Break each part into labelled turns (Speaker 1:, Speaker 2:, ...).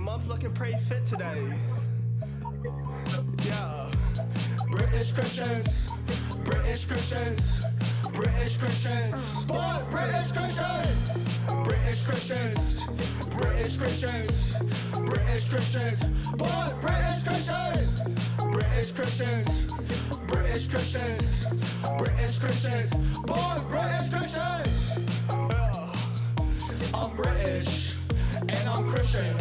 Speaker 1: love, look, and pray fit today. Yeah. British Christians, British Christians, British Christians. Boy, British Christians! British Christians, British Christians, British Christians. Boy, British Christians! British Christians, British Christians, British Christians. Boy, British Christians! Yeah. I'm British, and I'm Christian.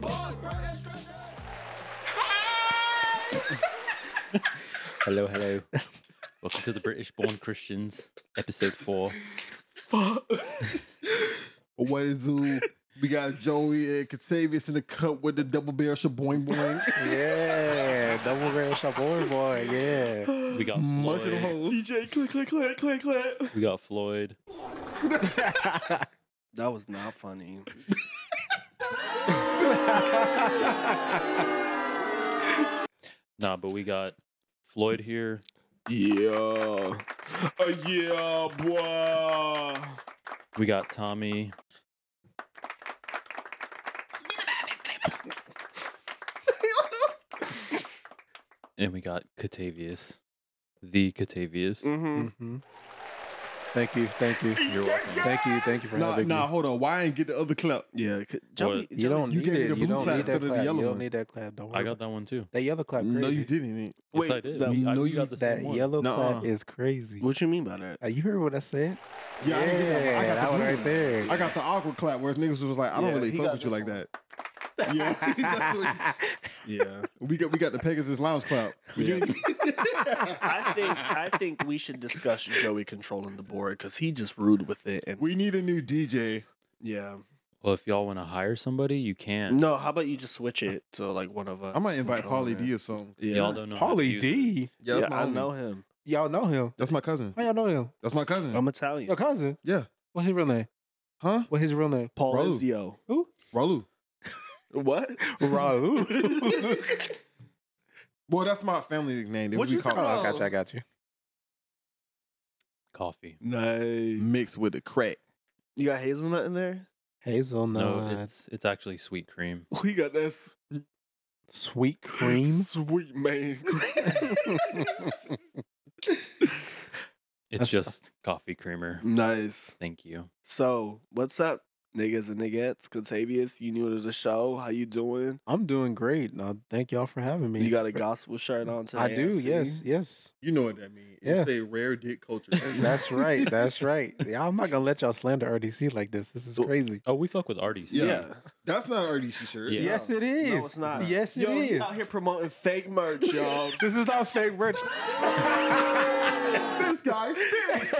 Speaker 1: Boy, British Christians!
Speaker 2: Hello, hello. Welcome to the British Born Christians, episode four.
Speaker 3: What is it? We got Joey and Catavius in the cup with the double barrel shaboing boing.
Speaker 4: Yeah, double barrel shaboy boy. Yeah,
Speaker 2: We got
Speaker 3: Much of the
Speaker 2: Floyd.
Speaker 3: hoes.
Speaker 1: DJ, click, click, click, click, click.
Speaker 2: We got Floyd.
Speaker 4: that was not funny.
Speaker 2: Nah, but we got Floyd here.
Speaker 5: Yeah. Uh, yeah, boy.
Speaker 2: We got Tommy. and we got Catavius. The Catavius.
Speaker 5: Mm-hmm.
Speaker 4: hmm Thank you, thank you,
Speaker 2: You're welcome.
Speaker 4: thank you, thank you for
Speaker 3: Nah,
Speaker 4: having
Speaker 3: nah,
Speaker 4: me.
Speaker 3: hold on. Why I ain't get the other clap?
Speaker 5: Yeah. c-
Speaker 2: What?
Speaker 5: Joey,
Speaker 4: You don't
Speaker 3: you
Speaker 4: need
Speaker 3: gave me
Speaker 4: it.
Speaker 3: the blue
Speaker 4: You don't
Speaker 3: clap
Speaker 4: need that
Speaker 3: instead of the
Speaker 4: clap. You
Speaker 3: yellow
Speaker 4: don't
Speaker 3: one.
Speaker 4: need that clap. Don't worry.
Speaker 2: I got
Speaker 4: that.
Speaker 2: that one too.
Speaker 4: That yellow clap. Crazy.
Speaker 3: No, you didn't. Nick.
Speaker 2: Yes,
Speaker 5: Wait,
Speaker 2: I did.
Speaker 5: that-
Speaker 2: We- I-
Speaker 3: No,
Speaker 2: we
Speaker 3: you-
Speaker 2: got the
Speaker 4: That
Speaker 2: same one.
Speaker 4: yellow
Speaker 3: Nuh-uh.
Speaker 4: clap is crazy.
Speaker 5: what you mean by that?
Speaker 4: Uh, you heard what I said?
Speaker 3: Yeah, I didn't get that. one. I got
Speaker 4: that
Speaker 3: the
Speaker 4: one
Speaker 3: blue
Speaker 4: right
Speaker 3: one.
Speaker 4: there.
Speaker 3: I got the awkward clap where niggas was like, I don't
Speaker 4: Yeah,
Speaker 3: really
Speaker 4: he
Speaker 3: fuck
Speaker 4: got
Speaker 3: with you like
Speaker 4: this
Speaker 3: that. Yeah, that's what-
Speaker 5: Yeah.
Speaker 3: we got we got the Pegasus Lounge clap. We
Speaker 5: Yeah.
Speaker 3: didn't-
Speaker 5: I think I think we should discuss Joey controlling the board because he just rude with it and
Speaker 3: we need a new DJ.
Speaker 5: yeah.
Speaker 2: Well, if y'all want to hire somebody, you can.
Speaker 5: No, how about you just switch it to like one of us?
Speaker 3: I might invite Paulie
Speaker 5: controlling it?
Speaker 3: D or something.
Speaker 5: Yeah,
Speaker 2: Y'all don't know. how to
Speaker 4: Pauly
Speaker 2: use it.
Speaker 4: D.
Speaker 3: Yeah, that's
Speaker 5: Yeah,
Speaker 3: my
Speaker 5: I
Speaker 3: homie.
Speaker 5: know him.
Speaker 4: Y'all know him.
Speaker 3: That's my cousin.
Speaker 4: How y'all know him?
Speaker 3: That's my cousin.
Speaker 5: I'm Italian.
Speaker 4: Your cousin.
Speaker 3: yeah.
Speaker 4: What's his real name?
Speaker 3: Huh?
Speaker 4: What's his real name?
Speaker 5: Paul
Speaker 3: Raul.
Speaker 5: Enzio.
Speaker 4: Who?
Speaker 3: Ralu.
Speaker 5: What?
Speaker 4: Raul.
Speaker 3: Well, that's my family name. That
Speaker 5: What
Speaker 3: we
Speaker 5: you
Speaker 3: call
Speaker 4: oh,
Speaker 3: it.
Speaker 4: I got you. I got you.
Speaker 2: Coffee.
Speaker 5: nice.
Speaker 3: mixed with the crack.
Speaker 5: You got hazelnut in there?
Speaker 2: No,
Speaker 4: Hazelnut,
Speaker 2: it's it's actually sweet cream.
Speaker 5: We got this
Speaker 4: sweet cream.
Speaker 5: Sweet man.
Speaker 2: It's
Speaker 4: That's tough. Mm.
Speaker 2: just coffee creamer.
Speaker 5: nice.
Speaker 2: Thank you.
Speaker 5: So, what's up, niggas and niggettes? Contavious, you new to the show. How you doing?
Speaker 4: I'm doing great. Uh, thank y'all for having me.
Speaker 5: You got a
Speaker 4: It's fr-
Speaker 5: gospel shirt on today.
Speaker 4: I do.
Speaker 5: see.
Speaker 4: Yes. Yes.
Speaker 3: You know what that means.
Speaker 4: Yeah.
Speaker 3: It's a rare dick culture.
Speaker 4: That's right. That's right. Yeah, I'm not gonna let y'all slander RDC like this. This is
Speaker 5: Well,
Speaker 4: crazy.
Speaker 2: Oh, we fuck with Artie's.
Speaker 3: Yeah.
Speaker 5: Yeah.
Speaker 3: That's not an RDC shirt.
Speaker 2: Yeah.
Speaker 4: Yes, it is.
Speaker 5: No, it's not.
Speaker 4: Yes, it
Speaker 5: Yo,
Speaker 4: is.
Speaker 5: he out here promoting fake merch, y'all.
Speaker 4: This is not fake merch.
Speaker 3: This guy's serious.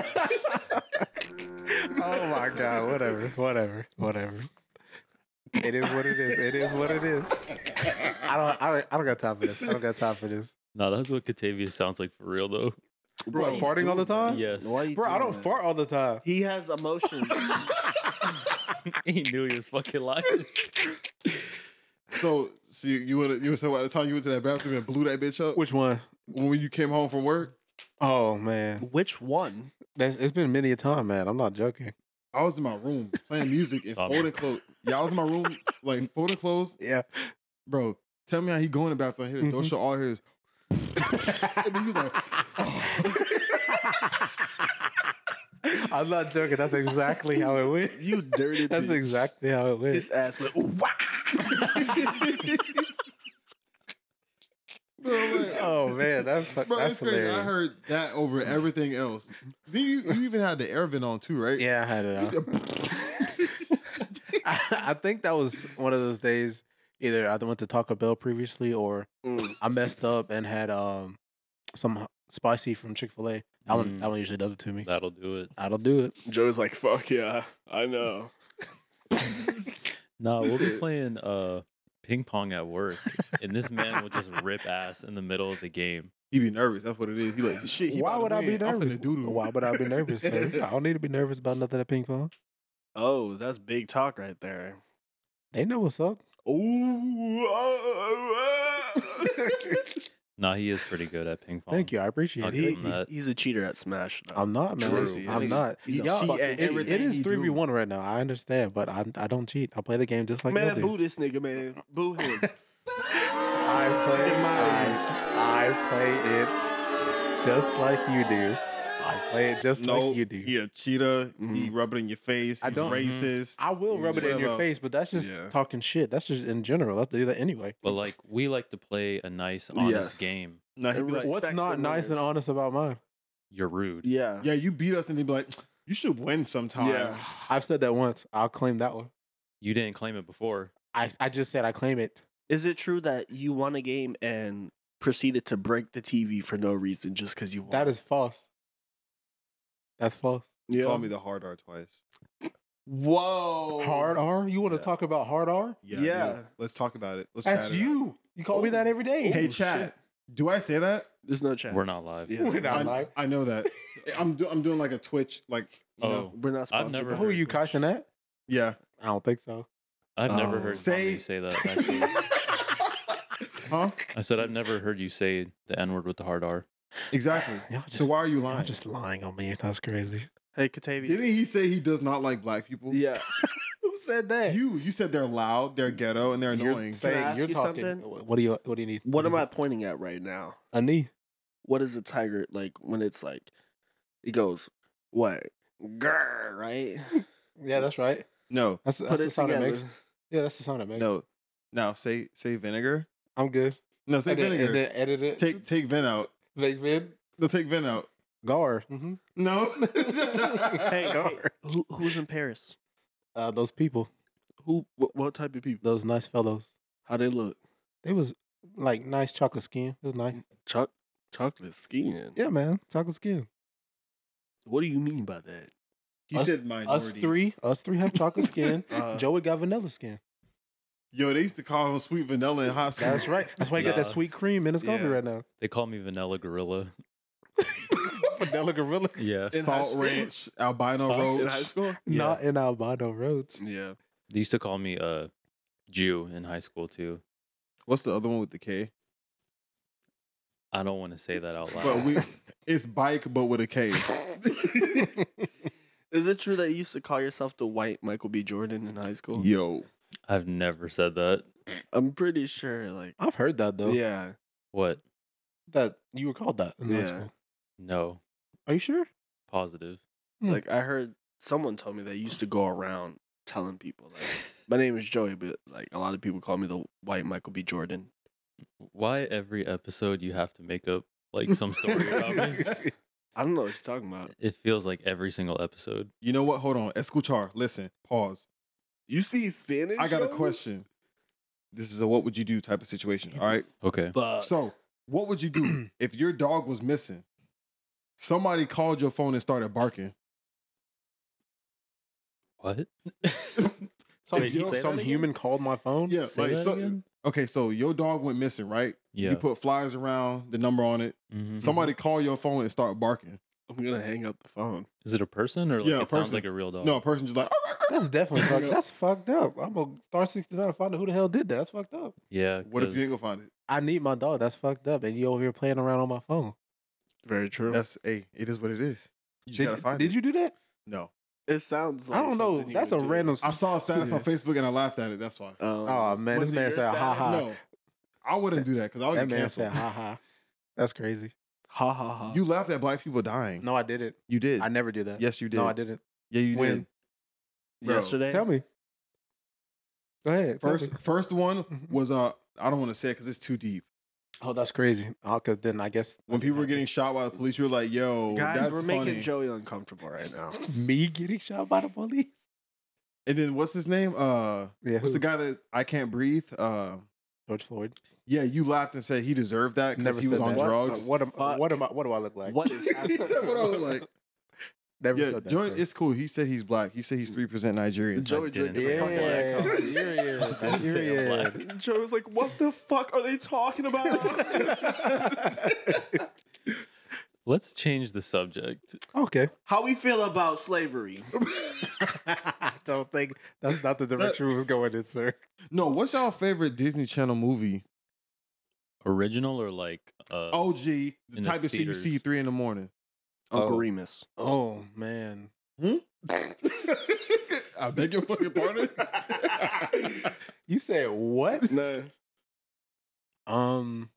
Speaker 4: Oh my god. Whatever. Whatever. Whatever. It is what it is. It is what it is. I don't. I don't, I don't got time for this. I don't got time for this.
Speaker 2: No, that's what Catavius sounds like for real though.
Speaker 3: Bro,
Speaker 4: What, farting all the time?
Speaker 2: Yes.
Speaker 5: Why you
Speaker 4: Bro, I
Speaker 5: doing
Speaker 4: don't
Speaker 5: that?
Speaker 4: fart all the time.
Speaker 5: He has emotions.
Speaker 2: he knew he was fucking lying.
Speaker 3: So, so you, you would you would say by the time you went to that bathroom and blew that bitch up
Speaker 4: Which one?
Speaker 3: when you came home from work,
Speaker 4: Oh man,
Speaker 5: Which one?
Speaker 4: That's, it's been many a time, man. I'm not joking.
Speaker 3: I was in my room playing music and
Speaker 2: Stop.
Speaker 3: folding clothes. Yeah, I was in my room like folding clothes.
Speaker 4: Oh, Yeah.
Speaker 3: Bro, tell me how he go in the bathroom. I hear the door
Speaker 4: Mhm.
Speaker 3: shut. All I hear is, and then he was like,
Speaker 4: I'm not joking. That's exactly how it went.
Speaker 5: You dirty
Speaker 4: That's
Speaker 5: bitch.
Speaker 4: exactly how it went.
Speaker 5: His ass went, "Wah!"
Speaker 3: bro, like,
Speaker 4: oh man, that's fu-
Speaker 3: bro,
Speaker 4: that's
Speaker 3: it's crazy.
Speaker 4: hilarious.
Speaker 3: I heard that over everything else. Then you, you even had the air vent on too, right?
Speaker 4: yeah, I had it. out. I, I think that was one of those days. Either I went to Taco Bell previously, or
Speaker 5: Mm.
Speaker 4: I messed up and had um some h- spicy from Chick Fil A. That one,
Speaker 2: Mm.
Speaker 4: that one usually does it to me.
Speaker 2: That'll do it.
Speaker 4: That'll do it.
Speaker 5: Joe's like, fuck yeah, I know.
Speaker 2: No, we'll be
Speaker 3: Listen.
Speaker 2: playing uh ping pong at work, and this man will just rip ass in the middle of the game.
Speaker 3: He be nervous. That's what it is. He like, shit. He
Speaker 4: Why
Speaker 3: about
Speaker 4: would
Speaker 3: to
Speaker 4: I be
Speaker 3: win. I'm
Speaker 4: nervous?
Speaker 3: finna doodle.
Speaker 4: Why would I be nervous? sir? I don't need to be nervous about nothing at ping pong.
Speaker 5: Oh, that's big talk right there.
Speaker 4: They know what's up.
Speaker 5: Ooh.
Speaker 2: No, he is pretty good at ping pong.
Speaker 4: Thank you. I appreciate
Speaker 2: I'll
Speaker 4: it.
Speaker 2: give
Speaker 4: He-
Speaker 2: him
Speaker 4: he-
Speaker 2: that.
Speaker 5: He's a cheater at Smash. though.
Speaker 4: I'm not, man.
Speaker 6: True.
Speaker 4: I'm not.
Speaker 6: He's a
Speaker 4: Y'all-
Speaker 6: cheat at
Speaker 4: it- it
Speaker 6: everything
Speaker 4: is
Speaker 6: he
Speaker 4: three v
Speaker 6: do.
Speaker 4: one right now. I understand, but I I don't cheat. I play the game just like you
Speaker 5: man,
Speaker 4: do.
Speaker 5: boo this nigga, man. Boo him.
Speaker 4: I play
Speaker 6: Get 'em outta
Speaker 4: I, I play it just like you do. I play it just
Speaker 3: No,
Speaker 4: like you do.
Speaker 3: he a cheater. He rub it in your face. He's
Speaker 4: Mm-hmm. I don't- mm-hmm.
Speaker 3: racist.
Speaker 4: I will rub it in
Speaker 3: What
Speaker 4: your
Speaker 3: else?
Speaker 4: face, but that's just
Speaker 5: Yeah.
Speaker 4: talking shit. That's just in general. Let's do that anyway.
Speaker 2: But like we like to play a nice, honest
Speaker 5: Yes.
Speaker 2: game.
Speaker 3: No, he be like,
Speaker 5: Respect
Speaker 4: What's
Speaker 5: the
Speaker 4: not nice and
Speaker 5: winners.
Speaker 4: honest about mine?
Speaker 2: You're rude.
Speaker 5: Yeah.
Speaker 3: yeah, you beat us, and he'd be like, you should win sometime.
Speaker 5: Yeah.
Speaker 4: I've said that once. I'll claim that one.
Speaker 2: You didn't claim it before.
Speaker 4: I, I just said I claim it.
Speaker 5: Is it true that you won a game and proceeded to break the TV for no reason just because you won?
Speaker 4: That is false. That's false.
Speaker 5: yeah.
Speaker 3: Call me the hard R twice.
Speaker 5: Whoa.
Speaker 4: Hard R? You want to
Speaker 3: Yeah.
Speaker 4: talk about hard R?
Speaker 3: Yeah,
Speaker 5: Yeah.
Speaker 3: yeah. Let's talk about it. Let's
Speaker 4: That's
Speaker 3: chat it out.
Speaker 4: you. You call me that every day.
Speaker 3: Hey, chat. Do I say that?
Speaker 5: There's no chat.
Speaker 2: We're not live.
Speaker 5: Yeah.
Speaker 4: We're not
Speaker 3: I,
Speaker 4: live.
Speaker 3: I know that. I'm do, I'm doing like a Twitch like you know
Speaker 2: Oh.
Speaker 5: We're not
Speaker 2: I've
Speaker 5: sponsored.
Speaker 2: never
Speaker 5: by-
Speaker 4: Who are you cussing at?
Speaker 3: yeah.
Speaker 4: I don't think so.
Speaker 2: I've never
Speaker 5: Oh.
Speaker 2: heard say...
Speaker 3: Say-
Speaker 2: say that. actually.
Speaker 3: Huh?
Speaker 2: I said I've never heard you say the N word with the hard R.
Speaker 3: Exactly.
Speaker 4: Y'all
Speaker 3: so
Speaker 4: just-
Speaker 3: why are you
Speaker 4: Y'all
Speaker 3: lying?
Speaker 4: just lying on me. That's crazy.
Speaker 5: Hey, Katavius.
Speaker 3: Didn't he say he does not like black people?
Speaker 5: Yeah.
Speaker 4: Who said that?
Speaker 3: You you said they're loud, they're ghetto, and they're
Speaker 4: You're
Speaker 3: annoying.
Speaker 4: saying
Speaker 5: Can I ask
Speaker 4: you're
Speaker 5: you
Speaker 4: talking.
Speaker 5: something?
Speaker 4: What do you What do you need?
Speaker 5: What am
Speaker 4: is
Speaker 5: I
Speaker 4: it?
Speaker 5: pointing at right now?
Speaker 4: A knee.
Speaker 5: What is a tiger like when it's like, it goes, what? Grr, right?
Speaker 4: Yeah, that's right.
Speaker 3: no,
Speaker 4: That's, that's the sound it makes. Yeah, that's the sound it makes.
Speaker 3: no, no. Say say vinegar.
Speaker 4: I'm good.
Speaker 3: No, say
Speaker 4: and, then,
Speaker 3: vinegar.
Speaker 4: and then edit it.
Speaker 3: take take Vin out.
Speaker 4: Make vid.
Speaker 3: No, take Vin out.
Speaker 4: Gar. hmm
Speaker 3: No.
Speaker 5: Hey, hey
Speaker 4: Gar.
Speaker 5: who, who's in Paris?
Speaker 4: Uh, those people,
Speaker 5: Who? What, what type of people?
Speaker 4: those nice fellows.
Speaker 5: How they look?
Speaker 4: They was like nice chocolate skin. It was nice.
Speaker 5: Choc- chocolate skin.
Speaker 4: Yeah, man. Chocolate skin.
Speaker 5: What do you mean by that?
Speaker 3: he
Speaker 4: Us-
Speaker 3: said minority.
Speaker 4: Us three. Us three have chocolate skin.
Speaker 5: Uh,
Speaker 4: Joey got vanilla skin.
Speaker 3: Yo, they used to call him sweet vanilla in high school.
Speaker 4: That's right. That's why he got that
Speaker 2: Nah.
Speaker 4: sweet cream in his coffee
Speaker 5: Yeah.
Speaker 4: right now.
Speaker 2: They call me Vanilla Gorilla.
Speaker 4: vanilla gorilla.
Speaker 2: Yeah.
Speaker 3: In
Speaker 4: high
Speaker 3: Salt
Speaker 4: school.
Speaker 3: Ranch, albino
Speaker 4: Huh?
Speaker 3: roach.
Speaker 5: In high school?
Speaker 4: Not in Albano Roach.
Speaker 5: Yeah.
Speaker 2: They used to call me uh, Jew in high school too.
Speaker 3: What's the other one with the K?
Speaker 2: I don't want to say that out loud.
Speaker 3: But we, it's bike, but with a K.
Speaker 5: Is it true that you used to call yourself the white Michael B. Jordan in high school?
Speaker 3: Yo,
Speaker 2: I've never said that.
Speaker 5: I'm pretty sure, like,
Speaker 4: I've heard that though.
Speaker 5: yeah.
Speaker 2: What?
Speaker 4: That you were called that in high
Speaker 5: Yeah.
Speaker 4: school.
Speaker 2: No.
Speaker 4: Are you sure?
Speaker 2: Positive.
Speaker 4: Hmm.
Speaker 5: Like, I heard someone told me they used to go around telling people, like, my name is Joey, but, like, a lot of people call me the white Michael B. Jordan.
Speaker 2: Why every episode you have to make up like some story about me?
Speaker 5: I don't know what you're talking about.
Speaker 2: It feels like every single episode.
Speaker 3: you know what? Hold on, escuchar. Listen, pause.
Speaker 5: You speak Spanish?
Speaker 3: I got a
Speaker 5: Joey?
Speaker 3: question. This is a what would you do type of situation. All right.
Speaker 2: Okay.
Speaker 5: But
Speaker 3: So, what would you do if your dog was missing? Somebody called your phone and started barking.
Speaker 2: What?
Speaker 4: Some,
Speaker 3: Wait, you
Speaker 4: hu-
Speaker 3: say that
Speaker 4: some
Speaker 3: again?
Speaker 4: human called my phone.
Speaker 3: Yeah.
Speaker 2: Say
Speaker 3: Like,
Speaker 2: that
Speaker 3: so,
Speaker 2: again?
Speaker 3: okay, so your dog went missing, right?
Speaker 2: Yeah.
Speaker 3: You put flyers around the number on it.
Speaker 2: Mhm.
Speaker 3: Somebody call your phone and start barking.
Speaker 5: I'm going to hang up the phone.
Speaker 2: Is it a person or like
Speaker 3: Yeah, a
Speaker 2: it sounds
Speaker 3: person.
Speaker 2: like a real dog?
Speaker 3: No, a person just like, "Arr, arr, arr."
Speaker 4: That's definitely fucked.
Speaker 3: Yeah.
Speaker 4: That's fucked up. I'm gonna star sixty nine and find out who the hell did that. That's fucked up.
Speaker 2: Yeah.
Speaker 3: what if you
Speaker 2: 'cause-
Speaker 3: ain't gonna find it?
Speaker 4: I need my dog. That's fucked up. And you over here playing around on my phone.
Speaker 5: Very true.
Speaker 3: That's hey, it is what it is. You just
Speaker 4: Did,
Speaker 3: gotta find
Speaker 4: did
Speaker 3: it.
Speaker 4: you do that?
Speaker 3: No,
Speaker 5: it sounds like
Speaker 4: I don't know.
Speaker 5: something you
Speaker 4: That's a
Speaker 5: would do.
Speaker 4: random. Ah.
Speaker 3: I saw a status
Speaker 4: Yeah.
Speaker 3: on Facebook and I laughed at it. That's why.
Speaker 5: Um,
Speaker 4: Aw, man,
Speaker 5: was
Speaker 4: this
Speaker 5: it
Speaker 4: man
Speaker 5: your
Speaker 4: said,
Speaker 5: status?
Speaker 4: "Ha, ha."
Speaker 3: No, I wouldn't do Ah. that because I would
Speaker 4: that
Speaker 3: get
Speaker 4: man said,
Speaker 3: canceled.
Speaker 4: "Ha ha." That's crazy.
Speaker 5: Ha ha ha.
Speaker 3: You laughed at black people dying.
Speaker 4: No, I didn't.
Speaker 3: you did.
Speaker 4: I never do that.
Speaker 3: Yes, you did.
Speaker 4: No, I didn't.
Speaker 3: Yeah, you
Speaker 4: When?
Speaker 3: did. Bro,
Speaker 5: yesterday?
Speaker 4: Tell me. Go ahead. tell
Speaker 3: First,
Speaker 4: me.
Speaker 3: first one
Speaker 4: Mhm.
Speaker 3: was uh, I don't want to say it because it's too deep.
Speaker 4: Oh, that's crazy. Oh, cause then I guess
Speaker 3: When people were getting shot by the police, you were like, "Yo,
Speaker 5: Guys,
Speaker 3: that's
Speaker 5: we're
Speaker 3: funny."
Speaker 5: making Joey uncomfortable right now.
Speaker 4: me getting shot by the police.
Speaker 3: and then what's his name? Uh,
Speaker 4: Yeah.
Speaker 3: what's the
Speaker 4: who?
Speaker 3: guy that I can't breathe? Uh,
Speaker 4: George Floyd.
Speaker 3: yeah, you laughed and said he deserved that because he was
Speaker 4: said
Speaker 3: on
Speaker 4: that.
Speaker 3: drugs.
Speaker 4: What, am,
Speaker 5: Fuck.
Speaker 4: what am I? What do I look like?
Speaker 5: What is
Speaker 3: he
Speaker 5: happening?
Speaker 3: said what I was like.
Speaker 4: Never
Speaker 3: yeah,
Speaker 4: said that.
Speaker 3: Joy,
Speaker 4: bro. Mm.
Speaker 3: it's cool. He said he's black. He said he's three percent Nigerian.
Speaker 5: Joey
Speaker 2: didn't
Speaker 5: drinking
Speaker 2: say
Speaker 5: some
Speaker 2: that.
Speaker 5: black coffee.
Speaker 4: Nigerian,
Speaker 2: I didn't say I'm
Speaker 4: Nigerian.
Speaker 2: black.
Speaker 5: Joey was like, "What the fuck are they talking
Speaker 2: Let's change the subject.
Speaker 4: okay.
Speaker 5: How we feel about slavery?"
Speaker 4: I don't think that's not the direction we was going in, sir.
Speaker 3: No, what's y'all favorite Disney Channel movie?
Speaker 2: Original or like uh,
Speaker 3: OG, the
Speaker 2: the
Speaker 3: type of shit you see
Speaker 2: theaters.
Speaker 3: three in the morning.
Speaker 5: Uncle
Speaker 2: Oh.
Speaker 5: Remus.
Speaker 4: Oh man.
Speaker 3: I beg your fucking pardon.
Speaker 4: You said what?
Speaker 5: No.
Speaker 4: Um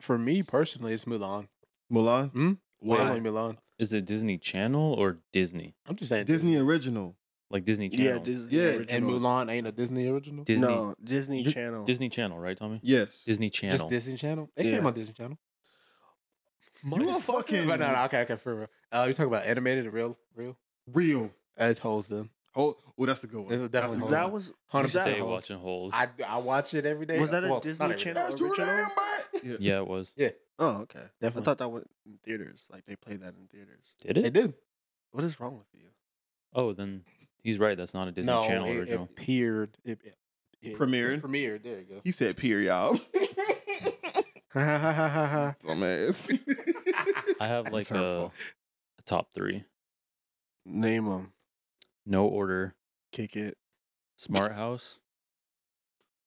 Speaker 4: for me personally, it's Mulan.
Speaker 3: Mulan,
Speaker 4: Family
Speaker 5: Why?
Speaker 4: Mulan.
Speaker 2: is it Disney Channel or Disney?
Speaker 4: I'm just saying
Speaker 3: Disney original.
Speaker 2: Like Disney Channel.
Speaker 5: Yeah, Disney.
Speaker 3: Yeah,
Speaker 5: original.
Speaker 4: and Mulan ain't a Disney original.
Speaker 2: Disney
Speaker 5: No, Disney
Speaker 2: Di-
Speaker 5: Channel.
Speaker 2: Disney Channel, right, Tommy?
Speaker 3: Yes.
Speaker 2: Disney Channel.
Speaker 4: Just Disney Channel. It
Speaker 5: Yeah.
Speaker 4: came on Disney Channel.
Speaker 3: You a fucking
Speaker 4: But no, no, okay, okay, for real. Uh, you're talking about animated, real, real.
Speaker 3: real.
Speaker 4: Uh, It holds them.
Speaker 3: Oh, well, that's a good one.
Speaker 4: This is definitely
Speaker 3: that's a
Speaker 4: Mulan.
Speaker 5: That was
Speaker 4: Hundred
Speaker 5: Was that-
Speaker 4: percent.
Speaker 2: Stay
Speaker 5: Holes.
Speaker 2: watching holes.
Speaker 4: I I watch it every day.
Speaker 5: Was that a
Speaker 4: Well, not
Speaker 5: Disney
Speaker 4: every day.
Speaker 5: Channel original?
Speaker 3: good one. Yeah.
Speaker 2: yeah, it was.
Speaker 5: Oh, okay. I
Speaker 4: Definitely.
Speaker 5: thought that was in theaters. Like they played that in theaters.
Speaker 2: Did
Speaker 4: They
Speaker 2: it?
Speaker 4: did.
Speaker 5: What is wrong with you?
Speaker 2: Oh, then he's right. That's not a Disney
Speaker 4: no,
Speaker 2: Channel
Speaker 4: it,
Speaker 2: original.
Speaker 4: It appeared. It, it, it
Speaker 3: Premiered?
Speaker 4: It premiered. There you go.
Speaker 3: He said, "Peer, y'all."
Speaker 4: I
Speaker 3: Dumbass.
Speaker 2: I have like a, a top three.
Speaker 5: Name them.
Speaker 2: No order.
Speaker 5: Kick it.
Speaker 2: Smart House.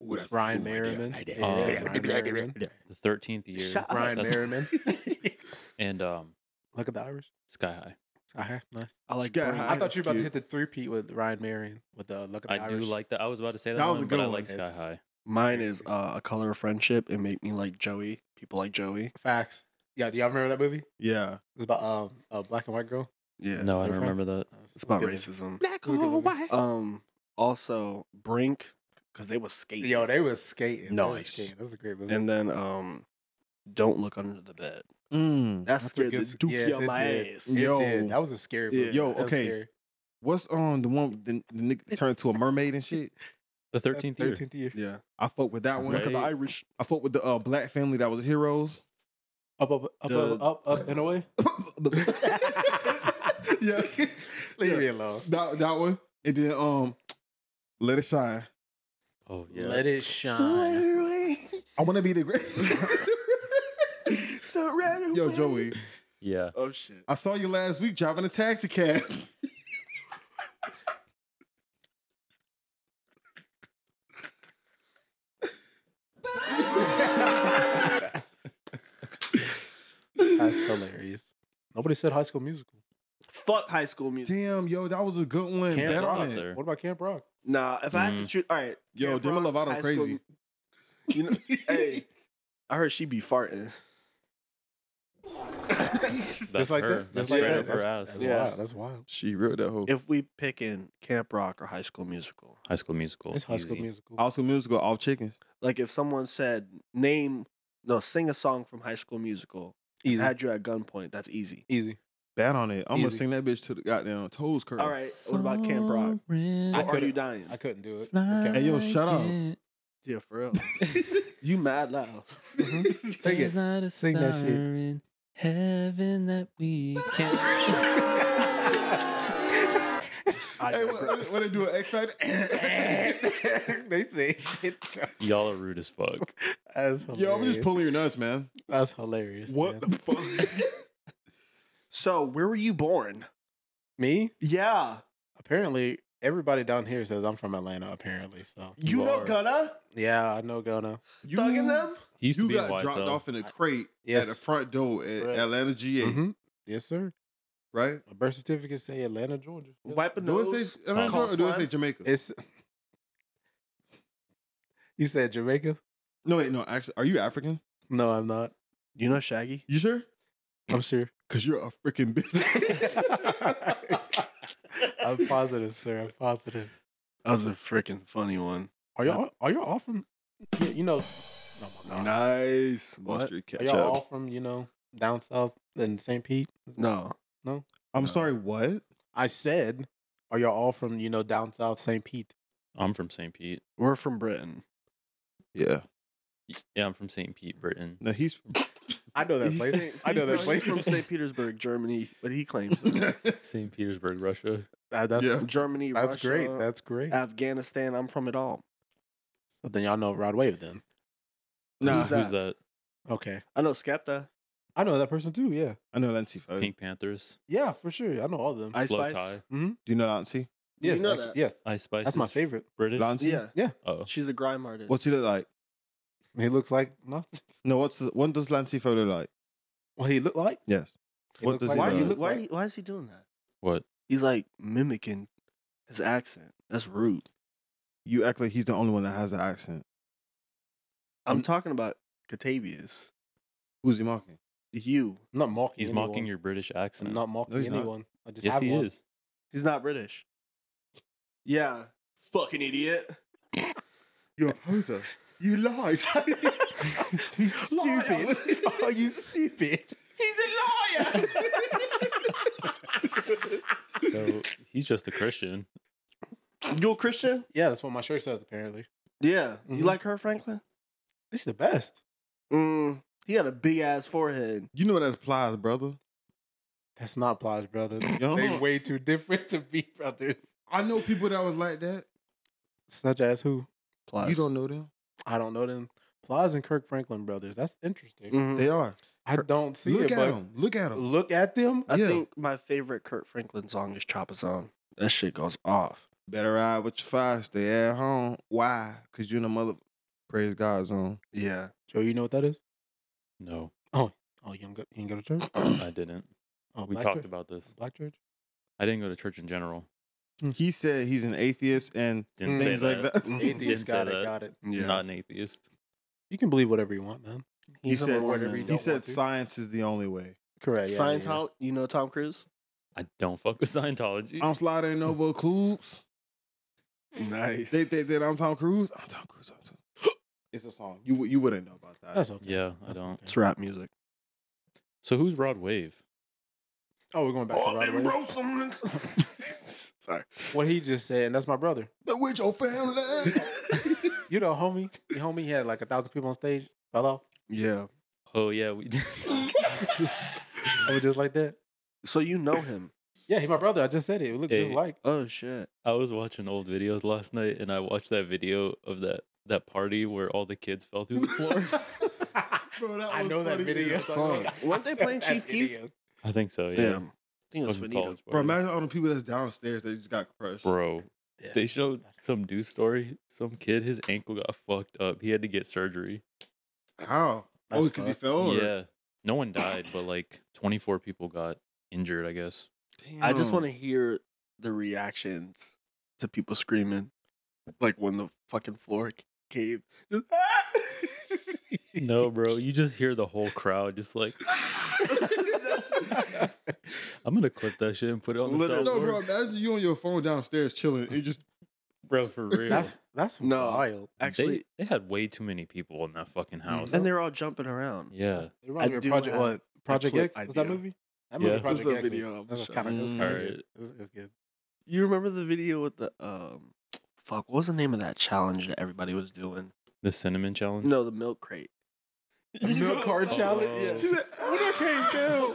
Speaker 3: Ooh, that's a
Speaker 4: Ryan
Speaker 3: cool idea.
Speaker 4: Merriman.
Speaker 3: Idea.
Speaker 2: Yeah,
Speaker 3: Idea.
Speaker 2: Ryan
Speaker 3: Idea.
Speaker 4: Merriman.
Speaker 3: Idea.
Speaker 2: The Thirteenth Year.
Speaker 5: Shut up.
Speaker 4: Ryan
Speaker 2: That's-
Speaker 4: Merriman.
Speaker 2: And um,
Speaker 4: Look at the Irish.
Speaker 2: Sky High.
Speaker 4: I have nice.
Speaker 5: I like
Speaker 3: Sky
Speaker 5: Brain.
Speaker 3: High.
Speaker 4: Uh-huh. I thought
Speaker 3: that's
Speaker 4: you were about
Speaker 3: cute.
Speaker 4: to hit the three peat with Ryan Merriman with the look at the
Speaker 2: I
Speaker 4: Irish.
Speaker 2: do like that. I was about to say that,
Speaker 3: That was a
Speaker 2: one,
Speaker 3: good
Speaker 2: but I
Speaker 3: one.
Speaker 2: like Sky High.
Speaker 5: Mine is uh, a color of friendship and make me like Joey. People like Joey.
Speaker 4: facts. Yeah, do y'all remember that movie?
Speaker 3: Yeah.
Speaker 4: It's about um a black and white girl.
Speaker 5: Yeah.
Speaker 2: No, I
Speaker 4: They're
Speaker 2: don't
Speaker 4: friends.
Speaker 2: remember that.
Speaker 5: It's about racism.
Speaker 4: Black or white.
Speaker 5: Um. Also, Brink, because they was skating.
Speaker 4: Yo, they was skating. They was
Speaker 3: Nice.
Speaker 4: skating. That was a great movie.
Speaker 5: and then um, don't look under the bed.
Speaker 3: Mm.
Speaker 5: That
Speaker 4: That's a
Speaker 5: scared the
Speaker 4: good-
Speaker 5: dookie
Speaker 4: yes,
Speaker 5: out
Speaker 4: it
Speaker 5: my
Speaker 4: did.
Speaker 5: ass.
Speaker 3: Yeah.
Speaker 4: Yo,
Speaker 3: Yo.
Speaker 4: that was a scary
Speaker 5: Yeah.
Speaker 4: movie.
Speaker 3: Yo,
Speaker 4: That was
Speaker 3: okay.
Speaker 4: scary.
Speaker 3: What's on the one the, the nigga turned to a mermaid and shit?
Speaker 2: The Thirteenth Year.
Speaker 4: Thirteenth year.
Speaker 5: Yeah.
Speaker 3: I fuck with that one.
Speaker 2: Look at the Right.
Speaker 3: Irish. I fuck with the uh, black family that was heroes.
Speaker 4: Up, up, up,
Speaker 5: The-
Speaker 4: up, up, up, and away.
Speaker 3: yeah.
Speaker 4: Leave
Speaker 3: Yeah.
Speaker 4: me alone.
Speaker 3: That that one. And then um Let It Shine.
Speaker 2: Oh yeah.
Speaker 4: it shine.
Speaker 3: I wanna be the great
Speaker 5: So right away.
Speaker 3: Yo, Joey.
Speaker 2: Yeah.
Speaker 5: Oh shit.
Speaker 3: I saw you last week driving a taxi cab.
Speaker 4: That's hilarious. Nobody said High School Musical.
Speaker 5: Fuck High School Music.
Speaker 3: Damn, yo, that was a good one.
Speaker 2: Camp
Speaker 3: Bet
Speaker 2: Rock
Speaker 3: on it.
Speaker 2: there.
Speaker 4: What about Camp Rock?
Speaker 5: Nah, if I had to
Speaker 2: Mm.
Speaker 5: choose, all right.
Speaker 3: Yo,
Speaker 5: Camp
Speaker 3: Demi
Speaker 5: Rock,
Speaker 3: Lovato
Speaker 5: High
Speaker 3: crazy.
Speaker 5: School- You know, hey, I heard she be farting.
Speaker 2: That's
Speaker 4: like
Speaker 2: her.
Speaker 4: that.
Speaker 2: That's
Speaker 4: Just like
Speaker 2: straight
Speaker 4: that.
Speaker 2: up her ass.
Speaker 4: That's
Speaker 5: Yeah.
Speaker 4: wild. That's wild.
Speaker 3: She real that hoe.
Speaker 5: If we picking Camp Rock or High School Musical,
Speaker 2: High School Musical.
Speaker 4: It's High School
Speaker 2: easy.
Speaker 4: Musical.
Speaker 3: High School Musical, all chickens.
Speaker 5: like if someone said name, no, sing a song from High School Musical,
Speaker 4: Easy.
Speaker 5: had you at gunpoint, that's easy.
Speaker 4: Easy.
Speaker 3: Bet on it. I'm gonna
Speaker 4: Easy.
Speaker 3: sing that bitch to the goddamn toes curl.
Speaker 5: All right, what about Camp Rock?
Speaker 4: I
Speaker 5: Or are
Speaker 4: could've-
Speaker 5: you dying?
Speaker 4: I couldn't do it.
Speaker 3: Hey, yo, shut up.
Speaker 5: yeah, for real. you mad loud.
Speaker 4: Take it.
Speaker 2: not a
Speaker 4: Sing that shit.
Speaker 2: in heaven that we can't.
Speaker 5: I
Speaker 3: Hey, what, what,
Speaker 5: digress.
Speaker 3: what they do? X Factor.
Speaker 4: they say it.
Speaker 2: Y'all are rude as fuck.
Speaker 4: That's hilarious.
Speaker 3: Yo, I'm just pulling your nuts, Oh, man.
Speaker 4: That's hilarious.
Speaker 5: What
Speaker 4: man.
Speaker 5: the fuck? so, where were you born?
Speaker 4: Me?
Speaker 5: Yeah,
Speaker 4: Apparently, everybody down here says I'm from Atlanta. Apparently, so
Speaker 5: you,
Speaker 2: You
Speaker 5: know
Speaker 2: are.
Speaker 5: Gunna
Speaker 4: yeah, I know Ghana.
Speaker 3: You,
Speaker 5: thugging them.
Speaker 2: He used
Speaker 3: you
Speaker 2: to be in
Speaker 3: got dropped
Speaker 2: YSL.
Speaker 3: off in a crate
Speaker 4: Yes.
Speaker 3: at the front door at
Speaker 4: Correct.
Speaker 3: Atlanta GA,
Speaker 4: Mhm. Yes, sir.
Speaker 3: right?
Speaker 4: My birth certificate say Atlanta, Georgia. Yeah.
Speaker 5: Wiping
Speaker 3: Do
Speaker 5: those.
Speaker 3: it say Atlanta
Speaker 5: Call
Speaker 3: or do it say
Speaker 5: sign.
Speaker 3: Jamaica?
Speaker 4: It's. You said Jamaica?
Speaker 3: no, wait, no. Actually, are you African?
Speaker 4: No, I'm not.
Speaker 5: You know Shaggy?
Speaker 3: You sure?
Speaker 4: I'm sure.
Speaker 3: Cause you're a freaking bitch.
Speaker 4: I'm positive, sir. I'm positive.
Speaker 5: That was a freaking funny one.
Speaker 4: Are y'all are y'all all from? Yeah, you know. Oh my God.
Speaker 5: Nice.
Speaker 3: Mustard
Speaker 4: Are
Speaker 3: ketchup.
Speaker 4: y'all all from you know down south in St. Pete?
Speaker 5: No.
Speaker 3: I'm
Speaker 5: No.
Speaker 3: sorry. What?
Speaker 4: I said, are y'all all from you know down south St. Pete?
Speaker 2: I'm from St. Pete.
Speaker 5: We're from Britain.
Speaker 3: Yeah.
Speaker 2: Yeah, I'm from St. Pete, Britain.
Speaker 3: No, he's.
Speaker 4: I know that
Speaker 5: He's
Speaker 4: place.
Speaker 5: saying-
Speaker 4: I know that
Speaker 5: he's
Speaker 4: place.
Speaker 5: from St. Petersburg, Germany, but he claims it.
Speaker 3: That's
Speaker 2: St. Petersburg, Russia.
Speaker 4: Uh, that's
Speaker 3: Yeah.
Speaker 5: Germany,
Speaker 4: that's
Speaker 5: Russia,
Speaker 4: great. That's great.
Speaker 5: Afghanistan. I'm from it all.
Speaker 4: so then y'all know Rod Wave then.
Speaker 3: Nah.
Speaker 5: Who's
Speaker 2: Who's, who's
Speaker 5: that?
Speaker 2: that?
Speaker 4: Okay,
Speaker 5: I know Skepta.
Speaker 4: I know that person too. Yeah,
Speaker 3: I know Antifa.
Speaker 2: Pink Panthers.
Speaker 4: yeah, for sure. I know all of them. Mm-hmm.
Speaker 5: Ice
Speaker 2: Slow tie.
Speaker 5: Spice.
Speaker 3: Do you know Lancy?
Speaker 5: You
Speaker 4: yes,
Speaker 5: know
Speaker 4: actu-
Speaker 5: that.
Speaker 4: yes,
Speaker 2: Ice Spice.
Speaker 4: that's my
Speaker 2: is
Speaker 4: favorite.
Speaker 2: British.
Speaker 3: Lancy?
Speaker 5: Yeah,
Speaker 2: Oh.
Speaker 5: she's a grime artist.
Speaker 3: What's he look like?
Speaker 4: He looks like no.
Speaker 3: No, what's what does Lancifo look like?
Speaker 4: What he look like?
Speaker 3: Yes.
Speaker 4: He
Speaker 3: What
Speaker 4: look
Speaker 3: does
Speaker 4: like-
Speaker 3: he
Speaker 5: Why
Speaker 3: look
Speaker 5: you
Speaker 3: like?
Speaker 5: look? Why? Why is he doing that?
Speaker 2: What?
Speaker 5: He's like mimicking his accent. That's rude.
Speaker 3: You act like he's the only one that has the accent.
Speaker 5: I'm
Speaker 2: I'm-
Speaker 5: talking about Catavius.
Speaker 3: Who's he mocking?
Speaker 5: You.
Speaker 4: I'm not mocking.
Speaker 2: He's
Speaker 4: anyone.
Speaker 2: mocking your British
Speaker 4: I'm
Speaker 2: accent.
Speaker 4: not mocking
Speaker 3: No, he's not.
Speaker 4: anyone. I just
Speaker 2: yes,
Speaker 4: have
Speaker 2: he
Speaker 4: one.
Speaker 2: is.
Speaker 5: He's not British. Yeah. Fucking idiot.
Speaker 3: You're a poser. You lied.
Speaker 4: You
Speaker 5: Liar.
Speaker 4: stupid. oh, you stupid.
Speaker 5: He's a liar.
Speaker 2: So he's just a Christian.
Speaker 5: you a Christian? Mm-hmm.
Speaker 4: Yeah, that's what my shirt says. Apparently,
Speaker 5: Yeah.
Speaker 4: Mhm.
Speaker 5: You like her, Franklin?
Speaker 4: it's the best.
Speaker 5: Mm. He got a big ass forehead.
Speaker 3: you know that's plies, brother.
Speaker 4: That's not Plies Brothers.
Speaker 3: Yo.
Speaker 4: they way too different to be brothers.
Speaker 3: I know people that was like that.
Speaker 4: Such as who?
Speaker 5: Plus.
Speaker 3: You don't know them.
Speaker 4: I don't know them. Plies and Kirk Franklin brothers. That's interesting.
Speaker 5: Mhm.
Speaker 3: They are.
Speaker 4: I don't see
Speaker 3: Mm, Look
Speaker 4: it,
Speaker 3: at
Speaker 4: but
Speaker 3: them. Look at them.
Speaker 4: look at them.
Speaker 5: I
Speaker 3: Yeah.
Speaker 5: think my favorite Kurt Franklin song is Chopper Zone. That shit goes off.
Speaker 3: Better ride with your fire. Stay at home. Why? Because you're in the mother. Praise God's own.
Speaker 5: Yeah.
Speaker 4: Joe, you know what that is?
Speaker 2: No,
Speaker 4: Oh, you don't go, you didn't go to church?
Speaker 2: I didn't.
Speaker 4: Oh,
Speaker 2: We
Speaker 4: black
Speaker 2: talked
Speaker 4: church?
Speaker 2: about this.
Speaker 4: black church.
Speaker 2: I didn't go to church in general.
Speaker 3: He said he's an atheist and
Speaker 4: Mm.
Speaker 2: Didn't
Speaker 3: things
Speaker 2: say
Speaker 3: like
Speaker 2: that.
Speaker 3: that.
Speaker 4: Atheist
Speaker 2: Didn't say
Speaker 4: got it.
Speaker 2: that.
Speaker 4: Got it.
Speaker 5: Yeah.
Speaker 2: Not an atheist.
Speaker 4: You can believe whatever you want, man.
Speaker 3: He
Speaker 5: He's a
Speaker 3: said,
Speaker 5: Mormon.
Speaker 4: you
Speaker 3: he
Speaker 4: don't want
Speaker 3: said
Speaker 4: to.
Speaker 3: science is the only way.
Speaker 4: Correct. Yeah, yeah, yeah.
Speaker 5: Scientology. You know Tom Cruise?
Speaker 2: I don't fuck with Scientology.
Speaker 3: I'm sliding over clues.
Speaker 5: Nice.
Speaker 3: They think that I'm Tom Cruise. I'm Tom Cruise. I'm Tom. It's a song. You wou- you wouldn't know about that.
Speaker 4: That's okay.
Speaker 2: yeah, I
Speaker 4: That's
Speaker 2: don't.
Speaker 4: okay.
Speaker 5: it's rap music.
Speaker 2: So who's Rod Wave?
Speaker 4: Oh, we're going back to Rod Wave.
Speaker 5: Rosamans. Sorry.
Speaker 4: What he just said, and that's my brother.
Speaker 3: But with your family.
Speaker 4: You know, homie. Your homie had like a thousand people on stage. Fell off.
Speaker 5: Yeah.
Speaker 2: Oh yeah, we did.
Speaker 4: I was just like that.
Speaker 5: So you know him.
Speaker 4: Yeah, he's my brother. I just said it. It looked just
Speaker 2: Hey.
Speaker 4: like.
Speaker 5: Oh shit.
Speaker 2: I was watching old videos last night, and I watched that video of that that party where all the kids fell through the floor.
Speaker 3: Bro, that
Speaker 4: I
Speaker 3: was
Speaker 4: know that
Speaker 3: funny
Speaker 4: video.
Speaker 3: as fuck.
Speaker 5: Weren't they playing Chief Keef?
Speaker 2: I think so. Yeah.
Speaker 5: Yeah. think it was
Speaker 2: Fucking
Speaker 5: Finito.
Speaker 2: college
Speaker 3: Bro,
Speaker 2: party.
Speaker 3: imagine all the people that's downstairs that just got crushed.
Speaker 2: Bro, they showed some news story. Some kid, his ankle got fucked up. He had to get surgery.
Speaker 3: How? Oh,
Speaker 4: That's
Speaker 3: because he
Speaker 4: fucked.
Speaker 3: fell. Over.
Speaker 2: Yeah. No one died, but like 24 people got injured, I guess.
Speaker 5: I just
Speaker 3: Damn.
Speaker 5: want to hear the reactions to people screaming, like when the fucking floor c- caved. Just,
Speaker 2: No, bro. You just hear the whole crowd just like, I'm going to clip that shit and put it on the
Speaker 5: Literally.
Speaker 2: soundboard.
Speaker 3: No, bro.
Speaker 2: bro.
Speaker 3: Imagine you on your phone downstairs chilling. It just
Speaker 2: for real.
Speaker 4: That's that's
Speaker 5: No.
Speaker 4: wild.
Speaker 5: Actually,
Speaker 2: they, they had way too many people in that fucking house.
Speaker 5: and they're all jumping around.
Speaker 2: yeah.
Speaker 4: It reminds
Speaker 5: I
Speaker 4: me of
Speaker 5: do
Speaker 4: Project
Speaker 5: have
Speaker 4: what? Project
Speaker 5: clip
Speaker 4: X? Was that
Speaker 5: idea.
Speaker 4: movie? That
Speaker 2: Yeah.
Speaker 4: movie
Speaker 2: There's
Speaker 4: Project
Speaker 5: a
Speaker 4: X was-
Speaker 5: video of
Speaker 4: that was
Speaker 5: the
Speaker 4: kinda-
Speaker 3: show.
Speaker 4: that was
Speaker 3: Mm.
Speaker 4: kinda
Speaker 2: Alright.
Speaker 4: good. It was- It's good.
Speaker 5: You remember the video with the um, fuck? What was the name of that challenge that everybody was doing?
Speaker 2: The cinnamon challenge?
Speaker 5: No, the milk crate.
Speaker 4: Milk cart challenge?
Speaker 5: Yeah.
Speaker 4: Yeah.
Speaker 5: She's like, "Oh, I can't go."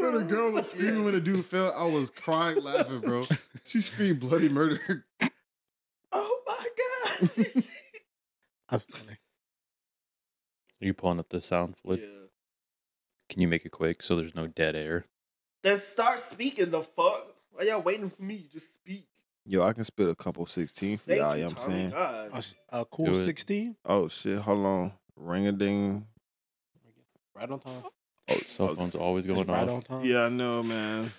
Speaker 3: Bro, the girl was screaming when the dude fell. I was crying laughing, bro. She screamed bloody murder.
Speaker 5: Oh my god.
Speaker 4: That's funny.
Speaker 2: Are you pulling up the sound flip? Can you make it quick so there's no dead air?
Speaker 5: Then start speaking the fuck. Why y'all waiting for me? Just speak.
Speaker 3: Yo, I can spit a couple 16 for
Speaker 5: Thank
Speaker 3: y'all. You
Speaker 5: you,
Speaker 3: know what I'm
Speaker 5: Tommy
Speaker 3: saying?
Speaker 5: God.
Speaker 4: A, s- a cool
Speaker 2: Do it.
Speaker 4: 16?
Speaker 3: Oh, shit. Hold on. Ring a ding.
Speaker 4: Right on time.
Speaker 2: Oh, cell phone's always
Speaker 4: It's
Speaker 2: going
Speaker 4: right
Speaker 2: off.
Speaker 4: on time.
Speaker 3: Yeah, I know, man.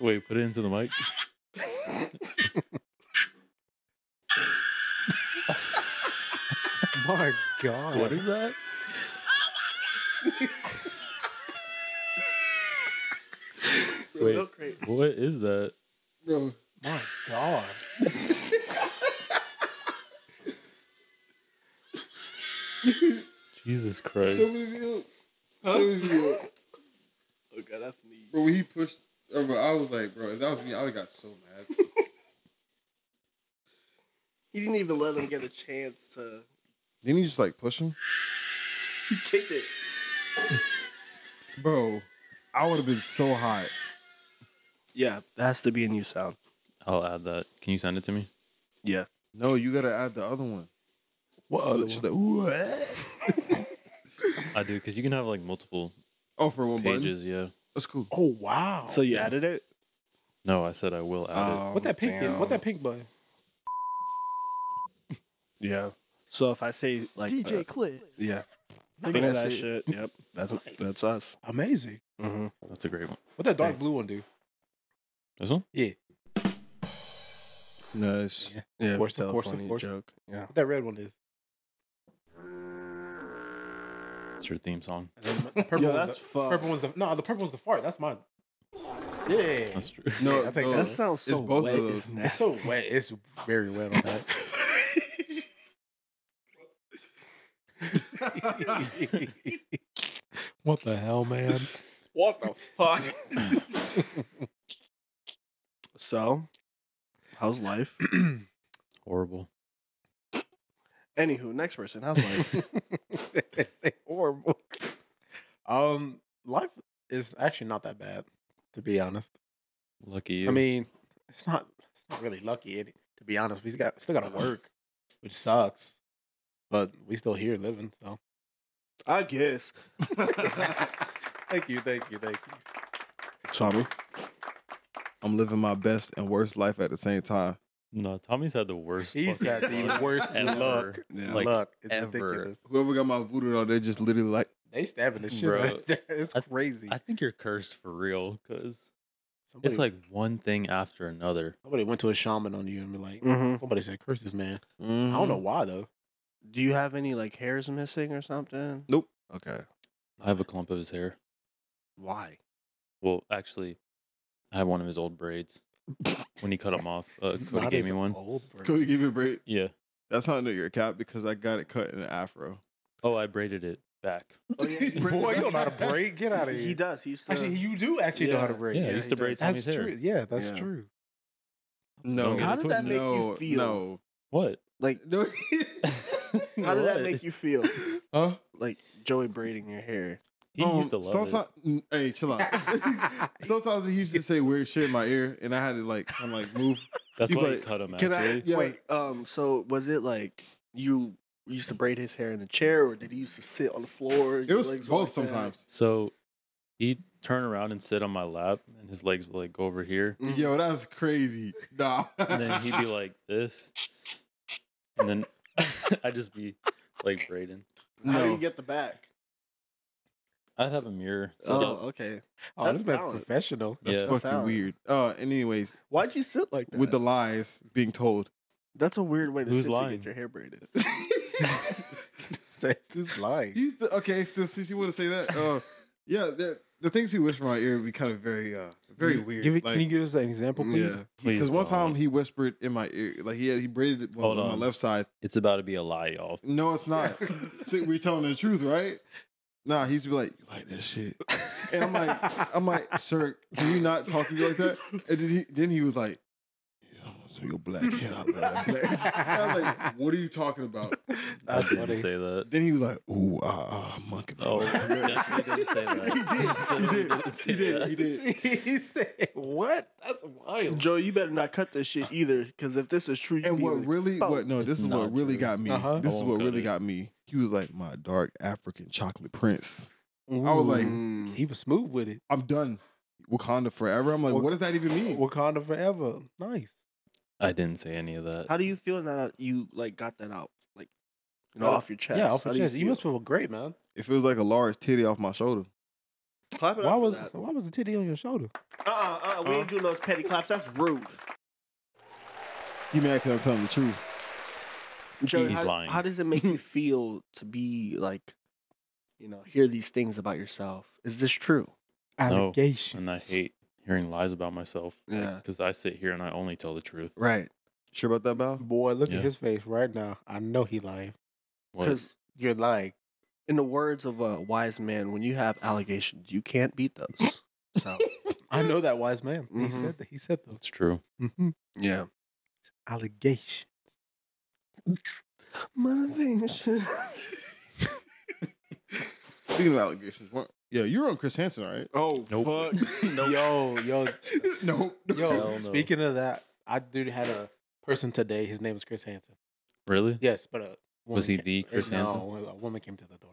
Speaker 2: Wait, put it into the mic.
Speaker 4: My God.
Speaker 2: What is that? Wait,
Speaker 5: Milk crate.
Speaker 2: what is that?
Speaker 3: Bro,
Speaker 4: My God.
Speaker 2: Jesus Christ.
Speaker 3: show me the video. Show me the video.
Speaker 5: Oh god, that's me.
Speaker 3: Bro, when he pushed, uh, bro, I was like, bro, if that was me, I would have got so mad.
Speaker 5: He didn't even let him get a chance to.
Speaker 3: Didn't you just like push him?
Speaker 5: He kicked it.
Speaker 3: Bro, I would have been so hot.
Speaker 5: Yeah, that has to be a new sound.
Speaker 2: I'll add that. Can you send it to me?
Speaker 5: Yeah.
Speaker 3: No, you gotta add the other one.
Speaker 4: What
Speaker 3: Oh,
Speaker 4: other
Speaker 3: she's
Speaker 4: one?
Speaker 3: like, "Ooh, eh."
Speaker 2: I do because you can have like multiple
Speaker 3: Oh, for one button.
Speaker 2: pages. Yeah.
Speaker 3: That's cool.
Speaker 4: Oh, wow.
Speaker 5: So you added it? Oh.
Speaker 2: No, I said I will add it.
Speaker 4: Um, what that pink is? What that pink button?
Speaker 5: Yeah. So if I say like
Speaker 1: DJ
Speaker 5: uh,
Speaker 1: Clit.
Speaker 5: yeah,
Speaker 1: Think
Speaker 5: think
Speaker 1: of
Speaker 5: of that shit. Yep, that's that's us.
Speaker 4: Amazing.
Speaker 5: Mm-hmm.
Speaker 2: That's a great one.
Speaker 4: What that dark
Speaker 2: Thanks.
Speaker 4: blue one do?
Speaker 2: This one?
Speaker 3: Nice.
Speaker 5: Yeah,
Speaker 4: Course,
Speaker 5: tell a
Speaker 4: course,
Speaker 5: funny
Speaker 4: course.
Speaker 5: joke. Yeah.
Speaker 4: What that red one is?
Speaker 2: It's your theme song.
Speaker 4: The purple,
Speaker 5: Yo,
Speaker 4: one's
Speaker 5: that's
Speaker 4: the,
Speaker 5: fucked.
Speaker 4: purple one's the no. The purple one's the fart. That's mine. Yeah.
Speaker 2: That's true.
Speaker 3: No,
Speaker 4: Yeah, I take
Speaker 3: no,
Speaker 4: that.
Speaker 5: sounds
Speaker 3: It's both of those.
Speaker 4: It's so wet. It's very wet on that. what the hell, man?
Speaker 5: what the fuck? so, how's life?
Speaker 2: Horrible.
Speaker 5: Anywho, next person. How's life?
Speaker 4: horrible. Um, life is actually not that bad, to be honest.
Speaker 2: Lucky you.
Speaker 4: I mean, it's not it's not really lucky any- to be honest. We still got still got to work, which sucks, but we still here living. So
Speaker 5: I guess.
Speaker 4: thank you, thank you, thank you.
Speaker 5: Tommy.
Speaker 3: I'm living my best and worst life at the same time.
Speaker 2: no, Tommy's had the worst.
Speaker 4: He's
Speaker 2: fucking
Speaker 4: had the
Speaker 2: luck
Speaker 4: worst
Speaker 2: ever.
Speaker 4: luck.
Speaker 5: Yeah.
Speaker 2: Like,
Speaker 4: luck is
Speaker 2: ever.
Speaker 4: ridiculous.
Speaker 3: Whoever got my voodoo doll, they just literally like,
Speaker 4: They stabbing the shit
Speaker 2: Bro.
Speaker 4: out of that. It's
Speaker 2: I-
Speaker 4: crazy.
Speaker 2: I think you're cursed for real, cause
Speaker 4: somebody,
Speaker 2: it's like one thing after another.
Speaker 4: somebody went to a shaman on you and be like,
Speaker 5: Mm-hmm.
Speaker 4: Mm. somebody said, "Curse this man."
Speaker 3: Mm-hmm.
Speaker 4: I don't know
Speaker 2: Mm.
Speaker 4: why though.
Speaker 5: Do you have any like hairs missing or something?
Speaker 3: Nope.
Speaker 5: Okay.
Speaker 2: I have a clump of his hair.
Speaker 5: Why?
Speaker 2: Well, actually, I have one of his old braids. When he cut them off, uh, Cody gave me one.
Speaker 3: Cody, give me a break.
Speaker 2: Yeah.
Speaker 3: That's how I know you're a cat because I got it cut in an afro.
Speaker 2: Oh, I braided it back.
Speaker 3: Oh,
Speaker 4: Boy, you don't know how to braid. Get out of here.
Speaker 5: He does. He's uh, still...
Speaker 4: Actually, you do actually know how to
Speaker 5: Yeah.
Speaker 4: braid.
Speaker 2: Yeah, I
Speaker 5: yeah,
Speaker 2: used
Speaker 5: he
Speaker 2: to braid
Speaker 5: does.
Speaker 2: Tommy's
Speaker 4: That's
Speaker 2: hair.
Speaker 4: true. Yeah, that's
Speaker 5: Yeah.
Speaker 4: true.
Speaker 3: No.
Speaker 2: Don't get it How did that
Speaker 5: make you
Speaker 3: no,
Speaker 5: feel?
Speaker 3: No.
Speaker 2: What?
Speaker 5: like.
Speaker 3: No.
Speaker 5: How did that
Speaker 2: What?
Speaker 5: make you feel?
Speaker 3: huh?
Speaker 5: Like Joey braiding your hair.
Speaker 2: He used
Speaker 3: Oh,
Speaker 2: to love
Speaker 3: sometimes, Um, mm, Hey, chill out. sometimes he used to say weird shit in my ear, and I had to like, I'm like, move.
Speaker 2: it. That's
Speaker 3: you
Speaker 2: why he
Speaker 3: play-
Speaker 2: cut him.
Speaker 5: Can
Speaker 2: Actually,
Speaker 5: I
Speaker 3: Yeah.
Speaker 5: wait? Um. So was it like you used to braid his hair in the chair, or did he used to sit on the floor?
Speaker 3: It was both sometimes.
Speaker 2: so he'd turn around and sit on my lap, and his legs would like go over here,
Speaker 4: Mm-hmm.
Speaker 5: Mhm.
Speaker 3: Yo, that's crazy. Nah.
Speaker 2: and then he'd be like this, and then I'd just be like braiding.
Speaker 5: How do
Speaker 3: no.
Speaker 5: you get the back?
Speaker 2: I'd have a mirror.
Speaker 5: Oh,
Speaker 2: set up.
Speaker 5: okay.
Speaker 4: Oh,
Speaker 5: That's
Speaker 4: this man
Speaker 5: valid.
Speaker 4: professional.
Speaker 3: That's
Speaker 2: yeah.
Speaker 3: fucking
Speaker 5: Sound.
Speaker 3: weird. Uh, and anyways,
Speaker 5: Why'd you sit like that?
Speaker 3: with the lies being told.
Speaker 5: That's a weird way to
Speaker 2: Who's
Speaker 5: sit to
Speaker 2: lying?
Speaker 5: get your hair braided.
Speaker 4: This lying.
Speaker 3: He's the, okay, so since you want to say that, uh, yeah, the, the things he whispered in my ear would be kind of very, uh, very weird.
Speaker 4: Give it,
Speaker 3: like,
Speaker 4: can you give us an example, please?
Speaker 5: Yeah.
Speaker 2: Please
Speaker 3: Because one
Speaker 2: don't.
Speaker 3: time he whispered in my ear, like he had, he braided it on,
Speaker 2: Hold
Speaker 3: on my
Speaker 2: on.
Speaker 3: left side.
Speaker 2: It's about to be a lie, y'all.
Speaker 3: No, it's not. See, we're telling the truth, right? Nah, he used to be like, you like that shit. And I'm like, I'm like, sir, can you not talk to me like that? And then he, then he was like, yeah, so you're black. Yeah, I love that. And I was like, what are you talking about?
Speaker 4: That's
Speaker 2: I didn't
Speaker 4: funny.
Speaker 2: say that.
Speaker 3: Then he was like, ooh, ah, ah, monkey.
Speaker 2: Oh,
Speaker 3: Yes.
Speaker 2: definitely didn't say that.
Speaker 3: he did.
Speaker 2: Definitely didn't say
Speaker 3: He did.
Speaker 2: that.
Speaker 3: He did.
Speaker 4: he said, "What? That's wild."
Speaker 5: Joe, you better not cut this shit either, because if this is true, you
Speaker 3: And
Speaker 5: be
Speaker 3: what
Speaker 5: like,
Speaker 3: really,
Speaker 5: fuck.
Speaker 3: what no, this
Speaker 2: It's
Speaker 3: is what
Speaker 2: not
Speaker 3: really
Speaker 2: true.
Speaker 3: got me.
Speaker 4: Uh-huh.
Speaker 3: This is
Speaker 2: Oh,
Speaker 3: what
Speaker 2: got
Speaker 3: really
Speaker 2: it.
Speaker 3: got me. He was like, my dark African chocolate prince. I was like,
Speaker 5: Mm.
Speaker 4: he was smooth with it.
Speaker 3: I'm done. Wakanda forever. I'm like,
Speaker 4: Wak-
Speaker 3: what does that even mean?
Speaker 4: Wakanda forever. Nice.
Speaker 2: I didn't say any of that.
Speaker 5: How do you feel now that you like got that out, like you know,
Speaker 4: Out-
Speaker 5: off your chest?
Speaker 4: yeah, off
Speaker 5: How
Speaker 4: your
Speaker 5: do
Speaker 4: chest. You
Speaker 5: feel?
Speaker 4: must feel great, man.
Speaker 3: It feels like a large titty off my shoulder.
Speaker 5: Clap it
Speaker 4: Why
Speaker 5: up for
Speaker 4: was
Speaker 5: that.
Speaker 4: why was the titty on your shoulder?
Speaker 5: Uh uh uh, we ain't doing those petty claps. That's rude.
Speaker 3: You mad because I'm telling the truth?
Speaker 5: Joe,
Speaker 2: He's
Speaker 5: how,
Speaker 2: lying.
Speaker 5: How does it make you feel to be like, you know, hear these things about yourself? Is this true?
Speaker 4: Allegation.
Speaker 2: and I hate hearing lies about myself.
Speaker 5: Yeah.
Speaker 2: Because I sit here and I only tell the truth.
Speaker 5: Right.
Speaker 3: Sure about that, Bow?
Speaker 4: Boy, look
Speaker 2: Yeah.
Speaker 4: at his face right now. I know he lying.
Speaker 2: What?
Speaker 5: Because
Speaker 4: You're lying.
Speaker 5: in the words of a wise man, when you have allegations, you can't beat those. So
Speaker 4: I know that wise man. He
Speaker 5: Mhm.
Speaker 4: said that. He said those.
Speaker 2: It's true.
Speaker 4: Mm-hmm.
Speaker 5: yeah.
Speaker 4: Allegation.
Speaker 5: Motivation.
Speaker 3: Speaking of allegations, what- yeah, you're on Chris Hansen, right?
Speaker 5: Oh
Speaker 2: Nope.
Speaker 5: fuck.
Speaker 4: Yo, yo,
Speaker 3: nope.
Speaker 4: yo.
Speaker 2: Hell no.
Speaker 4: Speaking of that, I dude had a person today. His name is Chris Hansen.
Speaker 2: Really?
Speaker 4: Yes, but a woman
Speaker 2: he
Speaker 4: ca-
Speaker 2: the Chris
Speaker 4: no,
Speaker 2: Hansen?
Speaker 4: a woman came to the door.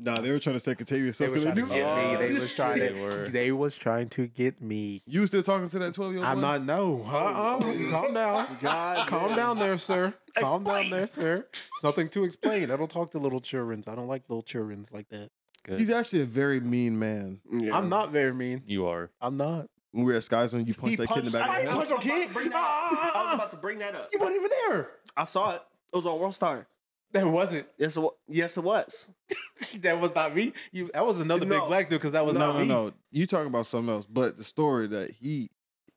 Speaker 3: Nah, they were trying to say Contavious.
Speaker 4: They
Speaker 3: So
Speaker 4: was
Speaker 3: they
Speaker 4: trying to
Speaker 3: knew.
Speaker 4: get me. They
Speaker 3: Oh,
Speaker 4: was trying
Speaker 2: They
Speaker 4: to.
Speaker 2: were.
Speaker 4: They was trying to get me.
Speaker 3: You was still talking to that twelve year old?
Speaker 4: I'm not. No. Uh-uh. Calm down.
Speaker 5: God,
Speaker 4: Calm down there, sir. Calm down there, sir. Nothing to explain. I don't talk to little childrens. I don't like little childrens like that.
Speaker 2: Good.
Speaker 3: He's actually a very mean man.
Speaker 5: Yeah.
Speaker 4: I'm not very mean.
Speaker 2: you are.
Speaker 4: I'm not.
Speaker 3: When we were at Sky's, when you punched that kid in the back of the head.
Speaker 4: punched- your kid?
Speaker 5: I
Speaker 4: Ah!
Speaker 5: was about to bring that up.
Speaker 4: You weren't even there.
Speaker 5: I saw it. It was on World Star.
Speaker 4: That wasn't.
Speaker 5: Yes, it was. Yes, it was.
Speaker 4: That was not me. You. That was another
Speaker 5: No.
Speaker 4: big black dude because that was
Speaker 3: No,
Speaker 4: not
Speaker 3: no,
Speaker 4: me.
Speaker 3: no. You talking about something else? But the story that he,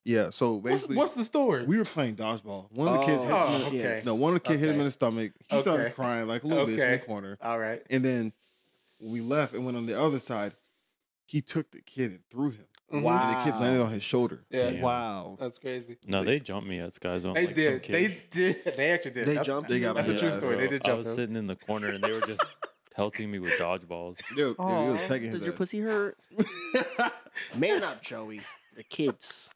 Speaker 3: yeah. So
Speaker 4: What's,
Speaker 3: basically,
Speaker 4: what's the story?
Speaker 3: we were playing dodgeball. One of the kids hit him.
Speaker 4: Oh,
Speaker 3: in
Speaker 4: okay.
Speaker 3: the- No, one of the kids hit him
Speaker 4: Okay.
Speaker 3: in the stomach. He started
Speaker 4: Okay.
Speaker 3: crying like a little bitch in the
Speaker 4: Okay.
Speaker 3: corner.
Speaker 4: All right.
Speaker 3: And then when we left and went on the other side, he took the kid and threw him.
Speaker 5: Wow.
Speaker 3: And Mm-hmm. the kid landed on his shoulder.
Speaker 4: Yeah.
Speaker 2: Damn.
Speaker 5: Wow.
Speaker 4: That's crazy.
Speaker 2: No, they jumped me at Sky's on.
Speaker 4: They
Speaker 2: like,
Speaker 4: did.
Speaker 2: Some
Speaker 4: They
Speaker 2: kids.
Speaker 4: did. They actually did.
Speaker 5: They
Speaker 4: That's-
Speaker 5: jumped.
Speaker 3: They got
Speaker 4: That's a
Speaker 3: Yeah,
Speaker 4: true story.
Speaker 3: so
Speaker 4: They did
Speaker 2: I
Speaker 4: jump
Speaker 2: was
Speaker 4: him.
Speaker 2: sitting in the corner and they were just pelting me with dodgeballs.
Speaker 3: Dude, dude, he was pecking his
Speaker 5: Oh. Does your
Speaker 3: ass.
Speaker 5: pussy hurt? Man up, Joey. The kids.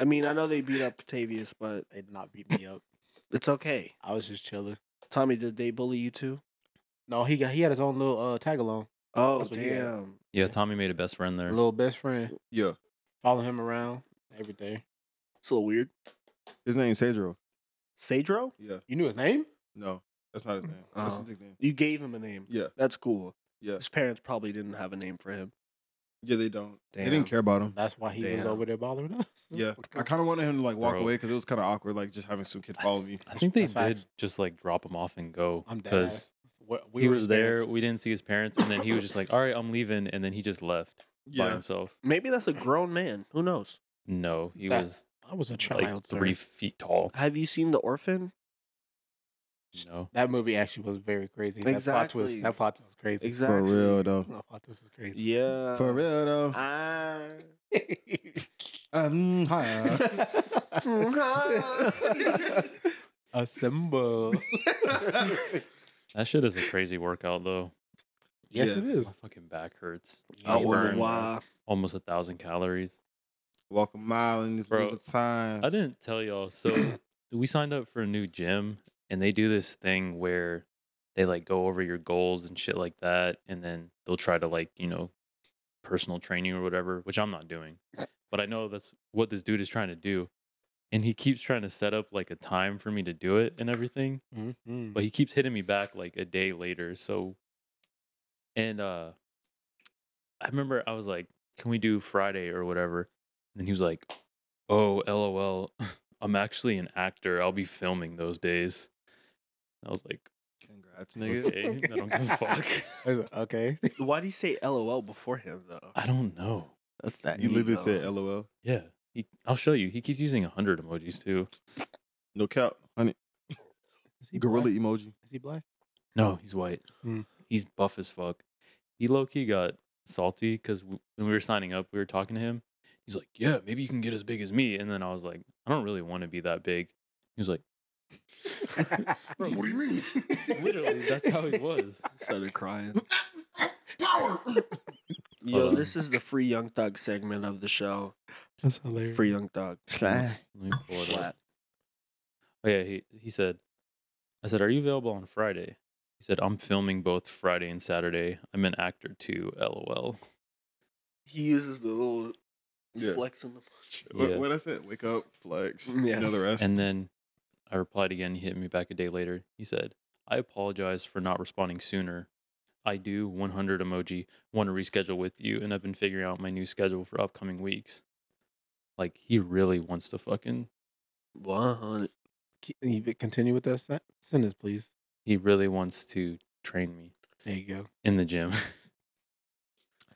Speaker 5: I mean, I know they beat up Tavius, but
Speaker 4: They did not beat me up.
Speaker 5: it's okay.
Speaker 4: I was just chilling.
Speaker 5: Tommy, did they bully you too?
Speaker 4: No, he got he had his own little uh, tag along.
Speaker 5: Oh,
Speaker 4: That's what he had.
Speaker 5: damn.
Speaker 2: Yeah, Tommy made a best friend there.
Speaker 4: Little best friend.
Speaker 3: Yeah.
Speaker 4: Follow him around every day.
Speaker 5: It's a little weird.
Speaker 3: His name's Cedro.
Speaker 5: Sadro?
Speaker 3: Yeah.
Speaker 4: You knew his name?
Speaker 3: No, that's not his name. That's his
Speaker 5: Oh.
Speaker 3: nickname.
Speaker 5: You gave him a name.
Speaker 3: Yeah.
Speaker 5: That's cool.
Speaker 3: Yeah.
Speaker 5: His parents probably didn't have a name for him.
Speaker 3: Yeah, they don't. They
Speaker 5: Damn.
Speaker 3: didn't care about him.
Speaker 4: That's why he was
Speaker 5: Damn.
Speaker 4: over there bothering us.
Speaker 3: Yeah. I kind of wanted him to like walk
Speaker 2: Bro.
Speaker 3: away because it was kind of awkward, like just having some kid follow me.
Speaker 2: I think they did
Speaker 4: That's facts.
Speaker 2: just like drop him off and go
Speaker 4: I'm dead.
Speaker 2: because
Speaker 4: ass. What- we
Speaker 2: he
Speaker 4: were
Speaker 2: was
Speaker 4: his
Speaker 2: there.
Speaker 4: parents.
Speaker 2: We didn't see his parents, and then he was just like, "All right, I'm leaving," and then he just left by
Speaker 3: Yeah.
Speaker 2: himself.
Speaker 5: Maybe that's a grown man. Who knows?
Speaker 2: No, he
Speaker 4: That-
Speaker 2: was
Speaker 4: I was a child.
Speaker 2: like
Speaker 4: sir.
Speaker 2: three feet tall.
Speaker 5: Have you seen The Orphan?
Speaker 2: No,
Speaker 4: That movie actually was very crazy. That plot
Speaker 5: Exactly.
Speaker 4: twist. That plot twist was crazy.
Speaker 3: For real though.
Speaker 4: That plot twist was crazy.
Speaker 5: Yeah.
Speaker 3: For real though.
Speaker 5: Ah.
Speaker 3: Um, hi.
Speaker 4: a symbol.
Speaker 2: that shit is a crazy workout though.
Speaker 4: yes,
Speaker 3: Yeah.
Speaker 4: it is.
Speaker 2: My fucking back hurts.
Speaker 5: I
Speaker 2: You
Speaker 5: wonder
Speaker 2: burn
Speaker 5: why.
Speaker 2: Almost a thousand calories.
Speaker 3: Walk a mile in this
Speaker 2: Bro,
Speaker 3: little time.
Speaker 2: I didn't tell y'all. So we signed up for a new gym, and they do this thing where they like go over your goals and shit like that, and then they'll try to like you know personal training or whatever, which I'm not doing, but I know that's what this dude is trying to do, and he keeps trying to set up like a time for me to do it and everything,
Speaker 4: Mhm.
Speaker 2: but he keeps hitting me back like a day later. So, and uh, I remember I was like, "Can we do Friday or whatever?" And he was like, "Oh, lol, I'm actually an actor. I'll be filming those days." I was like,
Speaker 3: Congrats, nigga.
Speaker 2: "Okay, I don't give a fuck.
Speaker 4: I was like, okay.
Speaker 5: Why do you say LOL before him though?
Speaker 2: I don't know."
Speaker 5: That's that.
Speaker 3: You literally
Speaker 5: ego.
Speaker 3: said LOL.
Speaker 2: Yeah, he, I'll show you. He keeps using hundred emojis too.
Speaker 3: No cap, honey.
Speaker 4: Is he
Speaker 3: Gorilla
Speaker 4: black?
Speaker 3: emoji.
Speaker 4: Is he black?
Speaker 2: No, he's white.
Speaker 4: Hmm.
Speaker 2: He's buff as fuck. He low key got salty because when we were signing up, we were talking to him. He's like, "Yeah, maybe you can get as big as me." And then I was like, "I don't really want to be that big." He was like,
Speaker 3: Bro, what do you mean?
Speaker 2: "Literally, that's how he was."
Speaker 5: Started crying.
Speaker 3: Power.
Speaker 5: Yo,
Speaker 2: Um,
Speaker 5: this is the free Young Thug segment of the show.
Speaker 4: That's hilarious.
Speaker 5: Free Young Thug.
Speaker 2: Let me pull it up. Oh yeah, he he said, "I said, are you available on Friday?" He said, "I'm filming both Friday and Saturday. I'm an actor too. LOL."
Speaker 5: He uses the little
Speaker 3: Yeah.
Speaker 5: flex on the punch.
Speaker 2: Yeah.
Speaker 3: What, what I said? Wake up, flex.
Speaker 5: Yes.
Speaker 3: Another rest.
Speaker 2: And then I replied again. He hit me back a day later. He said, I apologize for not responding sooner. I do 100 emoji, want to reschedule with you, and I've been figuring out my new schedule for upcoming weeks. Like, he really wants to fucking,
Speaker 5: One hundred.
Speaker 4: Keep- Can you continue with that sen- sentence, please?
Speaker 2: he really wants to train me
Speaker 4: There you go.
Speaker 2: in the gym.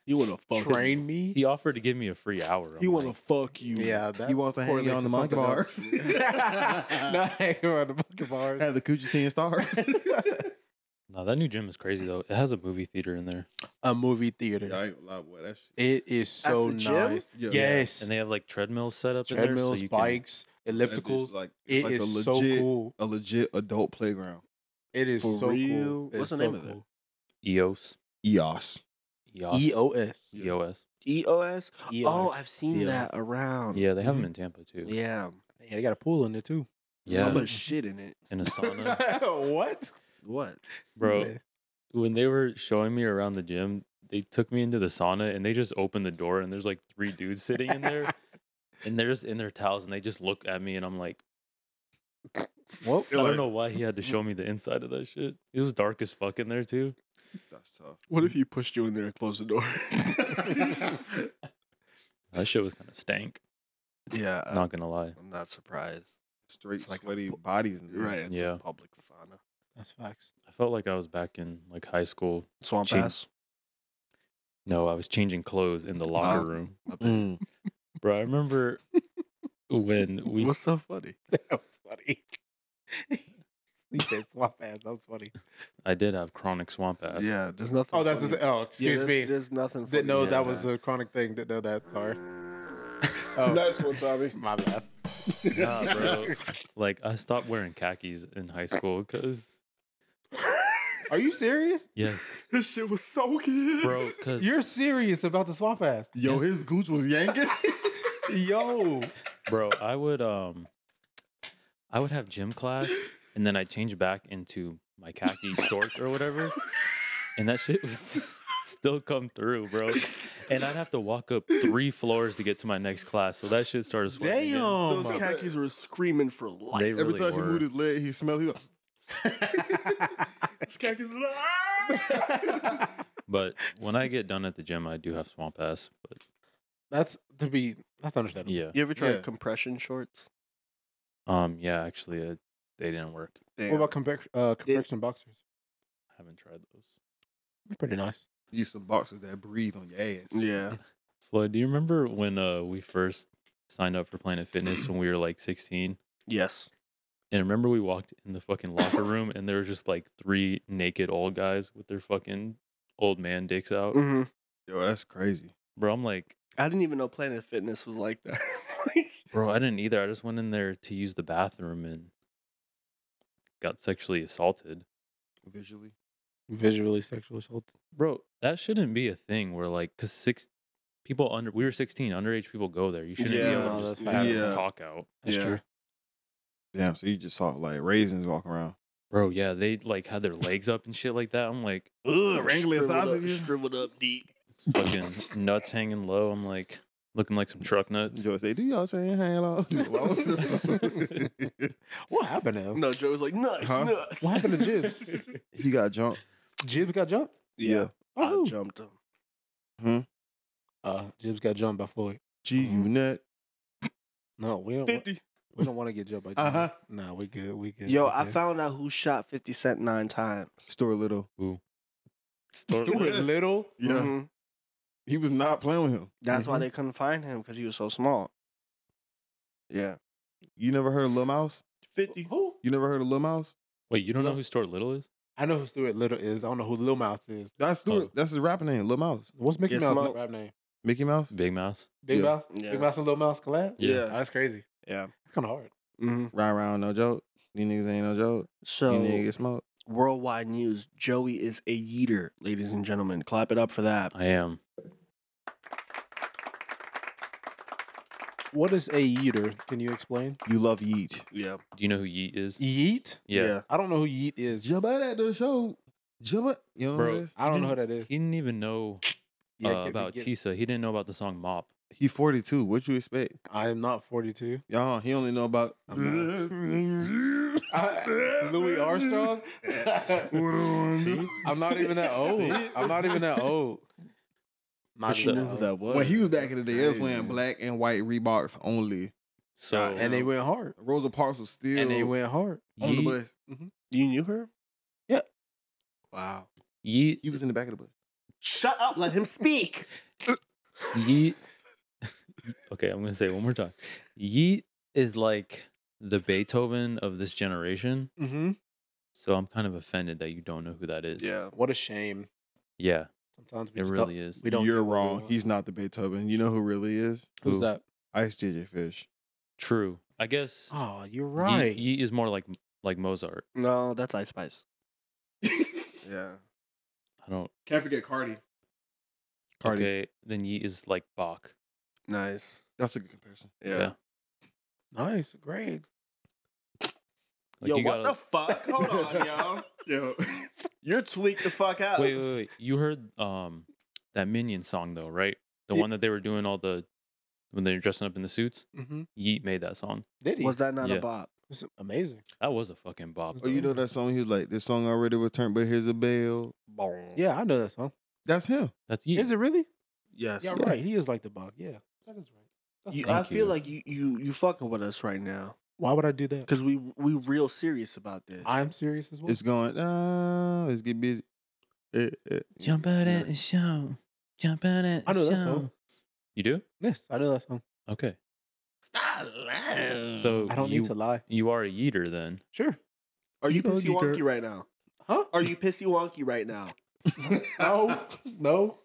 Speaker 5: You wanna fuck
Speaker 4: Train me.
Speaker 2: he offered to give me a free hour.
Speaker 5: You
Speaker 2: I'm
Speaker 5: wanna
Speaker 2: like,
Speaker 5: fuck you.
Speaker 4: Yeah, that
Speaker 3: he wants to hang
Speaker 4: correlates
Speaker 3: out on
Speaker 4: to
Speaker 3: the monkey
Speaker 4: something else.
Speaker 3: bars.
Speaker 4: Not hanging around the monkey
Speaker 3: Had
Speaker 4: bars.
Speaker 3: the coochie seeing stars.
Speaker 2: no, that new gym is crazy, though. It has a movie theater in there.
Speaker 4: A movie theater.
Speaker 3: yeah, I ain't gonna lie, boy. That shit.
Speaker 4: It is so
Speaker 5: the gym?
Speaker 4: nice.
Speaker 3: Yeah.
Speaker 4: Yes.
Speaker 2: And they have like treadmills set up in there.
Speaker 4: Treadmills,
Speaker 2: so you can-
Speaker 4: bikes,
Speaker 3: That bitch
Speaker 4: ellipticals.
Speaker 3: Like,
Speaker 4: It
Speaker 3: like
Speaker 4: is
Speaker 3: a legit,
Speaker 4: so cool.
Speaker 3: a legit adult playground.
Speaker 4: It is
Speaker 5: For
Speaker 4: so
Speaker 5: real?
Speaker 4: cool. It
Speaker 5: What's
Speaker 4: is
Speaker 5: the
Speaker 4: so
Speaker 5: name of it?
Speaker 4: cool.
Speaker 2: EOS.
Speaker 3: EOS.
Speaker 2: EOS.
Speaker 5: E
Speaker 4: EOS.
Speaker 2: EOS.
Speaker 5: EOS? E Oh, I've seen
Speaker 4: EOS.
Speaker 5: that around.
Speaker 2: Yeah, they have them
Speaker 4: Mhm.
Speaker 2: in Tampa too.
Speaker 5: Oh. Yeah.
Speaker 4: Yeah, they got a pool in there too.
Speaker 5: How
Speaker 2: Yeah,
Speaker 5: much shit in it?
Speaker 2: in a sauna,
Speaker 4: what?
Speaker 5: What?
Speaker 2: bro. when they were showing me around the gym, they took me into the sauna and they just opened the door and there's like three dudes sitting in there and they're just in their towels and they just look at me and I'm like,
Speaker 4: Well,
Speaker 2: I
Speaker 3: like-
Speaker 2: don't know why he had to show me the inside of that shit. It was dark as fuck in there too.
Speaker 3: That's
Speaker 5: What if you pushed you in there and closed the door?
Speaker 3: tough.
Speaker 2: That shit was kind of stank.
Speaker 5: yeah, I-
Speaker 2: Not gonna lie.
Speaker 5: I'm not surprised.
Speaker 3: Straight
Speaker 5: It's like a
Speaker 3: sweaty
Speaker 5: bu-
Speaker 3: bodies. In there.
Speaker 5: Right, it's
Speaker 2: Yeah.
Speaker 5: a public sauna.
Speaker 4: that's facts.
Speaker 2: I felt like I was back in like high school.
Speaker 5: Swamp
Speaker 2: Cheap.
Speaker 5: ass.
Speaker 2: No, I was changing clothes in the locker
Speaker 5: Oh.
Speaker 2: room. Bro, I remember when we
Speaker 5: What's so funny?
Speaker 4: That was funny. he said swamp ass. That was funny.
Speaker 2: I did have chronic swamp ass.
Speaker 5: Yeah, there's nothing.
Speaker 4: Oh, that's
Speaker 5: funny.
Speaker 4: the, oh,
Speaker 5: Yeah,
Speaker 4: excuse
Speaker 5: there's-
Speaker 4: me.
Speaker 5: There's nothing.
Speaker 4: Didn't
Speaker 5: funny
Speaker 4: know
Speaker 5: in
Speaker 4: that was a chronic thing. Didn't know that. Sorry. Oh,
Speaker 5: Nice one, Tommy.
Speaker 4: my bad.
Speaker 2: Nah, bro. Like I stopped wearing khakis in high school because
Speaker 4: Are you serious?
Speaker 2: yes,
Speaker 5: This shit was so good,
Speaker 2: bro. Because
Speaker 4: You're serious about the swamp ass,
Speaker 3: Yo, his gooch was yanking.
Speaker 4: yo.
Speaker 2: bro, I would um, I would have gym class and then I change back into my khaki shorts or whatever, and that shit would s- still come through, bro. And I'd have to walk up three floors to get to my next class, so that shit started sweating. in.
Speaker 4: Damn.
Speaker 5: Those khakis were screaming for life.
Speaker 2: They
Speaker 3: Every
Speaker 2: really
Speaker 3: time he
Speaker 2: were.
Speaker 3: moved his leg, he smelled. He was
Speaker 5: Those khakis. Ah!
Speaker 2: But when I get done at the gym, I do have swamp ass. But
Speaker 4: that's to be. That's understandable.
Speaker 2: yeah,
Speaker 5: you ever tried
Speaker 3: Yeah.
Speaker 5: compression shorts?
Speaker 2: um, yeah, actually, uh, they didn't work.
Speaker 5: Damn.
Speaker 4: What about compre- uh, compression boxers?
Speaker 2: I haven't tried those.
Speaker 4: They're pretty nice.
Speaker 3: use some boxes that breathe on your ass.
Speaker 5: Yeah.
Speaker 2: Floyd, do you remember when uh, we first signed up for Planet Fitness when we were like 16?
Speaker 5: Yes.
Speaker 2: And remember we walked in the fucking locker room and there was just like three naked old guys with their fucking old man dicks out.
Speaker 5: Mm-hmm.
Speaker 3: Yo, that's crazy.
Speaker 2: Bro, I'm like,
Speaker 5: I didn't even know Planet Fitness was like that.
Speaker 2: bro, I didn't either. I just went in there to use the bathroom and got sexually assaulted.
Speaker 3: Visually,
Speaker 4: Visually sexual assault.
Speaker 2: Bro, that shouldn't be a thing where like, cause six people under, we were 16, underage people go there. You shouldn't be
Speaker 5: Yeah,
Speaker 2: able
Speaker 4: no,
Speaker 2: to just
Speaker 4: that's
Speaker 2: have
Speaker 3: facts.
Speaker 2: some
Speaker 3: Yeah.
Speaker 2: cock out.
Speaker 4: That's
Speaker 5: Yeah.
Speaker 4: true.
Speaker 3: damn. So you just saw like raisins walking around.
Speaker 2: Bro, yeah, they like had their legs up and shit like that. I'm like,
Speaker 3: Ugh, Wrangler sausages.
Speaker 5: shriveled up deep.
Speaker 2: fucking nuts hanging low. I'm like looking like some truck nuts.
Speaker 3: Joe say, "Do y'all say hello?"
Speaker 4: What happened to him?
Speaker 5: No, Joe was like, nuts,
Speaker 3: Huh?
Speaker 5: nuts.
Speaker 4: Oh. What happened to Jibs?
Speaker 3: he got jumped.
Speaker 4: Jibs got jumped.
Speaker 5: yeah.
Speaker 4: Oh,
Speaker 5: I jumped him.
Speaker 4: uh, Jibs got jumped by Floyd.
Speaker 3: G
Speaker 5: Mm-hmm.
Speaker 3: unit.
Speaker 4: No, we don't. wa-
Speaker 5: 50.
Speaker 4: We don't want to get jumped by.
Speaker 3: Uh huh.
Speaker 4: Nah, we good. We good.
Speaker 5: Uh-huh. Yo,
Speaker 4: we
Speaker 5: I
Speaker 4: good.
Speaker 5: found out who shot 50 Cent nine times.
Speaker 3: Store little.
Speaker 2: Store-
Speaker 4: Stuart Little.
Speaker 3: Yeah,
Speaker 5: Mhm.
Speaker 3: he was not playing with him.
Speaker 5: That's why
Speaker 4: Mhm.
Speaker 5: they couldn't find him because he was so small. Yeah.
Speaker 3: You never heard of Lil Mouse?
Speaker 5: 50.
Speaker 4: Who?
Speaker 3: You never heard of Lil Mouse?
Speaker 2: Wait, you don't know who Stuart Little is?
Speaker 4: I know who Stuart Little is. I don't know who Lil Mouth is.
Speaker 3: That's Stuart.
Speaker 2: Oh.
Speaker 3: That's his rapper name, Lil Mouse.
Speaker 4: What's Mickey
Speaker 5: Yes,
Speaker 4: Mouse's
Speaker 5: Mo-
Speaker 4: rap name?
Speaker 3: Mickey Mouse.
Speaker 2: Big Mouse.
Speaker 4: Big
Speaker 3: Yeah.
Speaker 4: Mouse.
Speaker 5: Yeah.
Speaker 4: Big Mouse and Lil Mouse collab.
Speaker 2: Yeah.
Speaker 4: Oh, that's crazy.
Speaker 5: Yeah.
Speaker 4: That's kind of hard.
Speaker 5: hmm
Speaker 3: Ride around, no joke. These niggas ain't no joke. You
Speaker 5: So,
Speaker 3: niggas get smoked.
Speaker 5: worldwide news Joey is a yeeter, ladies and gentlemen. Clap it up for that.
Speaker 2: I am.
Speaker 4: What is a yeeter? Can you explain?
Speaker 3: You love Yeet.
Speaker 5: Yeah.
Speaker 2: Do you know who Yeet is?
Speaker 4: Yeet.
Speaker 2: Yeah.
Speaker 4: I don't know who Yeet is.
Speaker 3: Jump out at the show. Jump out. You know
Speaker 2: Bro,
Speaker 3: what it is?
Speaker 4: I don't know
Speaker 2: You
Speaker 4: who that is.
Speaker 2: He didn't even know
Speaker 4: Yeah,
Speaker 2: uh,
Speaker 4: get me,
Speaker 2: about
Speaker 4: get-
Speaker 2: Tisa. He didn't know about the song Mop.
Speaker 3: He 42. What you expect?
Speaker 4: I am not 42.
Speaker 3: Y'all, he only know about
Speaker 4: I- Louis Armstrong. See? I'm not even that old. I'm not even that old. Not
Speaker 5: But you
Speaker 4: even
Speaker 5: knew who
Speaker 4: old.
Speaker 5: that was.
Speaker 3: when he was back in the day, it was
Speaker 4: Crazy.
Speaker 3: wearing black and white Reeboks only.
Speaker 2: So
Speaker 3: God,
Speaker 4: And they went hard.
Speaker 3: Rosa Parks was still
Speaker 4: And they went hard.
Speaker 3: on the
Speaker 2: Yeet,
Speaker 3: bus.
Speaker 5: you knew her?
Speaker 4: Wow.
Speaker 2: Yeet,
Speaker 3: He was in the back of the bus.
Speaker 5: Shut up. Let him speak.
Speaker 2: Yeet. okay, I'm gonna say it one more time. Yeet is like the Beethoven of this generation.
Speaker 4: Mm-hmm.
Speaker 2: So I'm kind of offended that you don't know who that is.
Speaker 5: Yeah.
Speaker 4: What a shame.
Speaker 2: Yeah.
Speaker 4: Sometimes we
Speaker 2: It
Speaker 4: just
Speaker 2: really
Speaker 4: don't,
Speaker 2: is.
Speaker 4: We don't.
Speaker 3: You're
Speaker 4: get what we
Speaker 3: wrong.
Speaker 4: want.
Speaker 3: He's not the Beethoven. You know who really is?
Speaker 4: who's
Speaker 2: Who?
Speaker 4: that?
Speaker 3: Ice JJ Fish.
Speaker 2: True. I guess Yeet-
Speaker 4: Oh, you're right.
Speaker 2: Yeet is more like like Mozart.
Speaker 5: No, that's Ice Spice. Yeah.
Speaker 2: I don't
Speaker 3: Can't forget Cardi. Cardi.
Speaker 2: Okay, then Yeet is like Bach.
Speaker 5: Nice.
Speaker 3: That's a good comparison.
Speaker 5: Yeah.
Speaker 2: Yeah.
Speaker 4: nice, great.
Speaker 2: Like you gotta-
Speaker 5: fuck?
Speaker 3: Yo.
Speaker 5: You're tweaked the fuck out.
Speaker 2: wait, wait, wait. You heard um that Minion song though, right? The
Speaker 4: Ye-
Speaker 2: one that they were doing all the when they were dressing up in the suits.
Speaker 4: Mm-hmm.
Speaker 2: Yeet made that song.
Speaker 4: Did he?
Speaker 5: Was that not
Speaker 2: Yeah.
Speaker 5: a bop?
Speaker 4: It's amazing.
Speaker 2: That was a fucking bop.
Speaker 3: Oh, you know that song? He was like, "This song already returned, but here's a bell."
Speaker 5: Boom.
Speaker 4: Yeah, I know that song.
Speaker 3: That's him.
Speaker 2: That's Yeet.
Speaker 4: Is it really?
Speaker 5: Yes.
Speaker 4: Yeah, right. He is like the bug. Yeah, that is right. That's
Speaker 5: You,
Speaker 4: right.
Speaker 5: I
Speaker 2: Thank
Speaker 5: feel
Speaker 2: you.
Speaker 5: like you you you fucking with us right now
Speaker 4: Why would I do that?
Speaker 5: because we we real serious about this.
Speaker 4: I'm serious as well.
Speaker 3: It's going. Ah, let's get busy. Eh, eh.
Speaker 2: Jump out at the show. Jump out at the
Speaker 4: I know that
Speaker 2: show.
Speaker 4: song.
Speaker 2: You do?
Speaker 4: Yes, I know that song.
Speaker 2: Okay.
Speaker 5: Stop lying.
Speaker 2: So
Speaker 4: I don't
Speaker 2: you,
Speaker 4: need to lie.
Speaker 2: You are a yeeter then.
Speaker 4: Sure.
Speaker 5: Are you
Speaker 3: You know,
Speaker 5: pissy
Speaker 3: you
Speaker 5: wonky
Speaker 3: dirt.
Speaker 5: right now?
Speaker 4: Huh?
Speaker 5: Are you pissy wonky right now?
Speaker 4: No. no.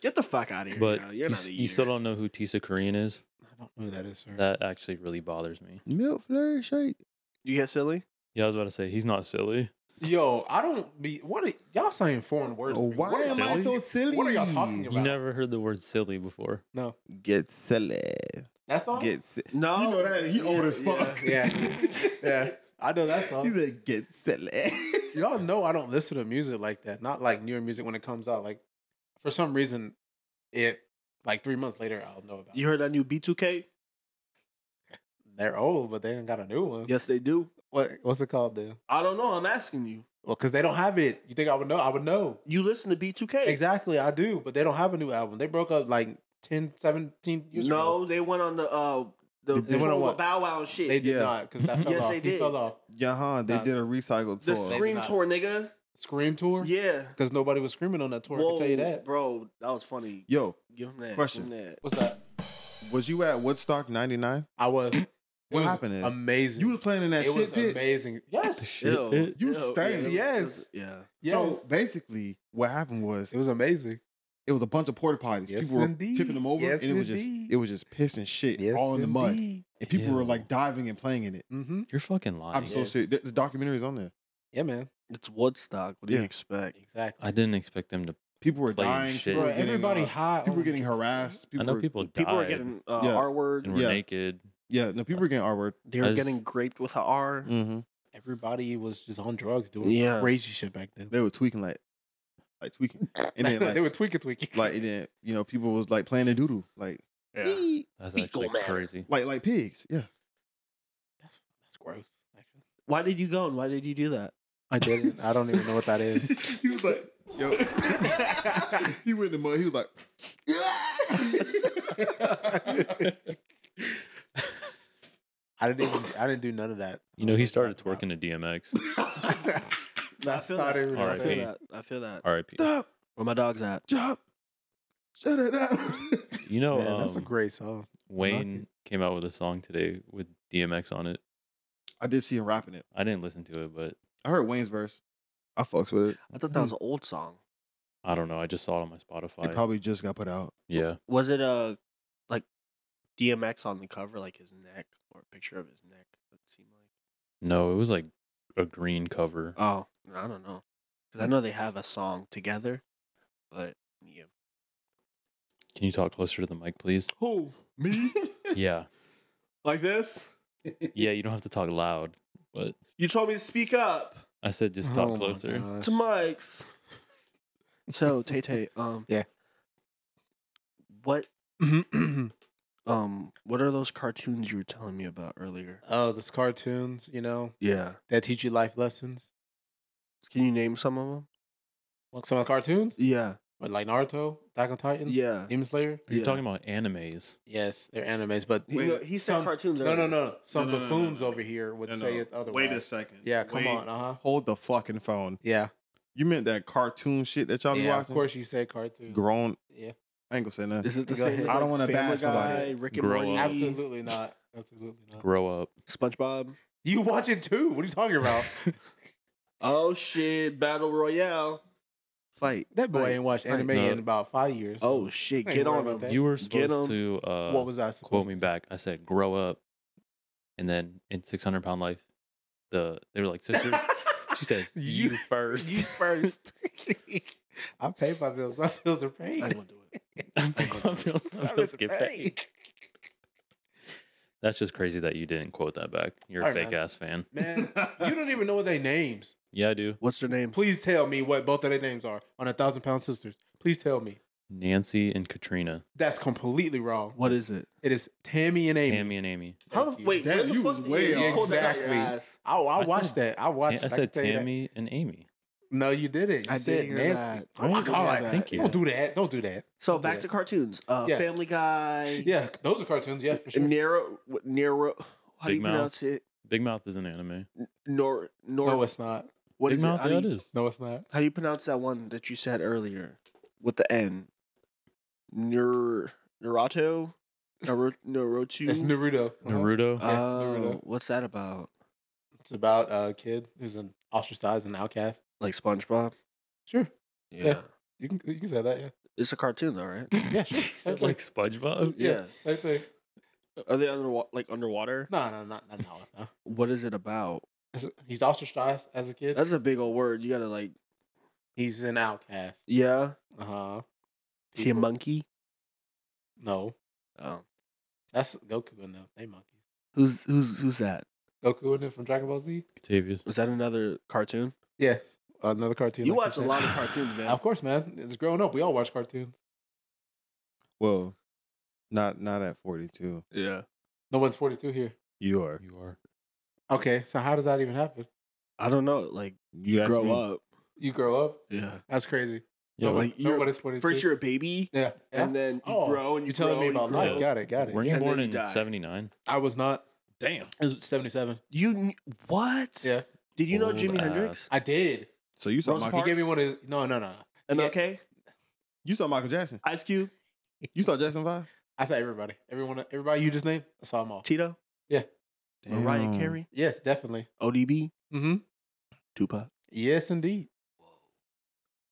Speaker 5: Get the fuck out of here.
Speaker 2: But
Speaker 5: now.
Speaker 2: you,
Speaker 5: you're not
Speaker 2: s-
Speaker 5: a
Speaker 2: you still
Speaker 5: eater.
Speaker 2: don't know who Tisa Korean is.
Speaker 4: I don't know who that is, sir.
Speaker 2: That actually really bothers me.
Speaker 3: Milk flurry shake.
Speaker 5: You get silly.
Speaker 2: Yeah, I was about to say he's not silly.
Speaker 4: Yo, I don't be. What are, y'all saying foreign words?
Speaker 3: Oh,
Speaker 4: to me.
Speaker 3: why
Speaker 4: What
Speaker 3: am I
Speaker 2: silly?
Speaker 3: so silly?
Speaker 4: What are y'all talking
Speaker 2: You
Speaker 4: Wow.
Speaker 2: never heard the word silly before.
Speaker 4: No,
Speaker 3: Get silly.
Speaker 4: that song.
Speaker 3: Get silly.
Speaker 5: No,
Speaker 3: You know that he old as
Speaker 4: yeah,
Speaker 3: fuck.
Speaker 4: yeah, yeah. I know that
Speaker 3: He
Speaker 4: song.
Speaker 3: said, "Get silly."
Speaker 4: Y'all know I don't listen to music like that. Not like newer music when it comes out. Like for some reason, it like three months later I'll know about.
Speaker 5: You
Speaker 4: it.
Speaker 5: heard that new B2K?
Speaker 4: They're old, but they didn't got a new one.
Speaker 5: Yes, they do.
Speaker 4: What What's it called then?
Speaker 5: I don't know. I'm asking you.
Speaker 4: Well, because they don't have it. You think I would know? I would know.
Speaker 5: You listen to B2K?
Speaker 4: Exactly, I do, but they don't have a new album. They broke up like 10, 17 years ago.
Speaker 5: No, they went on the uh the
Speaker 3: They
Speaker 5: they
Speaker 4: went
Speaker 5: went
Speaker 4: on what?
Speaker 5: Bow Wow and shit.
Speaker 4: They did
Speaker 3: Yeah.
Speaker 4: not because that fell
Speaker 5: Yes,
Speaker 4: off.
Speaker 5: they
Speaker 4: He
Speaker 5: did.
Speaker 4: fell off.
Speaker 3: Yahan, they
Speaker 4: Nah.
Speaker 3: did a recycle
Speaker 5: the
Speaker 3: tour.
Speaker 5: Scream
Speaker 4: not.
Speaker 5: tour, nigga.
Speaker 4: Scream tour?
Speaker 5: Yeah.
Speaker 4: Because nobody was screaming on that tour. I
Speaker 5: Whoa,
Speaker 4: can tell you that.
Speaker 5: bro, that was funny.
Speaker 3: Yo,
Speaker 5: Give him that.
Speaker 3: Question.
Speaker 5: Give him that.
Speaker 4: What's that?
Speaker 3: was you at Woodstock '99?
Speaker 4: I was. it
Speaker 3: What
Speaker 4: was
Speaker 3: happened then?
Speaker 4: Amazing.
Speaker 3: You was playing in that
Speaker 4: it was
Speaker 3: shit pit.
Speaker 4: amazing. Yes.
Speaker 2: Shit,
Speaker 5: Ew,
Speaker 2: it-
Speaker 3: You
Speaker 5: ew,
Speaker 3: stank.
Speaker 5: yeah,
Speaker 4: Yes.
Speaker 5: it was- it was- Yeah.
Speaker 4: yes.
Speaker 3: So basically, what happened was
Speaker 4: it was amazing.
Speaker 3: it was a bunch of porta potties.
Speaker 4: Yes,
Speaker 3: people were
Speaker 4: indeed.
Speaker 3: tipping them over,
Speaker 4: Yes,
Speaker 3: and it was just
Speaker 4: indeed.
Speaker 3: it was just piss and shit all in the mud, and people were
Speaker 2: Ew.
Speaker 3: like diving and playing in it.
Speaker 4: Mm-hmm.
Speaker 2: You're fucking lying.
Speaker 3: I'm so
Speaker 4: Yes.
Speaker 3: serious. There's documentaries on there.
Speaker 4: Yeah, man.
Speaker 5: It's Woodstock. What do
Speaker 3: Yeah.
Speaker 5: you expect?
Speaker 4: Exactly.
Speaker 2: I didn't expect them to.
Speaker 3: People were
Speaker 2: Playing
Speaker 3: dying.
Speaker 2: shit.
Speaker 3: People
Speaker 4: Bro,
Speaker 3: were getting,
Speaker 4: everybody
Speaker 3: uh,
Speaker 4: high.
Speaker 3: people
Speaker 4: on
Speaker 3: were getting
Speaker 4: drugs.
Speaker 3: harassed. People
Speaker 2: I know
Speaker 3: were,
Speaker 2: people died
Speaker 5: People are getting uh,
Speaker 3: Yeah.
Speaker 5: R word.
Speaker 2: and were
Speaker 3: Yeah.
Speaker 2: naked.
Speaker 3: Yeah, no, people were getting R word.
Speaker 5: They were
Speaker 2: I just-
Speaker 5: getting graped with a R.
Speaker 3: Mm-hmm.
Speaker 4: Everybody was just on drugs doing
Speaker 5: Yeah.
Speaker 4: crazy shit back then.
Speaker 3: They were tweaking like, like tweaking, and then
Speaker 4: they
Speaker 3: like,
Speaker 4: were tweaking, tweaking.
Speaker 3: like and then you know people was like playing the doodle, like, "Ee,"
Speaker 2: That's
Speaker 5: Fecal
Speaker 2: actually
Speaker 5: matter.
Speaker 2: crazy.
Speaker 3: like like pigs. Yeah,
Speaker 4: that's that's gross. Actually,
Speaker 5: Why did you go and why did you do that?
Speaker 4: I didn't. I don't even know what that is.
Speaker 3: he was like, yo, he went in the mud. He was like,
Speaker 4: I didn't even. I didn't do none of that.
Speaker 2: You know, he started twerking to DMX.
Speaker 4: That's
Speaker 5: I feel
Speaker 4: not
Speaker 5: that.
Speaker 4: even.
Speaker 2: All
Speaker 5: I
Speaker 2: right,
Speaker 5: feel
Speaker 2: R.I.P.
Speaker 5: that. I feel that.
Speaker 2: R.I.P.
Speaker 3: stop,
Speaker 5: Where my dog's at?
Speaker 3: jump, shut it up.
Speaker 2: You know,
Speaker 4: Man, that's a
Speaker 2: um,
Speaker 4: great song.
Speaker 2: Wayne came out with a song today with DMX on it.
Speaker 3: I did see him rapping it.
Speaker 2: I didn't listen to it, but
Speaker 3: I heard Wayne's verse. I fucks with it.
Speaker 5: I thought that was an old song.
Speaker 2: I don't know. I just saw it on my Spotify.
Speaker 3: It probably just got put out.
Speaker 2: yeah.
Speaker 5: Was it uh like DMX on the cover, like his neck or a picture of his neck? It seemed like.
Speaker 2: No, it was like a green cover.
Speaker 5: Oh, I don't know, because I know they have a song together, but yeah.
Speaker 2: Can you talk closer to the mic, please?
Speaker 5: Who me?
Speaker 2: Yeah.
Speaker 5: like this?
Speaker 2: Yeah, you don't have to talk loud, but
Speaker 5: You told me to speak up
Speaker 2: I said just talk
Speaker 4: Oh my
Speaker 2: closer.
Speaker 4: gosh.
Speaker 5: to Mike's. So Tay Tay, um,
Speaker 4: Yeah.
Speaker 5: what um, what are those cartoons you were telling me about earlier?
Speaker 4: oh, those cartoons, you know,
Speaker 5: Yeah,
Speaker 4: that teach you life lessons.
Speaker 5: can you name some of them?
Speaker 4: Like some of the cartoons,
Speaker 5: Yeah,
Speaker 4: Or like Naruto, Attack on Titan,
Speaker 5: yeah.
Speaker 4: Demon Slayer.
Speaker 2: You're
Speaker 5: yeah.
Speaker 2: talking about animes.
Speaker 4: Yes, they're animes, but
Speaker 5: He, no, he said
Speaker 4: some-
Speaker 5: cartoons.
Speaker 4: No, no,
Speaker 5: earlier.
Speaker 4: no. Some
Speaker 3: No, no, no, no,
Speaker 4: buffoons
Speaker 3: no.
Speaker 4: over here would
Speaker 3: No, no.
Speaker 4: say it otherwise.
Speaker 3: Wait a second.
Speaker 4: Yeah, come
Speaker 3: Wait.
Speaker 4: on. Uh huh.
Speaker 3: Hold the fucking phone.
Speaker 4: Yeah.
Speaker 3: You meant that cartoon shit that y'all be
Speaker 4: yeah.
Speaker 3: watching?
Speaker 4: Of course, you say cartoons.
Speaker 3: Grown.
Speaker 4: Yeah.
Speaker 3: I ain't gonna say nothing.
Speaker 5: Is it the
Speaker 4: Go
Speaker 5: same?
Speaker 4: ahead.
Speaker 5: as,
Speaker 4: I
Speaker 5: like,
Speaker 3: don't wanna
Speaker 5: Family
Speaker 3: bash nobody.
Speaker 5: Guy, Rick and
Speaker 2: Grow
Speaker 5: Morty,
Speaker 2: up.
Speaker 4: Absolutely not. Absolutely not.
Speaker 2: Grow up.
Speaker 5: SpongeBob.
Speaker 4: You watch it too. What are you talking about?
Speaker 5: Oh shit! Battle Royale. Fight.
Speaker 4: that boy
Speaker 5: Right,
Speaker 4: ain't watched
Speaker 5: right.
Speaker 4: anime
Speaker 2: No.
Speaker 4: in about five years.
Speaker 5: Oh shit!
Speaker 4: Ain't worried
Speaker 5: Get on
Speaker 4: about
Speaker 5: him.
Speaker 4: that.
Speaker 2: You were
Speaker 5: Get
Speaker 2: supposed
Speaker 5: 'em.
Speaker 2: to uh,
Speaker 4: what was I supposed
Speaker 2: quote
Speaker 4: to
Speaker 2: me back. I said, "Grow up," and then in Six Hundred Pound Life, the they were like sisters. she says, "You,
Speaker 4: You-
Speaker 2: first.
Speaker 4: You first. I pay my bills. My bills are paid.
Speaker 5: I ain't gonna do it.
Speaker 2: I'm
Speaker 5: I
Speaker 2: paying
Speaker 5: got
Speaker 2: my
Speaker 5: that.
Speaker 2: bills, my
Speaker 4: My
Speaker 2: bills
Speaker 4: bills are
Speaker 2: get paid.
Speaker 4: paid.
Speaker 2: That's just crazy that you didn't quote that back. You're a
Speaker 4: Sorry,
Speaker 2: fake
Speaker 4: man.
Speaker 2: ass fan.
Speaker 4: Man, you don't even know what they names.
Speaker 2: Yeah, I do.
Speaker 5: What's their name?
Speaker 4: Please tell me what both of their names are on a thousand pound sisters. Please tell me.
Speaker 2: Nancy and Katrina,
Speaker 4: That's completely wrong.
Speaker 5: What is it?
Speaker 4: It is Tammy and Amy.
Speaker 2: Tammy and Amy.
Speaker 1: How,
Speaker 4: Thank you.
Speaker 1: wait,
Speaker 3: Damn,
Speaker 1: where the
Speaker 3: you
Speaker 1: fuck
Speaker 3: was
Speaker 1: did
Speaker 3: way
Speaker 1: you
Speaker 3: off.
Speaker 1: pull that out your
Speaker 4: Exactly.
Speaker 1: ass?
Speaker 4: I, Oh, I
Speaker 2: I
Speaker 4: watched
Speaker 2: said-
Speaker 4: that. I
Speaker 2: Ta-
Speaker 4: watched.
Speaker 2: I
Speaker 4: can
Speaker 2: said
Speaker 4: tell you that.
Speaker 2: Tammy and Amy.
Speaker 4: No, you didn't. You
Speaker 5: I
Speaker 4: said
Speaker 5: did hear
Speaker 4: Nancy.
Speaker 5: that.
Speaker 4: Oh my
Speaker 2: Right.
Speaker 4: god!
Speaker 5: Yeah,
Speaker 2: thank you.
Speaker 4: Don't do that. Don't do that.
Speaker 1: So back to cartoons. Uh,
Speaker 4: Yeah.
Speaker 1: Family Guy.
Speaker 4: Yeah, those are cartoons. Yeah, for sure.
Speaker 5: Nero Nero. How do
Speaker 2: Big
Speaker 5: you
Speaker 2: Mouth.
Speaker 5: pronounce it?
Speaker 2: Big Mouth is an anime.
Speaker 5: Nor Nor.
Speaker 4: No, it's not.
Speaker 5: what
Speaker 2: Big
Speaker 5: is
Speaker 2: Mouth,
Speaker 5: it? How do
Speaker 2: yeah,
Speaker 5: you-
Speaker 2: it is.
Speaker 4: No, it's not.
Speaker 5: How do you pronounce that one that you said earlier with the N? Nur Naruto? Naru- Naruto?
Speaker 4: It's Naruto. Uh-huh.
Speaker 2: Naruto.
Speaker 4: yeah,
Speaker 5: Oh,
Speaker 4: Naruto.
Speaker 5: what's that about?
Speaker 4: It's about a kid who's an ostracized and outcast.
Speaker 5: Like SpongeBob?
Speaker 4: Sure.
Speaker 5: Yeah.
Speaker 4: You can you can say that. Yeah.
Speaker 5: It's a cartoon though, right?
Speaker 4: Yeah. Sure.
Speaker 2: Is that like SpongeBob.
Speaker 5: yeah.
Speaker 4: Same thing.
Speaker 5: Are they under like underwater?
Speaker 4: No, no, not not now. No.
Speaker 5: What is it about?
Speaker 4: It's- He's ostracized as a kid.
Speaker 5: That's a big old word. You gotta like
Speaker 4: He's an outcast.
Speaker 5: Yeah.
Speaker 4: Uh huh.
Speaker 5: Is he a monkey?
Speaker 4: No,
Speaker 5: Oh.
Speaker 4: that's Goku and them. They monkeys.
Speaker 5: Who's who's who's that?
Speaker 4: Goku and them from Dragon Ball Z.
Speaker 2: Octavius.
Speaker 5: Is that another cartoon?
Speaker 4: Yeah, another cartoon.
Speaker 5: You
Speaker 4: like
Speaker 5: watch a
Speaker 4: said.
Speaker 5: lot of cartoons, man.
Speaker 4: Of course, man. It's growing up. We all watch cartoons.
Speaker 3: Well, not not at 42.
Speaker 5: Yeah.
Speaker 4: No one's 42 here.
Speaker 3: You are.
Speaker 2: You are.
Speaker 4: Okay, so how does that even happen?
Speaker 5: I don't know. Like
Speaker 3: You asked
Speaker 5: grow
Speaker 3: me.
Speaker 5: up.
Speaker 4: You grow up?
Speaker 5: Yeah.
Speaker 4: That's crazy.
Speaker 2: Yeah,
Speaker 5: No,
Speaker 2: we're-
Speaker 5: like, you're-
Speaker 4: nobody's 42.
Speaker 5: First you're a baby
Speaker 4: Yeah.
Speaker 5: and then you
Speaker 4: Oh,
Speaker 5: grow and you
Speaker 4: You're telling
Speaker 5: grow
Speaker 4: me
Speaker 5: and you
Speaker 4: about
Speaker 5: grow.
Speaker 2: life.
Speaker 4: no. Got it, got it.
Speaker 2: Weren't you
Speaker 5: and
Speaker 2: born
Speaker 5: then
Speaker 2: in
Speaker 5: you die.
Speaker 2: '79?
Speaker 4: I was not.
Speaker 5: Damn.
Speaker 4: It was 77.
Speaker 5: You kn- what?
Speaker 4: Yeah.
Speaker 5: Did you know
Speaker 2: Old
Speaker 5: Jimi
Speaker 2: ass.
Speaker 5: Hendrix?
Speaker 4: I did.
Speaker 3: So you saw
Speaker 5: Rosa
Speaker 3: Michael,
Speaker 5: Parks?
Speaker 4: He gave me one of No, no, no.
Speaker 5: And
Speaker 4: Yeah.
Speaker 5: okay,
Speaker 3: you saw Michael Jackson.
Speaker 5: Ice Cube,
Speaker 3: You saw Jackson Five.
Speaker 4: I said everybody. Everyone, everybody you just named, I saw them all.
Speaker 5: Tito, Mariah
Speaker 3: Damn.
Speaker 5: Carey,
Speaker 4: Yes, definitely.
Speaker 5: ODB,
Speaker 4: Mm hmm.
Speaker 5: Tupac.
Speaker 4: Yes, indeed.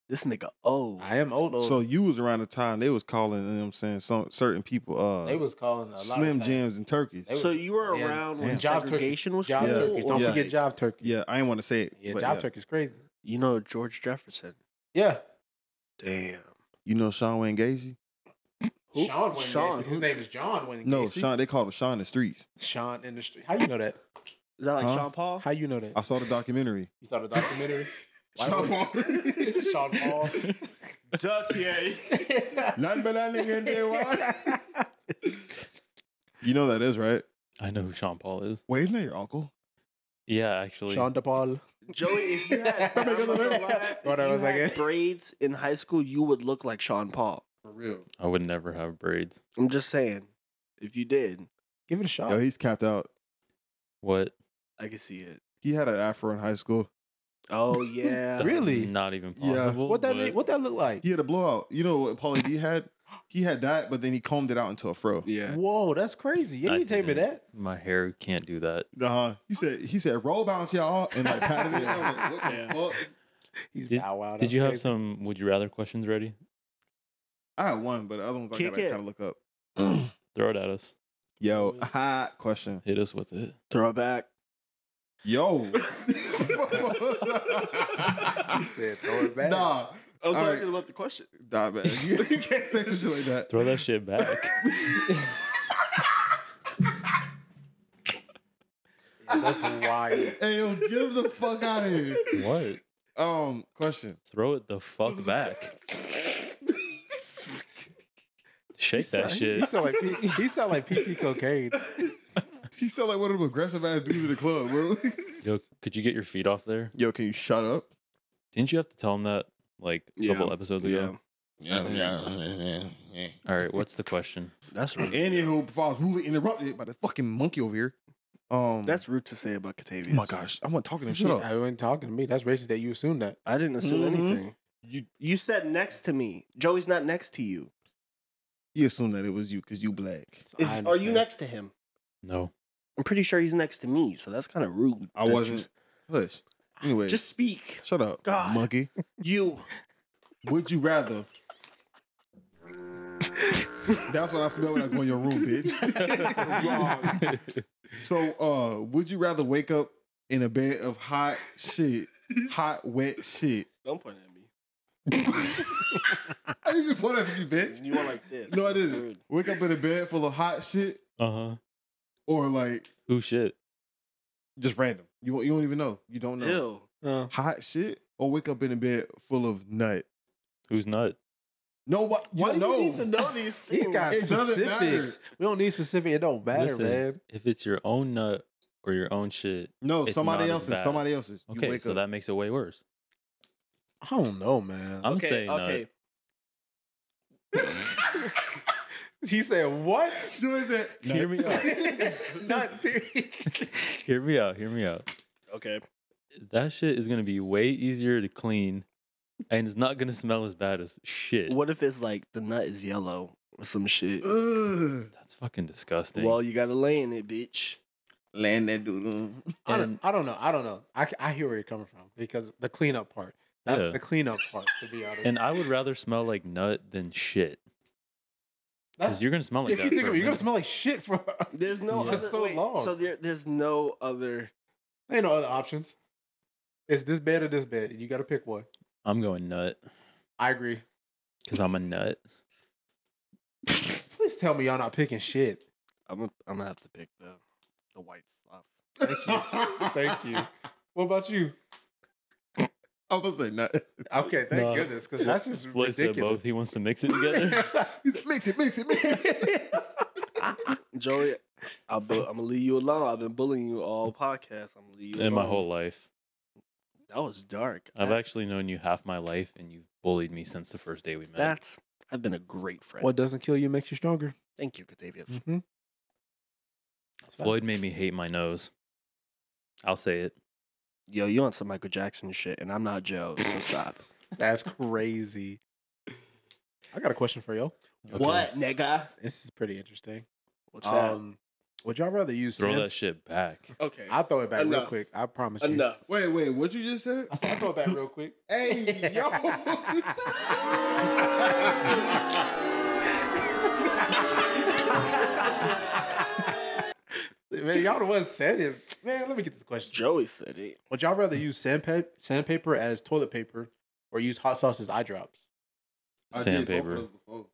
Speaker 5: This nigga old.
Speaker 4: I am old, old.
Speaker 3: So you was around the time they was calling, you know what I'm saying, some certain people uh
Speaker 4: they was calling a lot
Speaker 3: Slim
Speaker 4: of
Speaker 3: Jims and turkeys.
Speaker 4: They was-
Speaker 5: so you were
Speaker 4: yeah.
Speaker 5: around when
Speaker 3: Damn.
Speaker 4: Job turkeys.
Speaker 5: segregation was
Speaker 4: Job
Speaker 3: Yeah.
Speaker 5: cool,
Speaker 4: turkeys.
Speaker 5: or
Speaker 4: Don't
Speaker 3: Yeah.
Speaker 4: forget job turkeys.
Speaker 3: Yeah, I didn't want to say it.
Speaker 4: Yeah,
Speaker 3: but
Speaker 4: job
Speaker 3: yeah.
Speaker 4: turkeys crazy.
Speaker 5: You know George Jefferson.
Speaker 4: Yeah.
Speaker 5: Damn.
Speaker 3: You know Sean Wayne Gacy?
Speaker 5: Who?
Speaker 4: Sean Wayne
Speaker 5: Sean,
Speaker 4: Gacy.
Speaker 5: who-
Speaker 4: His name is John Wayne
Speaker 3: No,
Speaker 4: Gacy.
Speaker 3: Sean. They called him Sean in the streets.
Speaker 4: Sean in the street. How you know that?
Speaker 5: Is that like
Speaker 3: Huh?
Speaker 5: Sean Paul?
Speaker 4: How you know that?
Speaker 5: Uh,
Speaker 3: I saw the documentary.
Speaker 4: You saw the documentary? Why
Speaker 3: Sean
Speaker 4: would- Sean Paul.
Speaker 3: Nothing but that nigga in there, You know that is right.
Speaker 2: I know who Sean Paul is.
Speaker 3: Wait, isn't that your uncle?
Speaker 2: Yeah, actually.
Speaker 4: Sean DePaul.
Speaker 5: Joey, if you had, I'm not gonna lie, if
Speaker 4: Hold on
Speaker 5: you
Speaker 4: a second.
Speaker 5: had braids in high school, you would look like Sean Paul.
Speaker 3: For real.
Speaker 2: I would never have braids.
Speaker 5: I'm just saying, if you did,
Speaker 4: Give it a
Speaker 5: Oh.
Speaker 4: shot.
Speaker 3: Yo, he's capped out.
Speaker 2: What?
Speaker 5: I could see it.
Speaker 3: He had an afro in high school.
Speaker 5: Oh yeah,
Speaker 2: That's
Speaker 4: Really?
Speaker 2: Not even
Speaker 3: Yeah.
Speaker 2: possible.
Speaker 4: what that
Speaker 2: but-
Speaker 4: look- what that look like?
Speaker 3: He had a blowout. You know what Paulie D had? He had that, but then he combed it out into a fro.
Speaker 5: yeah.
Speaker 4: Whoa, that's crazy. Yeah,
Speaker 2: I
Speaker 4: you tell me
Speaker 2: didn't.
Speaker 4: that.
Speaker 2: My hair can't do that.
Speaker 3: Uh
Speaker 5: Uh-huh.
Speaker 3: huh. He said he said roll bounce y'all and like patted it. I'm like,
Speaker 4: Yeah.
Speaker 3: what the fuck?
Speaker 4: He's
Speaker 2: Did-
Speaker 4: bow wow.
Speaker 2: Did
Speaker 4: that's
Speaker 2: you have
Speaker 4: crazy.
Speaker 2: some would you rather questions ready?
Speaker 3: I had one, but the other ones I
Speaker 5: Kick
Speaker 3: gotta
Speaker 5: it.
Speaker 3: kind of look up.
Speaker 2: Throw it at us.
Speaker 3: Yo, hot question.
Speaker 2: Hit us with it.
Speaker 5: Throwback.
Speaker 3: Yo.
Speaker 4: He said, "Throw it back."
Speaker 3: Nah,
Speaker 5: I was
Speaker 3: All
Speaker 5: talking
Speaker 3: right.
Speaker 5: about the question.
Speaker 3: nah, man. You, you can't say some shit like that.
Speaker 2: Throw that shit back.
Speaker 4: That's wild.
Speaker 3: Hey, yo, get the fuck out of here.
Speaker 2: what?
Speaker 3: Um, question.
Speaker 2: Throw it the fuck back. Shake that
Speaker 4: He
Speaker 2: shit.
Speaker 4: sound like P- he sound like PP cocaine.
Speaker 3: He sound like one of them aggressive ass dudes in the club, bro.
Speaker 2: Yo, could you get your feet off there?
Speaker 3: Yo, can you shut up?
Speaker 2: Didn't you have to tell him that like a couple
Speaker 5: Yeah.
Speaker 2: episodes ago?
Speaker 3: Yeah, yeah, yeah.
Speaker 2: All right, what's the question?
Speaker 5: That's rude.
Speaker 3: Anywho, before I was rudely interrupted by the fucking monkey over here. Um,
Speaker 5: That's rude to say about
Speaker 3: oh
Speaker 5: Catavius.
Speaker 3: my gosh. I want to talk to him. Shut up.
Speaker 4: I wasn't talking to me. That's racist that you assumed that.
Speaker 5: I didn't assume
Speaker 3: Mhm.
Speaker 5: anything.
Speaker 3: You
Speaker 5: Mm-hmm. You said next to me. Joey's not next to you.
Speaker 3: he assumed that it was you because you black.
Speaker 5: Is,
Speaker 4: I
Speaker 5: are you
Speaker 4: understand.
Speaker 5: next to him?
Speaker 2: No.
Speaker 5: I'm pretty sure he's next to me, so that's kind of rude.
Speaker 3: I
Speaker 5: that you-
Speaker 3: wasn't. Hush. Anyway,
Speaker 5: Just speak.
Speaker 3: shut up,
Speaker 5: God.
Speaker 3: monkey.
Speaker 5: You.
Speaker 3: Would you rather? That's what I smell when I go in your room, bitch. so, uh, would you rather wake up in a bed of hot shit, hot wet shit?
Speaker 5: Don't point at me.
Speaker 3: I didn't even point at you, bitch.
Speaker 5: You went like this.
Speaker 3: No, I
Speaker 5: That's
Speaker 3: didn't.
Speaker 5: rude.
Speaker 3: Wake up in a bed full of hot shit,
Speaker 2: Uh-huh.
Speaker 3: or like
Speaker 2: Ooh shit.
Speaker 3: just random. You won't- you don't even know. You don't know.
Speaker 5: Ew. Uh,
Speaker 3: hot shit or wake up in a bed full of nut?
Speaker 2: Who's nut?
Speaker 3: No, what? You don't know.
Speaker 1: know these
Speaker 4: He's got
Speaker 3: It doesn't matter.
Speaker 4: specifics. We don't need specific. It don't matter,
Speaker 2: Listen,
Speaker 4: man.
Speaker 2: If it's your own nut or your own shit,
Speaker 3: no,
Speaker 2: It's
Speaker 3: somebody
Speaker 2: not as
Speaker 3: else's.
Speaker 2: bad.
Speaker 3: Somebody else's. you
Speaker 2: okay,
Speaker 3: wake
Speaker 2: so
Speaker 3: up.
Speaker 2: that makes it way worse.
Speaker 4: I don't know, man.
Speaker 2: I'm saying nut.
Speaker 4: He said what?
Speaker 3: Joy said,
Speaker 2: Hear me out.
Speaker 4: Not theory.
Speaker 2: Hear me out. Hear me out.
Speaker 5: Okay.
Speaker 2: that shit is gonna be way easier to clean, and it's not gonna smell as bad as shit.
Speaker 5: What if it's like the nut is yellow or some shit?
Speaker 3: Ugh.
Speaker 2: That's fucking disgusting.
Speaker 5: Well, you gotta lay in it, bitch.
Speaker 6: Land that dude.
Speaker 4: I
Speaker 2: And-
Speaker 4: don't, I don't know. I don't know. I, c- I hear where you're coming from because the cleanup part. That's
Speaker 2: Yeah.
Speaker 4: the cleanup part, to be honest.
Speaker 2: and I would rather smell like nut than shit,
Speaker 4: That's-
Speaker 2: because you're gonna smell like
Speaker 4: if
Speaker 2: that
Speaker 4: you think
Speaker 2: for
Speaker 4: of
Speaker 2: a
Speaker 4: it, you're gonna
Speaker 2: minute.
Speaker 4: smell like shit for.
Speaker 5: There's no
Speaker 2: Yeah.
Speaker 5: other
Speaker 4: That's so
Speaker 5: wait,
Speaker 4: long.
Speaker 5: So there, there's no other.
Speaker 4: Ain't no other options. It's this bed or this bed. You got to pick one.
Speaker 2: I'm going nut
Speaker 4: I agree.
Speaker 2: because I'm a nut.
Speaker 4: Please tell me y'all not picking shit.
Speaker 5: I'm gonna, I'm gonna have to pick the the white stuff.
Speaker 4: Thank you. What about you?
Speaker 3: I'm gonna say nut.
Speaker 4: Okay, thank
Speaker 2: No.
Speaker 4: goodness, because that's just
Speaker 2: Floyd said both.
Speaker 4: ridiculous.
Speaker 2: He wants to mix it together.
Speaker 3: He said, mix it, mix it, mix it.
Speaker 5: Joey, I'll bu- I'm gonna leave you alone. I've been bullying you all podcast. I'm gonna leave you
Speaker 2: In my
Speaker 5: alone.
Speaker 2: whole life,
Speaker 5: That was dark.
Speaker 2: I've
Speaker 5: That-
Speaker 2: actually known you half my life, and you've bullied me since the first day we met.
Speaker 5: That's. I've been a great friend.
Speaker 4: what doesn't kill you makes you stronger.
Speaker 5: Thank you,
Speaker 2: Mm.
Speaker 5: Catavius.
Speaker 4: Mm-hmm.
Speaker 2: Floyd made me hate my nose. I'll say it.
Speaker 5: Yo, you on some Michael Jackson shit, and I'm not Joe. So stop.
Speaker 4: That's crazy. I got a question for y'all.
Speaker 1: What, nigga?
Speaker 4: This is pretty interesting.
Speaker 5: What's
Speaker 2: Oh,
Speaker 4: Um, would y'all rather use
Speaker 2: Throw
Speaker 4: sand-
Speaker 2: that shit back.
Speaker 5: that? Okay.
Speaker 4: I'll throw it back real
Speaker 5: Enough.
Speaker 4: quick. I promise you.
Speaker 5: Enough.
Speaker 3: Wait, wait, what you just said?
Speaker 4: I said, I'll throw it back real quick.
Speaker 3: Hey, yo.
Speaker 4: Man, y'all the ones said it. Man, let me get this question.
Speaker 5: Joey said it.
Speaker 4: Would y'all rather use sandpa- sandpaper as toilet paper or use hot sauce as eye drops?
Speaker 3: I did both of
Speaker 2: Sandpaper.
Speaker 3: those before.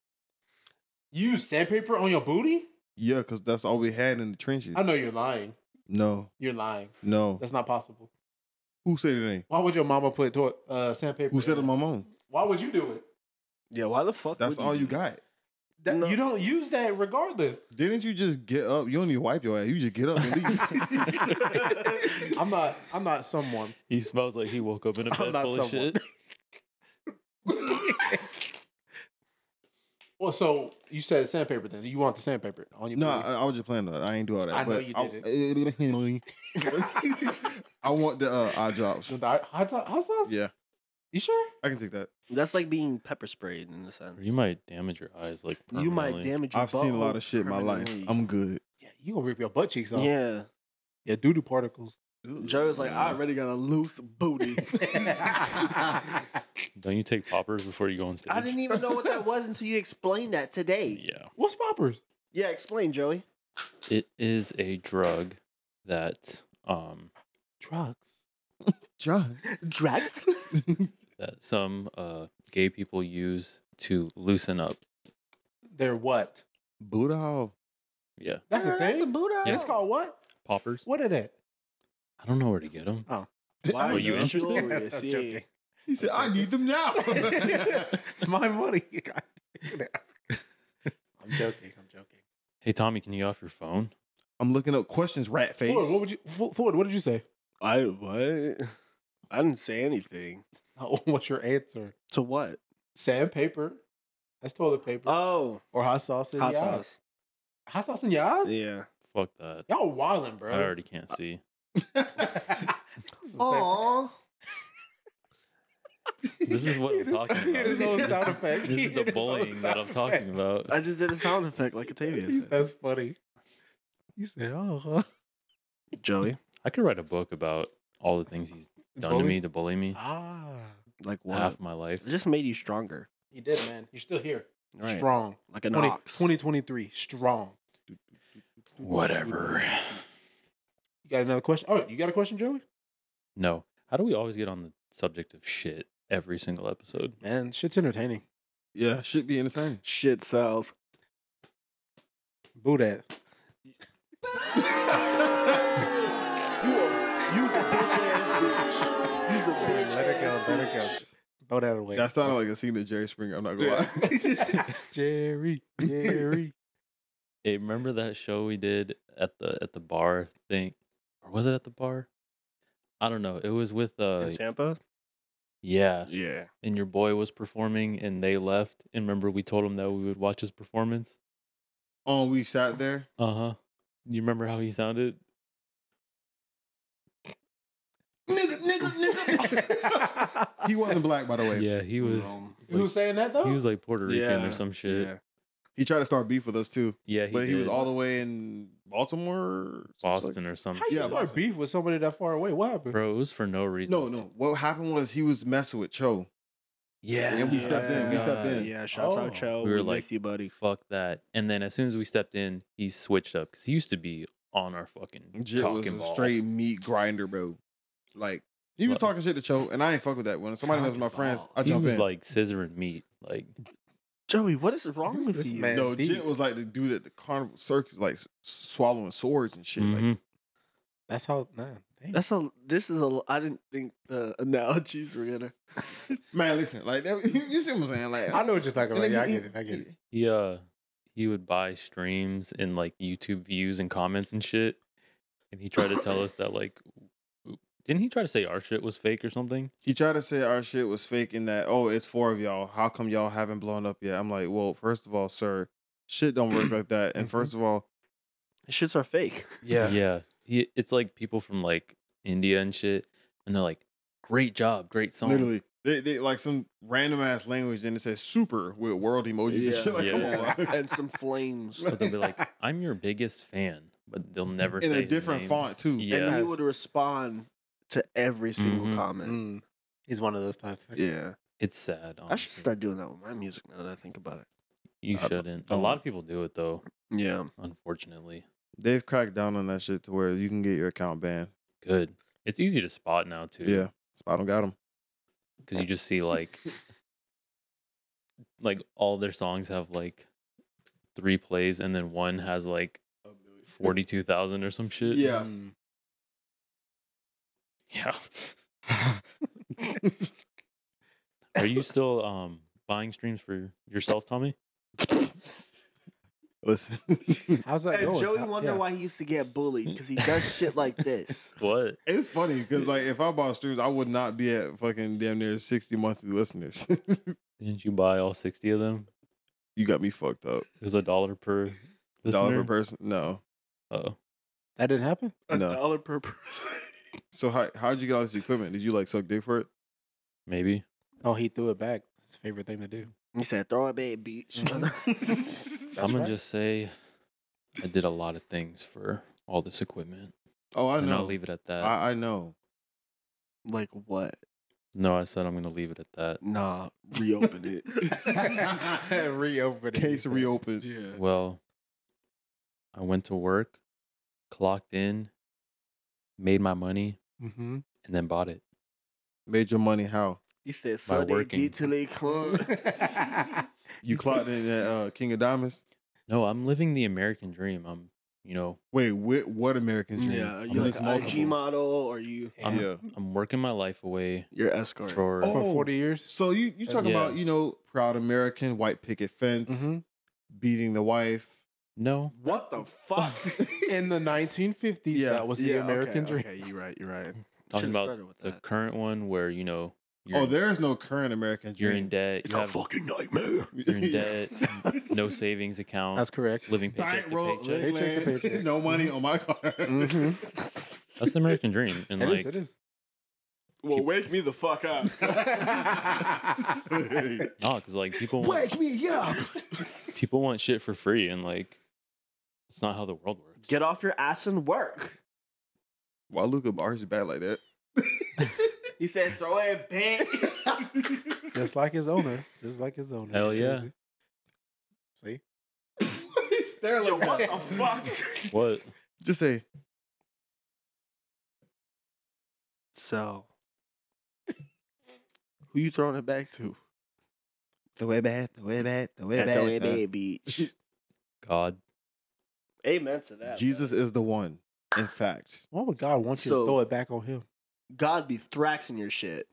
Speaker 4: Use sandpaper on your booty?
Speaker 3: Yeah, because that's all we had in the trenches.
Speaker 4: I know you're lying.
Speaker 3: No,
Speaker 4: You're lying.
Speaker 3: no.
Speaker 4: That's not possible.
Speaker 3: Who said it ain't?
Speaker 4: Why would your mama put to- uh, sandpaper?
Speaker 3: Who said it,
Speaker 4: in-
Speaker 3: my mom?
Speaker 4: Why would you do it?
Speaker 5: Yeah. Why the fuck?
Speaker 3: That's
Speaker 5: would
Speaker 3: all
Speaker 5: do
Speaker 3: you
Speaker 5: that?
Speaker 3: got.
Speaker 4: That-
Speaker 5: No.
Speaker 4: You don't use that regardless.
Speaker 3: Didn't you just get up? You don't need to wipe your ass. You just get up and leave.
Speaker 4: I'm not. I'm not someone.
Speaker 2: He smells like he woke up in a
Speaker 4: I'm
Speaker 2: bed
Speaker 4: not
Speaker 2: full of
Speaker 4: someone.
Speaker 2: shit.
Speaker 4: Well, so you said sandpaper. Then you want the sandpaper on your
Speaker 3: no,
Speaker 4: booty.
Speaker 3: I, I was just playing that. I ain't do all that.
Speaker 4: I know
Speaker 3: but
Speaker 4: you
Speaker 3: I, I want the uh, eye drops.
Speaker 4: With the hot, hot sauce- hot sauce?
Speaker 3: Yeah,
Speaker 4: You sure?
Speaker 3: I can take that.
Speaker 5: That's like being pepper sprayed in a sense.
Speaker 2: You might damage your eyes, like
Speaker 5: You might
Speaker 2: permanently.
Speaker 5: damage. Your
Speaker 3: I've seen a lot
Speaker 5: butthole
Speaker 3: of shit in my life.
Speaker 5: permanently.
Speaker 3: I'm good.
Speaker 4: Yeah, you gonna rip your butt cheeks off.
Speaker 5: Yeah.
Speaker 4: yeah, doo doo particles.
Speaker 5: Joe's like, I already got a loose booty.
Speaker 2: Don't you take poppers before you go on stage?
Speaker 1: I didn't even know what that was until you explained that today.
Speaker 2: Yeah,
Speaker 4: What's poppers?
Speaker 1: Yeah, explain, Joey.
Speaker 2: it is a drug that um
Speaker 4: Drugs.
Speaker 3: John.
Speaker 1: Drugs?
Speaker 2: that some uh gay people use to loosen up.
Speaker 4: They're what?
Speaker 3: Buddha Hall.
Speaker 2: Yeah,
Speaker 4: That's the thing.
Speaker 1: Buddha.
Speaker 2: Yeah.
Speaker 4: It's called what?
Speaker 2: poppers.
Speaker 4: What is that?
Speaker 2: I don't know where to get them.
Speaker 5: Why
Speaker 2: Are you
Speaker 5: not?
Speaker 2: interested?
Speaker 5: Glorious, yeah.
Speaker 3: He said, I need them now.
Speaker 4: it's my money. I'm joking. I'm joking.
Speaker 2: Hey Tommy, can you get off your phone?
Speaker 3: I'm looking up questions, rat face.
Speaker 4: Ford, what would you? Fo- Ford, what did you say?
Speaker 5: I what? I didn't say anything.
Speaker 4: Oh, What's your answer?
Speaker 5: To what?
Speaker 4: Sandpaper. That's toilet paper.
Speaker 5: Oh,
Speaker 4: or hot sauce in
Speaker 5: hot
Speaker 4: your
Speaker 5: sauce.
Speaker 4: eyes. Hot sauce in your eyes?
Speaker 5: Yeah.
Speaker 2: Fuck that.
Speaker 4: Y'all wildin', bro.
Speaker 2: I already can't see.
Speaker 1: Aw.
Speaker 2: This is what I'm talking about.
Speaker 4: His own sound effect.
Speaker 2: This is
Speaker 4: His
Speaker 2: the
Speaker 4: own
Speaker 2: bullying that I'm
Speaker 4: sound
Speaker 2: talking
Speaker 4: effect.
Speaker 2: about.
Speaker 5: I just did a sound effect like Octavia said.
Speaker 4: That's funny. You said, oh, huh?
Speaker 5: Joey,
Speaker 2: I could write a book about all the things he's done to
Speaker 4: Bully?
Speaker 2: me to bully me
Speaker 4: Ah,
Speaker 5: like what?
Speaker 2: half my life.
Speaker 5: It just made you stronger.
Speaker 4: you did, man. You're still here.
Speaker 5: Right.
Speaker 4: Strong.
Speaker 5: Like an
Speaker 4: 20
Speaker 5: ox.
Speaker 4: 2023. Strong.
Speaker 2: Whatever.
Speaker 4: You got another question? Oh, you got a question, Joey?
Speaker 2: No. How do we always get on the subject of shit every single episode?
Speaker 4: Man, shit's entertaining.
Speaker 3: yeah, should be entertaining.
Speaker 5: Shit sells.
Speaker 4: Boo that.
Speaker 5: You a, you a bitch ass bitch. You's
Speaker 4: Let it go. Let it go. Throw that away.
Speaker 3: That
Speaker 2: uh,
Speaker 3: sounded like a scene of Jerry Springer. I'm not gonna lie.
Speaker 2: Jerry, Jerry. Hey, remember that show we did at the at the bar thing, or was it at the bar? I don't know. It was with uh,
Speaker 5: In Tampa?
Speaker 2: yeah,
Speaker 5: Yeah.
Speaker 2: and your boy was performing, and they left. And remember, we told him that we would watch his performance.
Speaker 3: oh, we sat there.
Speaker 2: Uh huh. You remember how he sounded?
Speaker 3: Nigga, nigga, nigga. he wasn't black, by the way.
Speaker 2: Yeah, he was.
Speaker 5: Um,
Speaker 2: Who was
Speaker 4: saying that
Speaker 2: He was like Puerto Rican
Speaker 5: Yeah,
Speaker 2: or some shit. Yeah,
Speaker 5: yeah.
Speaker 3: He tried to start beef with us too,
Speaker 2: he
Speaker 3: but he was
Speaker 2: did.
Speaker 3: all the way in Baltimore, or some shit like-
Speaker 2: Boston or some
Speaker 4: How
Speaker 2: shit.
Speaker 4: you
Speaker 3: Yeah,
Speaker 4: start beef with somebody that far away? What happened?
Speaker 2: Bro, it was for no reason.
Speaker 3: No, no. What happened was he was messing with Cho.
Speaker 2: Yeah.
Speaker 3: And we stepped in. We stepped in.
Speaker 5: Yeah, shouts
Speaker 4: Oh.
Speaker 5: out Cho.
Speaker 2: We
Speaker 5: We,
Speaker 2: were like,
Speaker 5: miss you, buddy.
Speaker 2: Fuck that. And then as soon as we stepped in, he switched up because he used to be on our fucking
Speaker 3: Jit was
Speaker 2: talking
Speaker 3: a
Speaker 2: balls.
Speaker 3: straight meat grinder, bro. Like he was
Speaker 2: Look.
Speaker 3: talking shit to Cho, and I ain't fuck with that. When somebody was my friends, I
Speaker 2: he
Speaker 3: jump
Speaker 2: was
Speaker 3: in.
Speaker 2: like scissoring meat. Like
Speaker 5: Joey, what is wrong with
Speaker 4: This
Speaker 5: you?
Speaker 4: man-
Speaker 3: no,
Speaker 4: deep.
Speaker 3: Jit was like the dude at the carnival circus, like s- swallowing swords and shit. Like,
Speaker 4: Mm-hmm.
Speaker 2: mhm.
Speaker 4: That's how. Man, dang.
Speaker 5: That's a. This is a. I didn't think the analogies were gonna.
Speaker 3: man, listen, like that, you, you see what I'm saying? Like
Speaker 4: I know what you're talking
Speaker 3: and
Speaker 4: about.
Speaker 3: then
Speaker 4: Yeah, I
Speaker 3: he-
Speaker 4: get it. I get it.
Speaker 2: he uh he would buy streams and like YouTube views and comments and shit. And he tried to tell us that like didn't he try to say our shit was fake or something?
Speaker 3: He tried to say our shit was fake and that, oh, it's four of y'all. How come y'all haven't blown up yet? I'm like, well, first of all, sir, shit don't work like that.
Speaker 4: Mm-hmm.
Speaker 3: And first of all,
Speaker 5: The shits are fake.
Speaker 3: yeah,
Speaker 2: Yeah. He, it's like people from like India and shit, and they're like, "Great job, great song."
Speaker 3: literally. They, they like some random ass language and it says super with world emojis and shit. Like,
Speaker 2: Yeah.
Speaker 3: come on.
Speaker 5: and some flames.
Speaker 2: So they'll be like, "I'm your biggest fan," but they'll never
Speaker 3: Mm-hmm. In
Speaker 2: say
Speaker 3: a
Speaker 2: his
Speaker 3: different
Speaker 2: name.
Speaker 3: font, too.
Speaker 2: Yeah.
Speaker 5: And he would respond to every single
Speaker 2: Mhm.
Speaker 5: comment.
Speaker 4: Mm. He's one of those types.
Speaker 5: Yeah,
Speaker 2: It's sad. Honestly.
Speaker 5: I should start doing that with my music now that I think about it.
Speaker 2: You
Speaker 3: I don't-
Speaker 2: shouldn't. A
Speaker 3: don't.
Speaker 2: lot of people do it though,
Speaker 5: Yeah,
Speaker 2: unfortunately.
Speaker 3: They've cracked down on that shit to where you can get your account banned.
Speaker 2: Good. It's easy to spot now too.
Speaker 3: Yeah. Spot them, got them.
Speaker 2: Because you just see like, like all their songs have like three plays, and then one has like forty-two thousand or some shit.
Speaker 3: Yeah.
Speaker 4: Mm.
Speaker 2: Yeah. Are you still um buying streams for yourself, Tommy?
Speaker 3: Listen,
Speaker 4: How's that
Speaker 1: And
Speaker 4: going?
Speaker 1: Joey
Speaker 4: How-
Speaker 1: wonder
Speaker 4: yeah.
Speaker 1: why he used to get bullied because he does shit like this.
Speaker 2: What?
Speaker 3: it's funny because, like, if I bought streams, I would not be at fucking damn near 60 monthly listeners.
Speaker 2: Didn't you buy all sixty of them?
Speaker 3: you got me fucked up.
Speaker 2: It was a dollar per
Speaker 3: Dollar per
Speaker 2: listener?
Speaker 3: person? No.
Speaker 2: Oh,
Speaker 4: That didn't happen.
Speaker 5: a
Speaker 3: No.
Speaker 5: dollar per person.
Speaker 3: So how how'd you get all this equipment? Did you like suck dick for it?
Speaker 2: maybe.
Speaker 4: Oh, he threw it back. His favorite thing to do.
Speaker 1: He said, "Throw it, back, bitch."
Speaker 5: Mm-hmm.
Speaker 4: Mm.
Speaker 2: I'm gonna
Speaker 4: right.
Speaker 2: just say I did a lot of things for all this equipment,
Speaker 3: Oh, I
Speaker 2: and
Speaker 3: know.
Speaker 2: I'll leave it at that.
Speaker 3: I, I know.
Speaker 5: Like what?
Speaker 2: no, I said I'm gonna leave it at that.
Speaker 5: Nah, reopen it.
Speaker 4: Reopen it.
Speaker 3: Case reopened.
Speaker 5: yeah.
Speaker 2: Well, I went to work, clocked in, made my money,
Speaker 4: Mm-hmm.
Speaker 2: and then bought it.
Speaker 3: Made your money how?
Speaker 1: He said,
Speaker 2: By
Speaker 1: "Sunday,
Speaker 2: working.
Speaker 1: get to the club."
Speaker 3: You clocked in at uh, King of Diamonds.
Speaker 2: No, I'm living the American dream. I'm, you know,
Speaker 3: Wait, what, what American dream?
Speaker 5: Yeah,
Speaker 3: I'm
Speaker 5: you like
Speaker 3: listening
Speaker 5: a
Speaker 1: a G
Speaker 3: multiple.
Speaker 1: model, or you?
Speaker 3: Yeah.
Speaker 2: I'm, I'm working my life away
Speaker 5: Your escort.
Speaker 2: for.
Speaker 3: Oh,
Speaker 4: For forty years.
Speaker 3: So you you
Speaker 2: Uh, Yeah.
Speaker 3: talking
Speaker 2: Mm-hmm.
Speaker 3: about you know proud American white picket fence
Speaker 4: Mhm.
Speaker 3: beating the wife?
Speaker 2: No,
Speaker 1: What the fuck?
Speaker 4: In the 1950s,
Speaker 3: Yeah.
Speaker 4: that was the
Speaker 5: Yeah,
Speaker 4: American
Speaker 5: okay,
Speaker 4: dream.
Speaker 5: Okay, you're right. You're right.
Speaker 2: talking
Speaker 5: Should've
Speaker 2: about
Speaker 5: started with
Speaker 2: the
Speaker 5: that.
Speaker 2: current one where you know you're,
Speaker 3: Oh, there is no current American dream.
Speaker 2: you're in debt, you have,
Speaker 5: fucking nightmare.
Speaker 2: you're in debt, no savings account,
Speaker 4: That's correct.
Speaker 2: living paycheck
Speaker 3: Diet
Speaker 2: to
Speaker 3: roll,
Speaker 2: paycheck.
Speaker 3: leg
Speaker 4: Paycheck to
Speaker 3: land,
Speaker 4: paycheck.
Speaker 3: no money on my card.
Speaker 4: Mhm.
Speaker 2: That's the American dream, and
Speaker 4: It is,
Speaker 2: like
Speaker 4: It is.
Speaker 5: Well, wake me the fuck up.
Speaker 2: No, because like people wake me up. People want shit for free, and like it's not how the world works.
Speaker 1: Get off your ass and work.
Speaker 3: Why Luca bars you bad like that?
Speaker 1: He said, "Throw it, bitch."
Speaker 4: Just like his owner. Just like his owner.
Speaker 2: Hell
Speaker 4: It's
Speaker 2: yeah.
Speaker 4: crazy. See?
Speaker 3: He's there like what the fuck?
Speaker 2: what?
Speaker 3: Just say
Speaker 5: So, who you throwing it back to?
Speaker 6: The way back, the way back, the way
Speaker 1: Throw it,
Speaker 6: back.
Speaker 1: back, bitch.
Speaker 2: God,
Speaker 1: Amen to that.
Speaker 3: Uh, Jesus is the one. In fact,
Speaker 4: Why would God want you to
Speaker 1: So-
Speaker 4: throw it back on him?
Speaker 1: bro. God be thraxing your shit.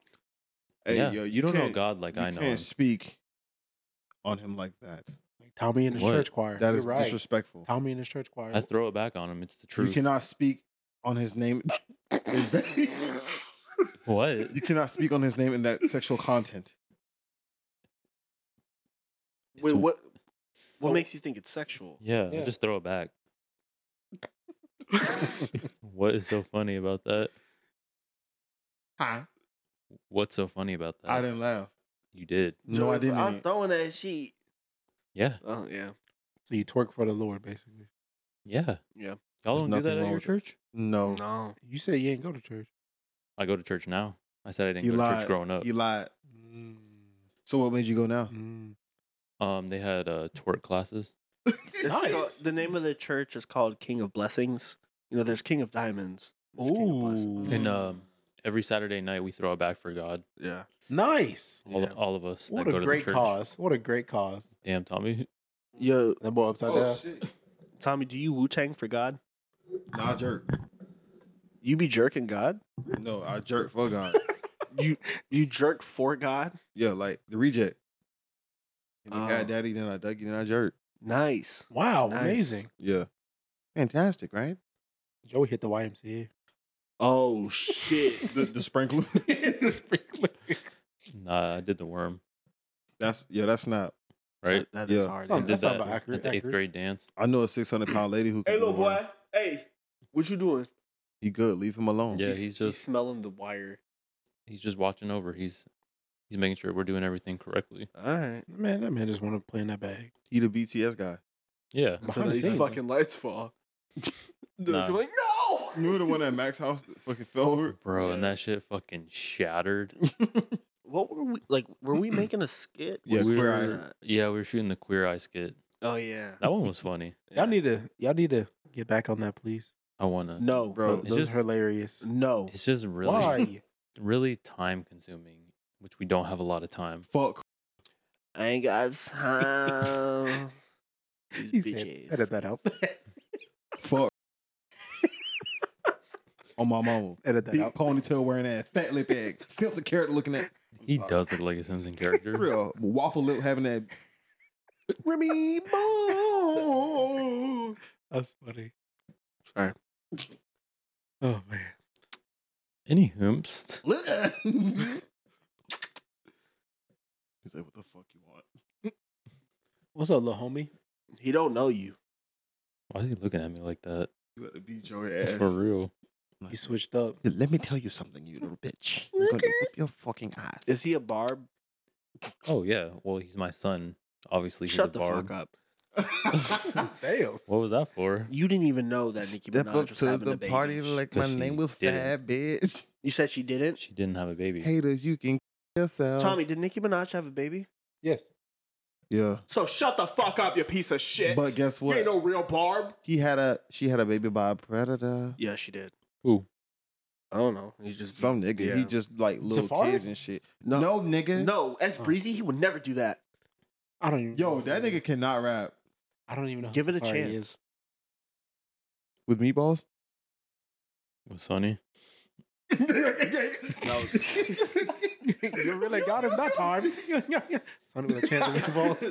Speaker 3: Hey,
Speaker 2: yeah,
Speaker 3: yo,
Speaker 2: you,
Speaker 3: you
Speaker 2: don't know
Speaker 3: can't-
Speaker 2: God like
Speaker 3: you
Speaker 2: I know.
Speaker 3: can't
Speaker 2: Him.
Speaker 3: speak on him like that.
Speaker 4: Tommy in his
Speaker 2: What?
Speaker 4: church choir.
Speaker 3: That
Speaker 4: You're
Speaker 3: is
Speaker 4: right.
Speaker 3: disrespectful.
Speaker 4: Tommy in his church choir.
Speaker 2: I throw it back on him. It's the
Speaker 3: You
Speaker 2: truth.
Speaker 3: cannot speak on his name. in vain.
Speaker 2: What?
Speaker 3: you cannot speak on his name in that sexual content.
Speaker 5: Wait,
Speaker 2: It's-
Speaker 5: what? What
Speaker 4: Well-
Speaker 5: makes you think it's sexual?
Speaker 2: Yeah,
Speaker 4: Yeah.
Speaker 2: I just throw it back. what is so funny about that?
Speaker 3: Huh?
Speaker 2: What's so funny about that?
Speaker 3: I didn't laugh.
Speaker 2: You did.
Speaker 3: No, I
Speaker 5: Joey,
Speaker 3: didn't.
Speaker 5: I'm throwing that sheet.
Speaker 2: Yeah,
Speaker 5: Oh yeah.
Speaker 4: so you twerk for the Lord, basically.
Speaker 2: yeah, Y'all
Speaker 5: Yeah.
Speaker 3: There's
Speaker 2: don't do
Speaker 3: nothing
Speaker 2: that at
Speaker 3: wrong
Speaker 2: your
Speaker 3: with it.
Speaker 2: church.
Speaker 3: no,
Speaker 5: No.
Speaker 4: You say you ain't go to church.
Speaker 2: I go to church now. I said I didn't
Speaker 3: You
Speaker 2: go to
Speaker 3: lied.
Speaker 2: church growing up.
Speaker 3: you lied.
Speaker 2: Mm-hmm.
Speaker 4: Mm,
Speaker 3: So what made you go now?
Speaker 4: mm.
Speaker 2: Um, they had uh twerk classes.
Speaker 5: It's called- the name of the church is called King of Blessings. You know, there's King of Diamonds. there's King of Blessings.
Speaker 4: Ooh.
Speaker 2: And um, every Saturday night we throw it back for God.
Speaker 5: Yeah.
Speaker 4: Nice.
Speaker 2: All,
Speaker 5: Yeah.
Speaker 2: all of us.
Speaker 4: What
Speaker 2: that go to
Speaker 4: a
Speaker 2: the
Speaker 4: great
Speaker 2: church.
Speaker 4: cause. What a great cause.
Speaker 2: Damn, Tommy.
Speaker 5: Yo,
Speaker 4: That boy upside
Speaker 3: Oh,
Speaker 4: down.
Speaker 5: Tommy, do you Wu Tang for God?
Speaker 3: Nah, I jerk.
Speaker 5: You be jerking God?
Speaker 3: No, I jerk for God.
Speaker 5: You you jerk for God?
Speaker 3: yeah, like the reject. And I
Speaker 5: Oh.
Speaker 3: got daddy, then I dug you, then I jerk.
Speaker 5: Nice.
Speaker 4: Wow,
Speaker 5: Nice.
Speaker 4: amazing.
Speaker 3: Yeah, fantastic, right?
Speaker 4: Joey hit the YMCA.
Speaker 5: Oh shit.
Speaker 3: The, the sprinkler.
Speaker 2: Nah, I did the worm.
Speaker 3: that's yeah. That's not.
Speaker 2: Right.
Speaker 5: That is
Speaker 3: Yeah.
Speaker 5: hard.
Speaker 4: Oh,
Speaker 2: I
Speaker 5: yeah.
Speaker 2: did
Speaker 4: that's
Speaker 2: that
Speaker 4: not about accurate,
Speaker 2: at the eighth
Speaker 4: accurate.
Speaker 2: grade dance.
Speaker 3: I know a six hundred pound lady who. Can
Speaker 5: Hey
Speaker 3: do
Speaker 5: little
Speaker 3: the worm.
Speaker 5: boy. Hey, what you doing?
Speaker 3: He good. Leave him alone.
Speaker 2: Yeah, he's
Speaker 5: He's
Speaker 2: just
Speaker 5: smelling the wire.
Speaker 2: he's just watching over. He's he's making sure we're doing everything correctly.
Speaker 5: Alright.
Speaker 4: Man, that man just wanted to play in that bag.
Speaker 3: He the BTS guy.
Speaker 2: Yeah.
Speaker 4: Behind
Speaker 5: So
Speaker 4: the
Speaker 5: these
Speaker 4: scenes.
Speaker 5: fucking lights fall.
Speaker 2: Nah.
Speaker 5: Dude's like, no!
Speaker 3: Remember the one at Max house that fucking fell over?
Speaker 2: Bro, and that shit fucking shattered.
Speaker 5: What were we like? Were we making a skit?
Speaker 3: Yeah,
Speaker 5: Was
Speaker 2: we
Speaker 3: Queer
Speaker 2: were,
Speaker 3: Eye.
Speaker 5: that-
Speaker 2: Yeah, we were shooting the queer eye skit.
Speaker 5: Oh yeah.
Speaker 2: That one was funny.
Speaker 5: Yeah.
Speaker 4: Y'all need to y'all need to get back on that, please.
Speaker 2: I wanna.
Speaker 5: no,
Speaker 3: Bro,
Speaker 2: It's
Speaker 4: Those
Speaker 2: just-
Speaker 4: are hilarious.
Speaker 5: no.
Speaker 2: It's just really,
Speaker 4: Why?
Speaker 2: really time consuming, which we don't have a lot of time.
Speaker 3: fuck.
Speaker 5: I ain't got time.
Speaker 4: he said,
Speaker 5: bitches.
Speaker 4: edit that out.
Speaker 3: Fuck. On my mama.
Speaker 4: edit that
Speaker 3: Big
Speaker 4: out.
Speaker 3: ponytail wearing ass, fat lip egg, still the carrot looking at
Speaker 2: He
Speaker 3: sorry.
Speaker 2: does look like a Simpson character.
Speaker 3: real waffle lip having that.
Speaker 5: Remy Bo.
Speaker 4: That's funny.
Speaker 5: Sorry.
Speaker 4: Oh man.
Speaker 2: Any hoomst?
Speaker 3: Look at. He's like, "What the fuck you want?"
Speaker 4: What's up, little homie?
Speaker 5: He don't know you.
Speaker 2: Why is he looking at me like that?
Speaker 3: You better beat your
Speaker 2: It's
Speaker 3: ass
Speaker 2: for real.
Speaker 4: He switched up.
Speaker 7: Let me tell you something, you little bitch. I'm gonna whip your fucking ass.
Speaker 5: Is he a barb?
Speaker 2: Oh yeah. Well, he's my son. Obviously, he's
Speaker 5: Shut
Speaker 2: a
Speaker 5: the
Speaker 2: barb.
Speaker 5: fuck up.
Speaker 4: Damn.
Speaker 2: What was that for?
Speaker 5: You didn't even know that Nicki
Speaker 7: Step
Speaker 5: Minaj
Speaker 7: up
Speaker 5: was
Speaker 7: to
Speaker 5: having
Speaker 7: the
Speaker 5: a baby.
Speaker 7: party like my
Speaker 2: Cause she
Speaker 7: name was
Speaker 2: didn't.
Speaker 7: Fab, bitch.
Speaker 5: you said she didn't.
Speaker 2: She didn't have a baby.
Speaker 7: Haters, you can yourself.
Speaker 5: Tommy, did Nicki Minaj have a baby?
Speaker 4: Yes.
Speaker 3: Yeah,
Speaker 5: So shut the fuck up, you piece of shit.
Speaker 3: but guess what?
Speaker 5: real barb.
Speaker 7: He had a she had a baby by a predator.
Speaker 5: Yeah, she did.
Speaker 2: Who?
Speaker 5: I don't know. He's just
Speaker 7: Some nigga,
Speaker 5: Yeah.
Speaker 7: he just like little
Speaker 4: Safari?
Speaker 7: kids and shit.
Speaker 5: No.
Speaker 7: No, nigga.
Speaker 5: No,
Speaker 2: Oh.
Speaker 5: S Breezy, he would never do that.
Speaker 4: I don't even
Speaker 3: Yo, that nigga cannot rap
Speaker 4: I don't even know.
Speaker 5: Give it a
Speaker 4: Safari
Speaker 5: chance.
Speaker 3: with meatballs.
Speaker 2: Was Sonny?
Speaker 4: you really got him that time. Sonny with a chance to make the balls.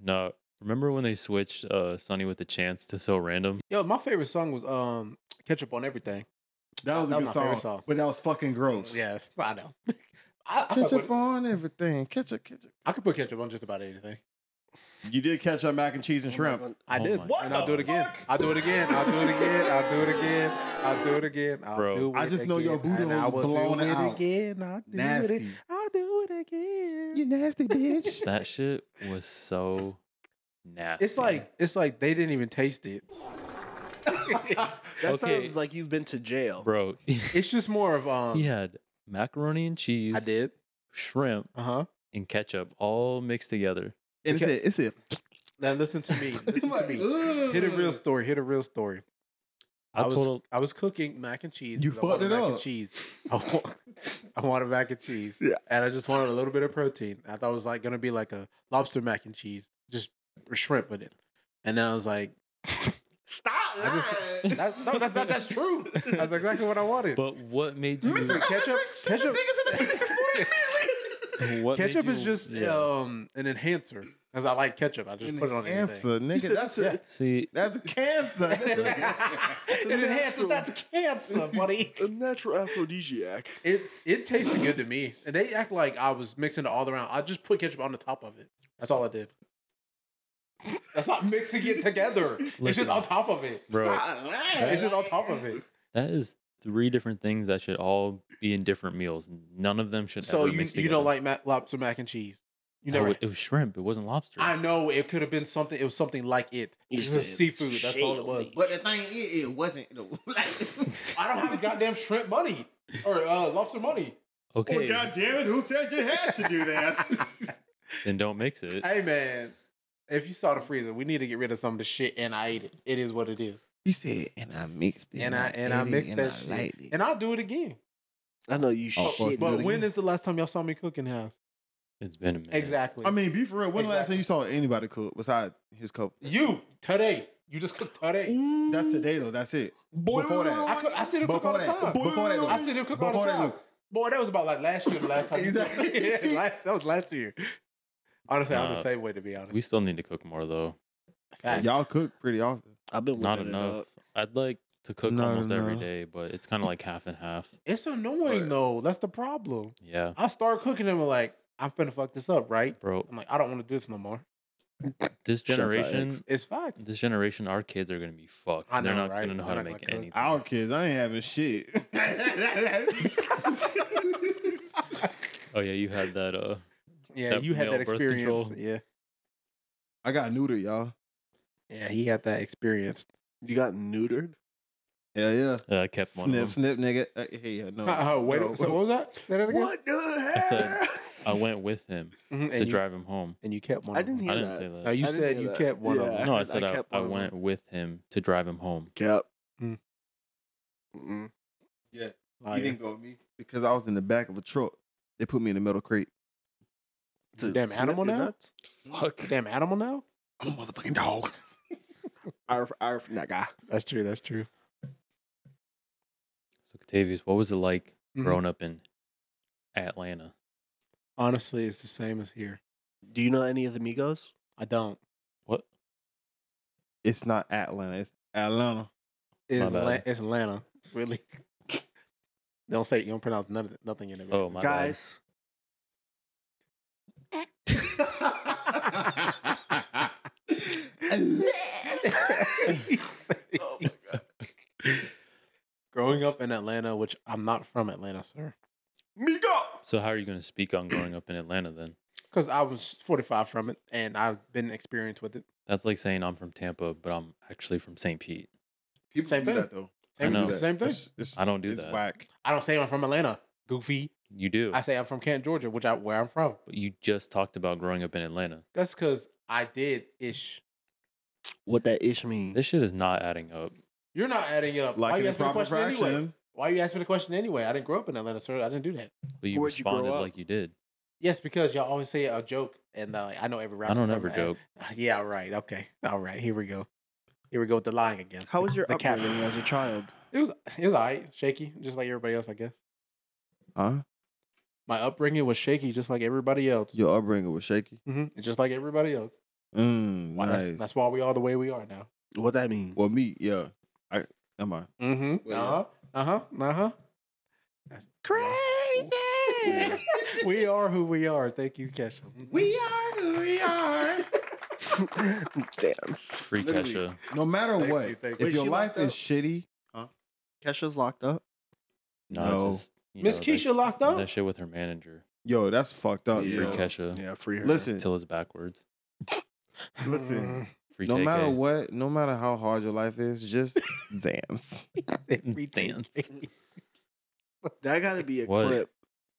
Speaker 2: No. Remember when they switched uh, Sonny with a Chance to So Random?
Speaker 4: Yo, my favorite song was um Ketchup on Everything.
Speaker 3: That was a
Speaker 4: That
Speaker 3: good
Speaker 4: was my favorite
Speaker 3: song,
Speaker 4: song.
Speaker 3: but that was fucking gross.
Speaker 4: Yes, I know. I, I,
Speaker 7: Ketchup
Speaker 4: could put,
Speaker 7: on everything. Ketchup, ketchup.
Speaker 4: I could put ketchup on just about anything.
Speaker 3: you did catch up mac and cheese and shrimp.
Speaker 4: I
Speaker 2: Oh
Speaker 4: did.
Speaker 2: my
Speaker 4: and I'll do it again. I'll do it again. I'll do it again. I'll do it again. I'll do it again. I'll
Speaker 2: Bro.
Speaker 4: do it
Speaker 3: I just know your
Speaker 4: again,
Speaker 3: booty
Speaker 4: and
Speaker 3: was
Speaker 4: I will do
Speaker 3: blown
Speaker 4: it
Speaker 3: out.
Speaker 4: again. I'll do it.
Speaker 3: Nasty.
Speaker 4: I'll do it again.
Speaker 7: You nasty bitch.
Speaker 2: That shit was so nasty.
Speaker 4: It's like it's like they didn't even taste it.
Speaker 5: That
Speaker 2: Okay.
Speaker 5: sounds like you've been to jail.
Speaker 2: bro, he
Speaker 4: It's just more of um.
Speaker 2: had macaroni and cheese,
Speaker 4: I did.
Speaker 2: shrimp,
Speaker 4: Uh huh.
Speaker 2: and ketchup all mixed together.
Speaker 3: And it's it. It's it.
Speaker 4: Now listen to me. Listen to me. Hit a real story. Hit a real story. I,
Speaker 2: I,
Speaker 4: was
Speaker 2: told
Speaker 4: I was cooking mac and cheese.
Speaker 3: You
Speaker 4: 'cause
Speaker 3: fucked
Speaker 4: I
Speaker 3: it
Speaker 4: wanted mac
Speaker 3: up.
Speaker 4: And cheese. I, want, I wanted mac and cheese. Yeah. And I just wanted a little bit of protein. I thought it was like gonna be like a lobster mac and cheese, just shrimp with it. And then I was like,
Speaker 5: Stop!
Speaker 4: I just- That's, no, that's not. That's true. That's exactly what I wanted.
Speaker 2: But what made you?
Speaker 4: ketchup, ketchup,
Speaker 2: What made
Speaker 4: ketchup is
Speaker 2: you-
Speaker 4: just
Speaker 2: yeah.
Speaker 4: um an enhancer. Cause I like ketchup, I just put it on anything.
Speaker 3: Cancer, nigga. That's a,
Speaker 2: See,
Speaker 3: that's cancer.
Speaker 4: It enhances. That's cancer, buddy.
Speaker 5: A natural aphrodisiac.
Speaker 4: It it tasted good to me, and they act like I was mixing it all around. I just put ketchup on the top of it. That's all I did. That's not mixing it together. it's
Speaker 2: Listen.
Speaker 4: just on top of it.
Speaker 2: bro,
Speaker 4: It's just on top of it.
Speaker 2: that is three different things that should all be in different meals. None of them should.
Speaker 4: So
Speaker 2: ever
Speaker 4: you
Speaker 2: mix
Speaker 4: you don't
Speaker 2: together.
Speaker 4: like ma- lobster mac and cheese?
Speaker 2: I
Speaker 4: You never.
Speaker 2: would- it was shrimp. It wasn't lobster.
Speaker 4: I know it could have been something. It was something like it. It's
Speaker 1: said
Speaker 4: just seafood. That's all it was.
Speaker 6: But the thing is, it wasn't. though. Like,
Speaker 4: I don't have goddamn shrimp money or uh, lobster money. Oh,
Speaker 2: okay,
Speaker 3: damn it! Who said you had to do that?
Speaker 2: then don't mix it.
Speaker 4: Hey man, if you saw the freezer, we need to get rid of some of the shit. And I ate it. It is what it is.
Speaker 6: he said, and I mixed it.
Speaker 4: And I and I
Speaker 6: ate it,
Speaker 4: mixed
Speaker 6: and
Speaker 4: that
Speaker 6: I
Speaker 4: shit.
Speaker 6: liked it.
Speaker 4: And I'll do it again.
Speaker 5: I know you
Speaker 6: Oh,
Speaker 5: shit.
Speaker 6: fuck. Do
Speaker 4: But
Speaker 6: it
Speaker 4: when
Speaker 6: again.
Speaker 4: is the last time y'all saw me cook in house?
Speaker 2: It's been a minute.
Speaker 4: Exactly.
Speaker 3: I mean, be for real. When the last
Speaker 4: Exactly.
Speaker 3: time you saw anybody cook besides his cup?
Speaker 4: you today. You just cooked today.
Speaker 3: That's today though. That's it.
Speaker 4: Boy,
Speaker 3: Before that.
Speaker 4: I, cook, I see them cook
Speaker 3: Before
Speaker 4: all the
Speaker 3: that.
Speaker 4: time.
Speaker 3: Before that,
Speaker 4: I
Speaker 3: though.
Speaker 4: see them cook all
Speaker 3: Before
Speaker 4: the
Speaker 3: that,
Speaker 4: time.
Speaker 3: though.
Speaker 4: Boy, that was about like last year. The last time. you cooked.
Speaker 3: Exactly.
Speaker 4: Yeah, last- that was last year. Honestly, I'm
Speaker 2: Nah.
Speaker 4: the same way to be honest.
Speaker 2: We still need to cook more though.
Speaker 4: Facts.
Speaker 3: Y'all cook pretty often.
Speaker 5: I've been
Speaker 2: Not
Speaker 5: whipping it
Speaker 2: enough.
Speaker 5: up.
Speaker 2: I'd like to cook
Speaker 6: Not
Speaker 2: almost every
Speaker 6: enough.
Speaker 2: day, but it's kind of like half and half.
Speaker 4: It's annoying though. That's the problem.
Speaker 2: Yeah,
Speaker 4: I start cooking and I'm like, I'm finna fuck this up, right?
Speaker 2: bro.
Speaker 4: I'm like, I don't want to do this no more.
Speaker 2: This
Speaker 5: Shots out,
Speaker 2: generation,
Speaker 5: X.
Speaker 4: It's fact.
Speaker 2: this generation, our kids are gonna be fucked.
Speaker 4: I
Speaker 2: They're
Speaker 4: know,
Speaker 2: not
Speaker 4: right?
Speaker 2: gonna know how
Speaker 4: They're
Speaker 2: to
Speaker 4: not
Speaker 2: make
Speaker 4: gonna
Speaker 2: anything.
Speaker 4: cook.
Speaker 3: Our kids, I ain't having shit.
Speaker 2: Oh yeah, you had that. Uh,
Speaker 4: Yeah,
Speaker 2: That
Speaker 4: you had
Speaker 2: male
Speaker 4: that
Speaker 2: birth
Speaker 4: experience.
Speaker 2: control.
Speaker 4: Yeah,
Speaker 3: I got neutered, y'all.
Speaker 4: yeah, he had that experience.
Speaker 5: You got neutered?
Speaker 3: Yeah, yeah.
Speaker 2: uh, I kept one.
Speaker 3: Snip,
Speaker 2: Of them.
Speaker 3: snip, nigga. Uh, hey, yeah, no.
Speaker 4: Uh, uh, wait,
Speaker 3: no.
Speaker 4: so what was that? Say that again.
Speaker 5: What the
Speaker 2: I said-
Speaker 5: hell?
Speaker 2: I went with him
Speaker 4: Mhm, and,
Speaker 2: to
Speaker 4: you,
Speaker 2: drive him home.
Speaker 4: and you kept one.
Speaker 5: I
Speaker 4: of them.
Speaker 5: didn't hear
Speaker 2: I didn't
Speaker 5: that.
Speaker 2: say that.
Speaker 4: No, you
Speaker 5: I didn't
Speaker 4: said
Speaker 5: hear
Speaker 4: you
Speaker 5: that.
Speaker 4: kept one of
Speaker 5: Yeah.
Speaker 4: them.
Speaker 2: No, I
Speaker 5: heard
Speaker 2: said
Speaker 5: I
Speaker 2: I,
Speaker 5: kept
Speaker 2: I
Speaker 5: one of them.
Speaker 2: went with him to drive him home.
Speaker 5: Cap.
Speaker 2: Hmm.
Speaker 4: Mm.
Speaker 5: Mm.
Speaker 3: He
Speaker 4: Like,
Speaker 3: didn't go with me because I was in the back of a truck. They put me in the metal crate.
Speaker 5: To
Speaker 4: Damn
Speaker 5: snip
Speaker 4: animal
Speaker 5: your
Speaker 4: now?
Speaker 5: nuts?
Speaker 2: Fuck.
Speaker 4: damn animal now.
Speaker 3: I'm a motherfucking dog.
Speaker 5: Arf, arf, nigga.
Speaker 4: That's true. That's true.
Speaker 2: So Catavius, what was it like
Speaker 4: Mhm.
Speaker 5: Mm-hmm.
Speaker 2: growing up in Atlanta?
Speaker 4: Honestly, it's the same as here.
Speaker 5: Do you know any of the Migos?
Speaker 4: I don't.
Speaker 2: What?
Speaker 3: It's not Atlanta. It's Atlanta.
Speaker 4: It's,
Speaker 2: bad.
Speaker 4: Atla- it's Atlanta, really. don't say you don't pronounce none of it, nothing in it.
Speaker 2: Oh my God.
Speaker 5: Guys,
Speaker 4: oh my god. Growing up in Atlanta, which I'm not from Atlanta, sir.
Speaker 2: So how are you gonna speak on growing up in Atlanta then?
Speaker 4: Because I was 45 from it and I've been experienced with it.
Speaker 2: That's like saying I'm from Tampa, but I'm actually from St. Pete.
Speaker 3: People
Speaker 4: Same
Speaker 3: do
Speaker 4: thing.
Speaker 3: that though.
Speaker 2: I
Speaker 4: Same,
Speaker 2: know.
Speaker 4: it's the same thing.
Speaker 3: It's- it's-
Speaker 2: I don't do
Speaker 3: it's
Speaker 2: that.
Speaker 3: Whack.
Speaker 4: I don't say I'm from Atlanta, goofy.
Speaker 2: You do.
Speaker 4: I say I'm from Kent, Georgia, which I where I'm from.
Speaker 2: but you just talked about growing up in Atlanta.
Speaker 4: That's because I did ish.
Speaker 5: what that ish mean?
Speaker 2: This shit is not adding up.
Speaker 4: You're not adding it up. Why
Speaker 3: Like
Speaker 4: you
Speaker 3: in a
Speaker 4: asking the
Speaker 3: proper
Speaker 4: question
Speaker 3: fraction.
Speaker 4: anyway? Why you asking the question anyway? I didn't grow up in Atlanta, sir. I didn't do that.
Speaker 2: But you
Speaker 5: Where'd you grow
Speaker 2: responded
Speaker 5: up?
Speaker 2: like you did.
Speaker 4: Yes, because y'all always say a joke, and uh, I know every rapper.
Speaker 2: I don't
Speaker 4: from
Speaker 2: ever
Speaker 4: At-
Speaker 2: joke.
Speaker 4: Yeah, right. Okay. All right. Here we go. Here we go with the lying again.
Speaker 5: How was your
Speaker 4: The cat.
Speaker 5: upbringing as a child?
Speaker 4: It was it was all right, shaky, just like everybody else, I guess.
Speaker 3: Huh?
Speaker 4: My upbringing was shaky, just like everybody else.
Speaker 3: Your upbringing was shaky.
Speaker 4: hmm Just like everybody else.
Speaker 3: Mm,
Speaker 4: Why-
Speaker 3: nice.
Speaker 4: that's, that's why we are the way we are now.
Speaker 5: What that mean?
Speaker 3: Well, me, yeah. I am I.
Speaker 4: Mm-hmm.
Speaker 3: Well, yeah.
Speaker 4: uh-huh. Uh-huh. Uh-huh. That's crazy. we are who we are. Thank you, Kesha. We are who we are.
Speaker 5: Damn.
Speaker 2: Free
Speaker 3: Literally.
Speaker 2: Kesha.
Speaker 3: No matter
Speaker 4: Thank
Speaker 3: what,
Speaker 4: you, thank
Speaker 3: if
Speaker 4: you. Wait,
Speaker 3: your
Speaker 4: she
Speaker 3: life
Speaker 4: locked up?
Speaker 3: is shitty,
Speaker 5: Kesha's locked up.
Speaker 2: No.
Speaker 3: No.
Speaker 2: just, you
Speaker 4: Miss
Speaker 2: know,
Speaker 4: Keisha locked
Speaker 2: That,
Speaker 4: up.
Speaker 2: that shit with her manager.
Speaker 3: yo, that's fucked up.
Speaker 2: Free
Speaker 5: Yeah.
Speaker 3: yo.
Speaker 5: Cat.
Speaker 2: Kesha.
Speaker 5: Yeah, free her.
Speaker 3: Listen,
Speaker 2: Till it's backwards.
Speaker 4: Mm-hmm.
Speaker 3: listen.
Speaker 2: Free
Speaker 3: No
Speaker 2: KK.
Speaker 3: matter what, no matter how hard your life is, just dance.
Speaker 4: Every day.
Speaker 2: Dance.
Speaker 5: that gotta be a
Speaker 2: What?
Speaker 5: clip.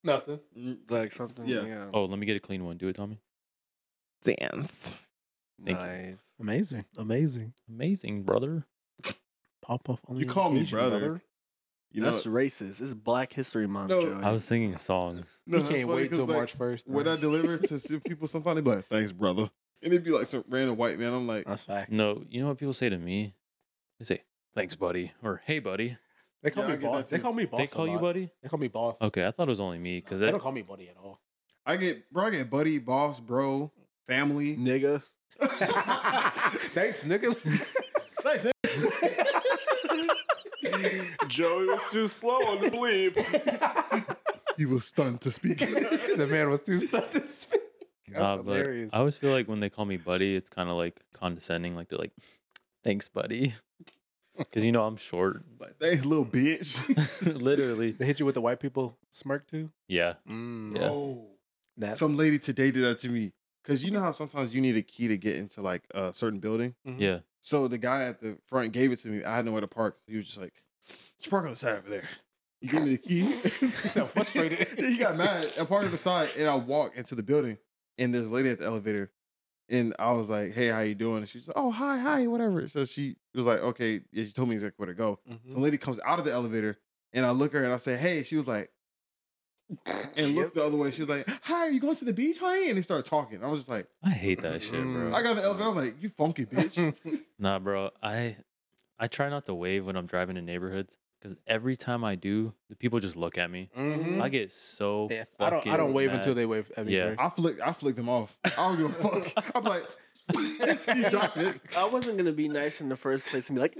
Speaker 4: Nothing.
Speaker 5: Like something.
Speaker 3: Yeah.
Speaker 5: Yeah.
Speaker 2: Oh, let me get a clean one. Do it, Tommy.
Speaker 3: Dance.
Speaker 2: thank you.
Speaker 5: nice.
Speaker 4: Amazing. Amazing.
Speaker 2: Amazing, brother.
Speaker 4: Pop up only.
Speaker 3: You call me brother. You know,
Speaker 5: That's racist. It's Black History Month,
Speaker 3: No.
Speaker 5: Joey.
Speaker 2: I was singing a song.
Speaker 3: no,
Speaker 4: you
Speaker 3: that's
Speaker 4: can't
Speaker 3: funny
Speaker 4: wait
Speaker 3: 'cause,
Speaker 4: till
Speaker 3: like,
Speaker 4: March first.
Speaker 3: When I deliver to some people, sometimes they be like, "Thanks, brother," and it'd be like some random white man. I'm like,
Speaker 4: That's fact.
Speaker 2: No, you know what people say to me? They say, thanks, buddy, or hey, buddy.
Speaker 4: They call
Speaker 3: Yeah, I
Speaker 4: me
Speaker 3: get
Speaker 4: boss.
Speaker 3: that
Speaker 4: They
Speaker 3: too.
Speaker 4: call me boss. Oh,
Speaker 2: they call you
Speaker 4: buddy.
Speaker 2: buddy.
Speaker 4: They call me boss.
Speaker 2: Okay, I thought it was only me because
Speaker 4: they don't call me buddy at all.
Speaker 3: I get bro, I get buddy, boss, bro, family.
Speaker 5: Nigga.
Speaker 4: Thanks, nigga.
Speaker 5: Joey was too slow on the bleep.
Speaker 3: He was stunned to speak.
Speaker 4: the man was too stunned to speak.
Speaker 2: Nah, but I always feel like when they call me buddy, it's kind of like condescending. Like they're like, "Thanks, buddy," because you know I'm short,
Speaker 3: like, thanks, little bitch.
Speaker 2: literally.
Speaker 4: They hit you with the white people smirk too.
Speaker 2: Yeah,
Speaker 4: Mm,
Speaker 2: Yeah.
Speaker 3: Oh.
Speaker 4: That-
Speaker 3: Some lady today did that to me. Cause you know how sometimes you need a key to get into like a certain building.
Speaker 4: Mhm.
Speaker 2: yeah.
Speaker 3: So the guy at the front gave it to me. I had nowhere to park. He was just like, "Just park on the side over there." You give me the key.
Speaker 4: so frustrated.
Speaker 3: he got mad. I parked on the side, and I walked into the building. And there's a lady at the elevator, and I was like, "Hey, how you doing?" And she's like, "Oh, hi, hi, whatever." So she was like, "Okay." Yeah, she told me exactly where to go. So the lady comes out of the elevator, and I look at her and I say, "Hey." She was like, and looked the other way. She was like, "Hi, are you going to the beach, honey?" And they started talking. I was just like,
Speaker 2: I hate that shit,
Speaker 4: Mm.
Speaker 2: bro.
Speaker 3: "I got in the elevator." I'm like, "You funky bitch."
Speaker 2: Nah, bro. I I try not to wave when I'm driving in neighborhoods because every time I do, the people just look at me.
Speaker 4: Mhm.
Speaker 2: I get so
Speaker 4: Yeah, I don't.
Speaker 2: fucking.
Speaker 4: I don't wave
Speaker 2: mad.
Speaker 4: until they wave. at me
Speaker 2: Yeah.
Speaker 4: first.
Speaker 3: I flick, I flick them off. I don't give a fuck. I'm like, you drop it.
Speaker 1: I wasn't gonna be nice in the first place and be like,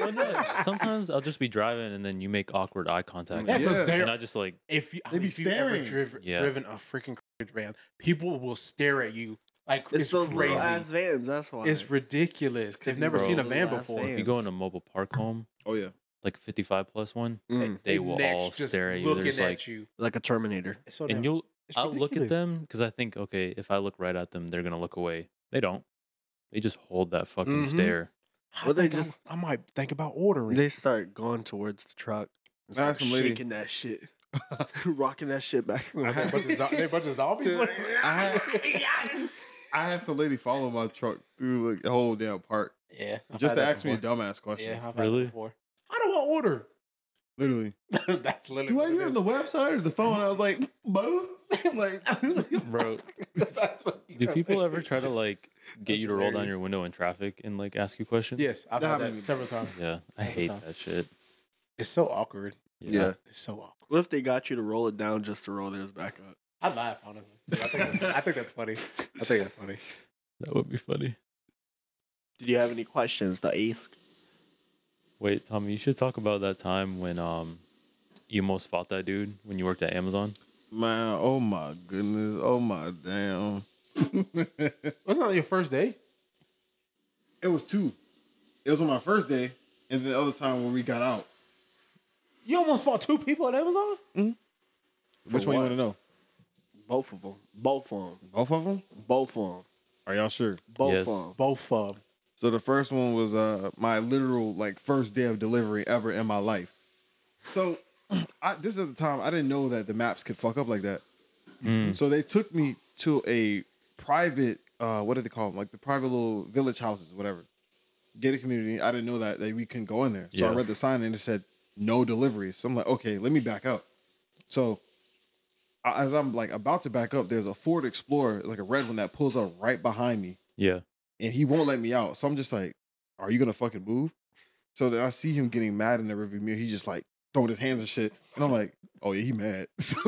Speaker 2: Well, no, Sometimes I'll just be driving and then you make awkward eye contact,
Speaker 4: Yeah, 'cause
Speaker 3: Yeah.
Speaker 4: they're-
Speaker 2: and I just like,
Speaker 4: if you,
Speaker 3: They be
Speaker 4: if you've ever
Speaker 3: staring.
Speaker 4: driv-
Speaker 2: Yeah.
Speaker 4: driven a freaking garbage van, people will stare at you like
Speaker 1: it's,
Speaker 4: it's,
Speaker 1: those
Speaker 4: crazy.
Speaker 1: little ass vans. That's why.
Speaker 4: It's ridiculous.
Speaker 1: 'cause
Speaker 4: They've
Speaker 1: you
Speaker 4: never
Speaker 2: roll
Speaker 4: seen a
Speaker 1: the
Speaker 4: van
Speaker 1: last
Speaker 4: before.
Speaker 1: van.
Speaker 2: if you go in a mobile park home,
Speaker 3: Oh yeah.
Speaker 2: like 55 plus one,
Speaker 5: Mm.
Speaker 2: they
Speaker 4: Their
Speaker 2: will
Speaker 4: necks
Speaker 2: all
Speaker 4: just
Speaker 2: stare at you.
Speaker 4: looking
Speaker 2: There's
Speaker 4: at
Speaker 2: like,
Speaker 4: you.
Speaker 5: Like a Terminator.
Speaker 4: It's so
Speaker 2: and
Speaker 4: damn-
Speaker 2: you'll
Speaker 4: it's
Speaker 2: I'll look at
Speaker 4: ridiculous.
Speaker 2: them because I think, okay, if I look right at them, they're gonna look away. They don't. They just hold that fucking
Speaker 4: Mhm.
Speaker 2: stare.
Speaker 4: I
Speaker 1: Well, they
Speaker 4: think I-
Speaker 1: just-
Speaker 4: I might think about ordering.
Speaker 1: They start going towards the truck. and
Speaker 3: I
Speaker 1: start
Speaker 3: had some lady-
Speaker 1: shaking that shit, rocking that shit back.
Speaker 4: Are they a bunch of zo- they a bunch of zombies.
Speaker 3: I had some lady follow my truck through the whole damn park
Speaker 4: yeah. I've
Speaker 3: just
Speaker 4: had
Speaker 3: to
Speaker 4: that
Speaker 3: ask me a
Speaker 4: before.
Speaker 3: dumbass question.
Speaker 4: Yeah, I've
Speaker 2: Really?
Speaker 4: really? before. I don't want order.
Speaker 3: Literally.
Speaker 4: That's literally.
Speaker 3: Do I
Speaker 4: what
Speaker 3: do
Speaker 4: it
Speaker 3: it
Speaker 4: is.
Speaker 3: on the website or the phone? I was like, both. like,
Speaker 2: Bro,
Speaker 4: That's what you
Speaker 2: do
Speaker 4: know.
Speaker 2: people ever try to like get
Speaker 4: That's
Speaker 2: you to roll down
Speaker 4: hilarious.
Speaker 2: your window in traffic and like ask you questions?
Speaker 4: Yes, I've
Speaker 3: That
Speaker 4: had
Speaker 3: happened
Speaker 4: that
Speaker 3: to me.
Speaker 4: several times.
Speaker 2: Yeah. I
Speaker 4: All the
Speaker 2: hate
Speaker 4: time.
Speaker 2: that shit.
Speaker 4: It's so awkward.
Speaker 3: yeah.
Speaker 4: It's so awkward.
Speaker 1: What if they got you to roll it down just to roll theirs back up?
Speaker 4: I laugh honestly. I think that's, I think that's funny. I think that's funny.
Speaker 2: That would be funny.
Speaker 1: Did you have any questions to ask?
Speaker 2: Wait, Tommy, you should talk about that time when um you almost fought that dude when you worked at Amazon.
Speaker 3: Man, oh my goodness. Oh my damn. it
Speaker 4: Wasn't that your first day?
Speaker 3: was two. It was on my first day, and the other time when we got out.
Speaker 4: You almost fought two people at Amazon.
Speaker 3: Which one you want to know?
Speaker 1: Both of them. Both of them.
Speaker 3: Both of them?
Speaker 1: Both of them.
Speaker 3: Are y'all sure?
Speaker 1: Both
Speaker 2: Yes.
Speaker 1: of them.
Speaker 4: Both of them.
Speaker 3: So the first one was uh my literal like first day of delivery ever in my life. So I, this is at the time I didn't know that the maps could fuck up like that. So they took me to a private uh what do they call them? Like the private little village houses, whatever. Gated community. I didn't know that that we couldn't go in there. So I
Speaker 2: Yeah.
Speaker 3: read the sign and it said no deliveries. So I'm like, okay, let me back up. So I- as I'm like about to back up, there's a Ford Explorer, like a red one that pulls up right behind me
Speaker 2: Yeah.
Speaker 3: and he won't let me out. So I'm just like, are you gonna fucking move? So then I see him getting mad in the rearview mirror. He's just like throwing his hands and shit, and I'm like, oh yeah, he mad. So,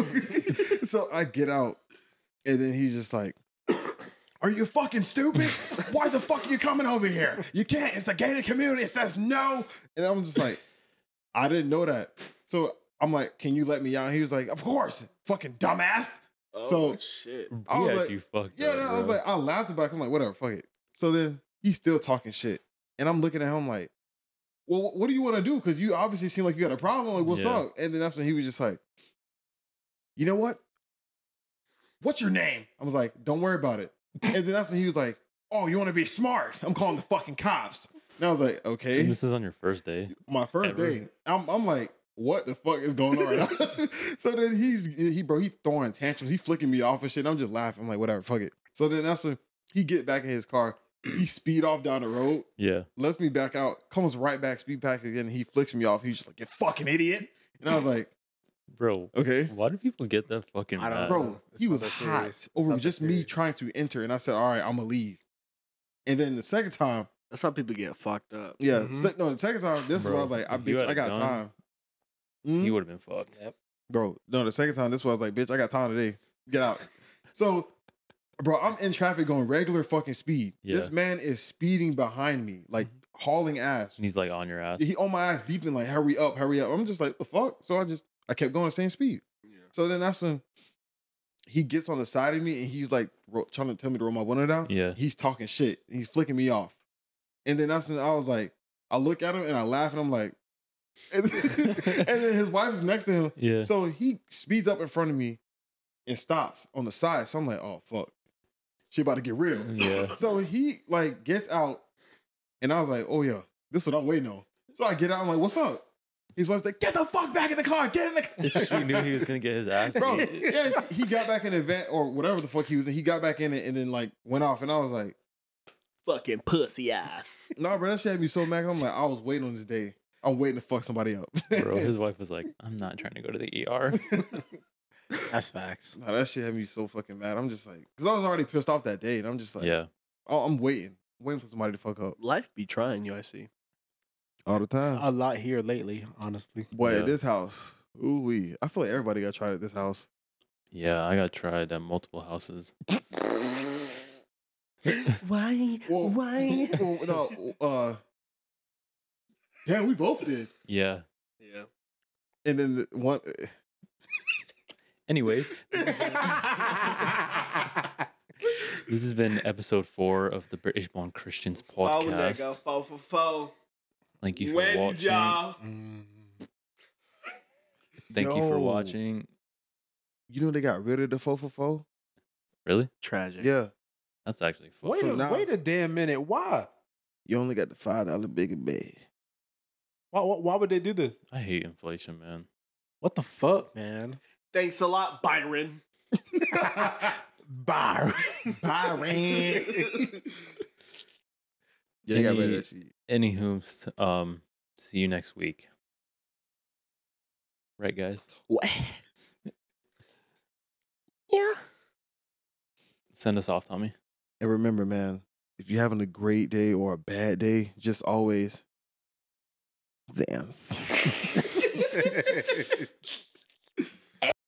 Speaker 3: so I get out, and then he's just like, are you fucking stupid? Why the fuck are you coming over here? You can't. It's a gated community. It says no. And I'm just like, I didn't know that. So I'm like, can you let me out? He was like, of course, fucking dumbass.
Speaker 5: Oh.
Speaker 3: so
Speaker 1: Oh, shit.
Speaker 2: We
Speaker 3: I was
Speaker 2: had
Speaker 3: like-
Speaker 2: you fucked
Speaker 3: yeah,
Speaker 2: up,
Speaker 3: no, I was
Speaker 2: bro.
Speaker 3: like, I laughed about it. I'm like, whatever, fuck it. So then he's still talking shit. And I'm looking at him like, well, wh- what do you want to do? Because you obviously seem like you got a problem. Like, what's
Speaker 2: Yeah.
Speaker 3: up? And then that's when he was just like, you know what? What's your name? I was like, don't worry about it. And then that's when he was like, oh, you want to be smart? I'm calling the fucking cops. And I was like, okay
Speaker 2: And this is on your first day.
Speaker 3: my first
Speaker 2: Ever.
Speaker 3: day, I'm, I'm like, what the fuck is going on? so then he's he bro, he's throwing tantrums, he flicking me off and shit. And I'm just laughing. I'm like, whatever, fuck it. So then that's when he get back in his car, he speed off down the road,
Speaker 2: Yeah.
Speaker 3: lets me back out, comes right back, speed back again. He flicks me off. He's just like, you fucking idiot. And I was like,
Speaker 2: Bro,
Speaker 3: okay.
Speaker 2: why do people get that fucking
Speaker 4: I don't
Speaker 2: mad?
Speaker 3: Bro,
Speaker 4: it's
Speaker 3: he
Speaker 4: not
Speaker 3: was
Speaker 4: that
Speaker 3: hot
Speaker 4: serious. It's
Speaker 3: over
Speaker 4: not that
Speaker 3: just me
Speaker 4: serious.
Speaker 3: trying to enter. And I said, all right, I'm gonna leave. And then the second time,
Speaker 1: That's how people get fucked up.
Speaker 3: Yeah.
Speaker 4: Mhm.
Speaker 3: se- no, the second time, this is why I was
Speaker 2: Bro,
Speaker 3: like, I
Speaker 2: if you
Speaker 3: bitch,
Speaker 2: had
Speaker 3: I
Speaker 2: a
Speaker 3: got
Speaker 2: gun-
Speaker 3: time. Mhm.
Speaker 2: You would have been fucked.
Speaker 4: Yep.
Speaker 3: Bro, no, the second time, this was like, bitch, I got time today. Get out. So, bro, I'm in traffic going regular fucking speed. This
Speaker 2: Yeah.
Speaker 3: man is speeding behind me, like hauling ass.
Speaker 2: And he's like on your ass.
Speaker 3: He on my ass beeping, like, hurry up, hurry up. I'm just like, the fuck? So I just, I kept going the same speed. So then that's when he gets on the side of me and he's like ro- trying to tell me to roll my window down.
Speaker 2: Yeah.
Speaker 3: He's talking shit. He's flicking me off. And then that's when I was like, I look at him and I laugh and I'm like, and then his wife is next to him.
Speaker 2: Yeah.
Speaker 3: So he speeds up in front of me and stops on the side. So I'm like, oh fuck. She about to get real.
Speaker 2: Yeah.
Speaker 3: So he like gets out and I was like, oh yeah, this what I'm waiting on. So I get out, I'm like, what's up? His wife's like, get the fuck back in the car, get in the car.
Speaker 2: she knew he was gonna get his ass
Speaker 3: Bro,
Speaker 2: beat.
Speaker 3: yes, he got back in the van or whatever the fuck he was in. He got back in it and then like went off. And I was like,
Speaker 1: Fucking pussy ass.
Speaker 3: nah, bro, that shit had me so mad. I'm like, I was waiting on this day. I'm waiting to fuck somebody up.
Speaker 2: Bro, his wife was like, "I'm not trying to go to the ER."
Speaker 4: That's facts.
Speaker 3: nah, that shit had me so fucking mad. I'm just like, because I was already pissed off that day. And I'm just like,
Speaker 2: yeah.
Speaker 3: oh, I'm waiting. Waiting for somebody to fuck up.
Speaker 1: Life be trying you, I see.
Speaker 3: All the time.
Speaker 4: A lot here lately, honestly.
Speaker 3: Boy,
Speaker 2: Yeah.
Speaker 3: at this house, ooh wee. I feel like everybody got tried at this house.
Speaker 2: Yeah, I got tried at multiple houses.
Speaker 1: Why?
Speaker 3: Well-
Speaker 1: Why?
Speaker 3: well, no, uh, damn, we both did.
Speaker 2: Yeah.
Speaker 5: Yeah.
Speaker 3: And then the one,
Speaker 2: Anyways, this has been episode four of the British Born Christians podcast.
Speaker 5: four for four.
Speaker 2: Thank you for watching.
Speaker 4: Mm.
Speaker 2: Thank you for
Speaker 3: Yo.
Speaker 2: watching.
Speaker 3: you know, they got rid of the fo fo fo.
Speaker 2: Really?
Speaker 1: Tragic.
Speaker 3: Yeah,
Speaker 2: That's actually fun.
Speaker 4: Wait
Speaker 3: So
Speaker 4: a
Speaker 3: now-
Speaker 4: wait a damn minute. Why?
Speaker 3: you only got the five dollar bigger bed.
Speaker 4: why? Why why would they do this?
Speaker 2: I hate inflation, man.
Speaker 4: What the fuck, man?
Speaker 1: Thanks a lot, Byron.
Speaker 4: Byron. Byron.
Speaker 3: Yeah, they got rid
Speaker 2: Any-
Speaker 3: of that shit.
Speaker 2: Anywho, um, see you next week. Right, guys?
Speaker 1: Yeah.
Speaker 2: Send us off, Tommy.
Speaker 3: And remember, man, if you're having a great day or a bad day, just always dance.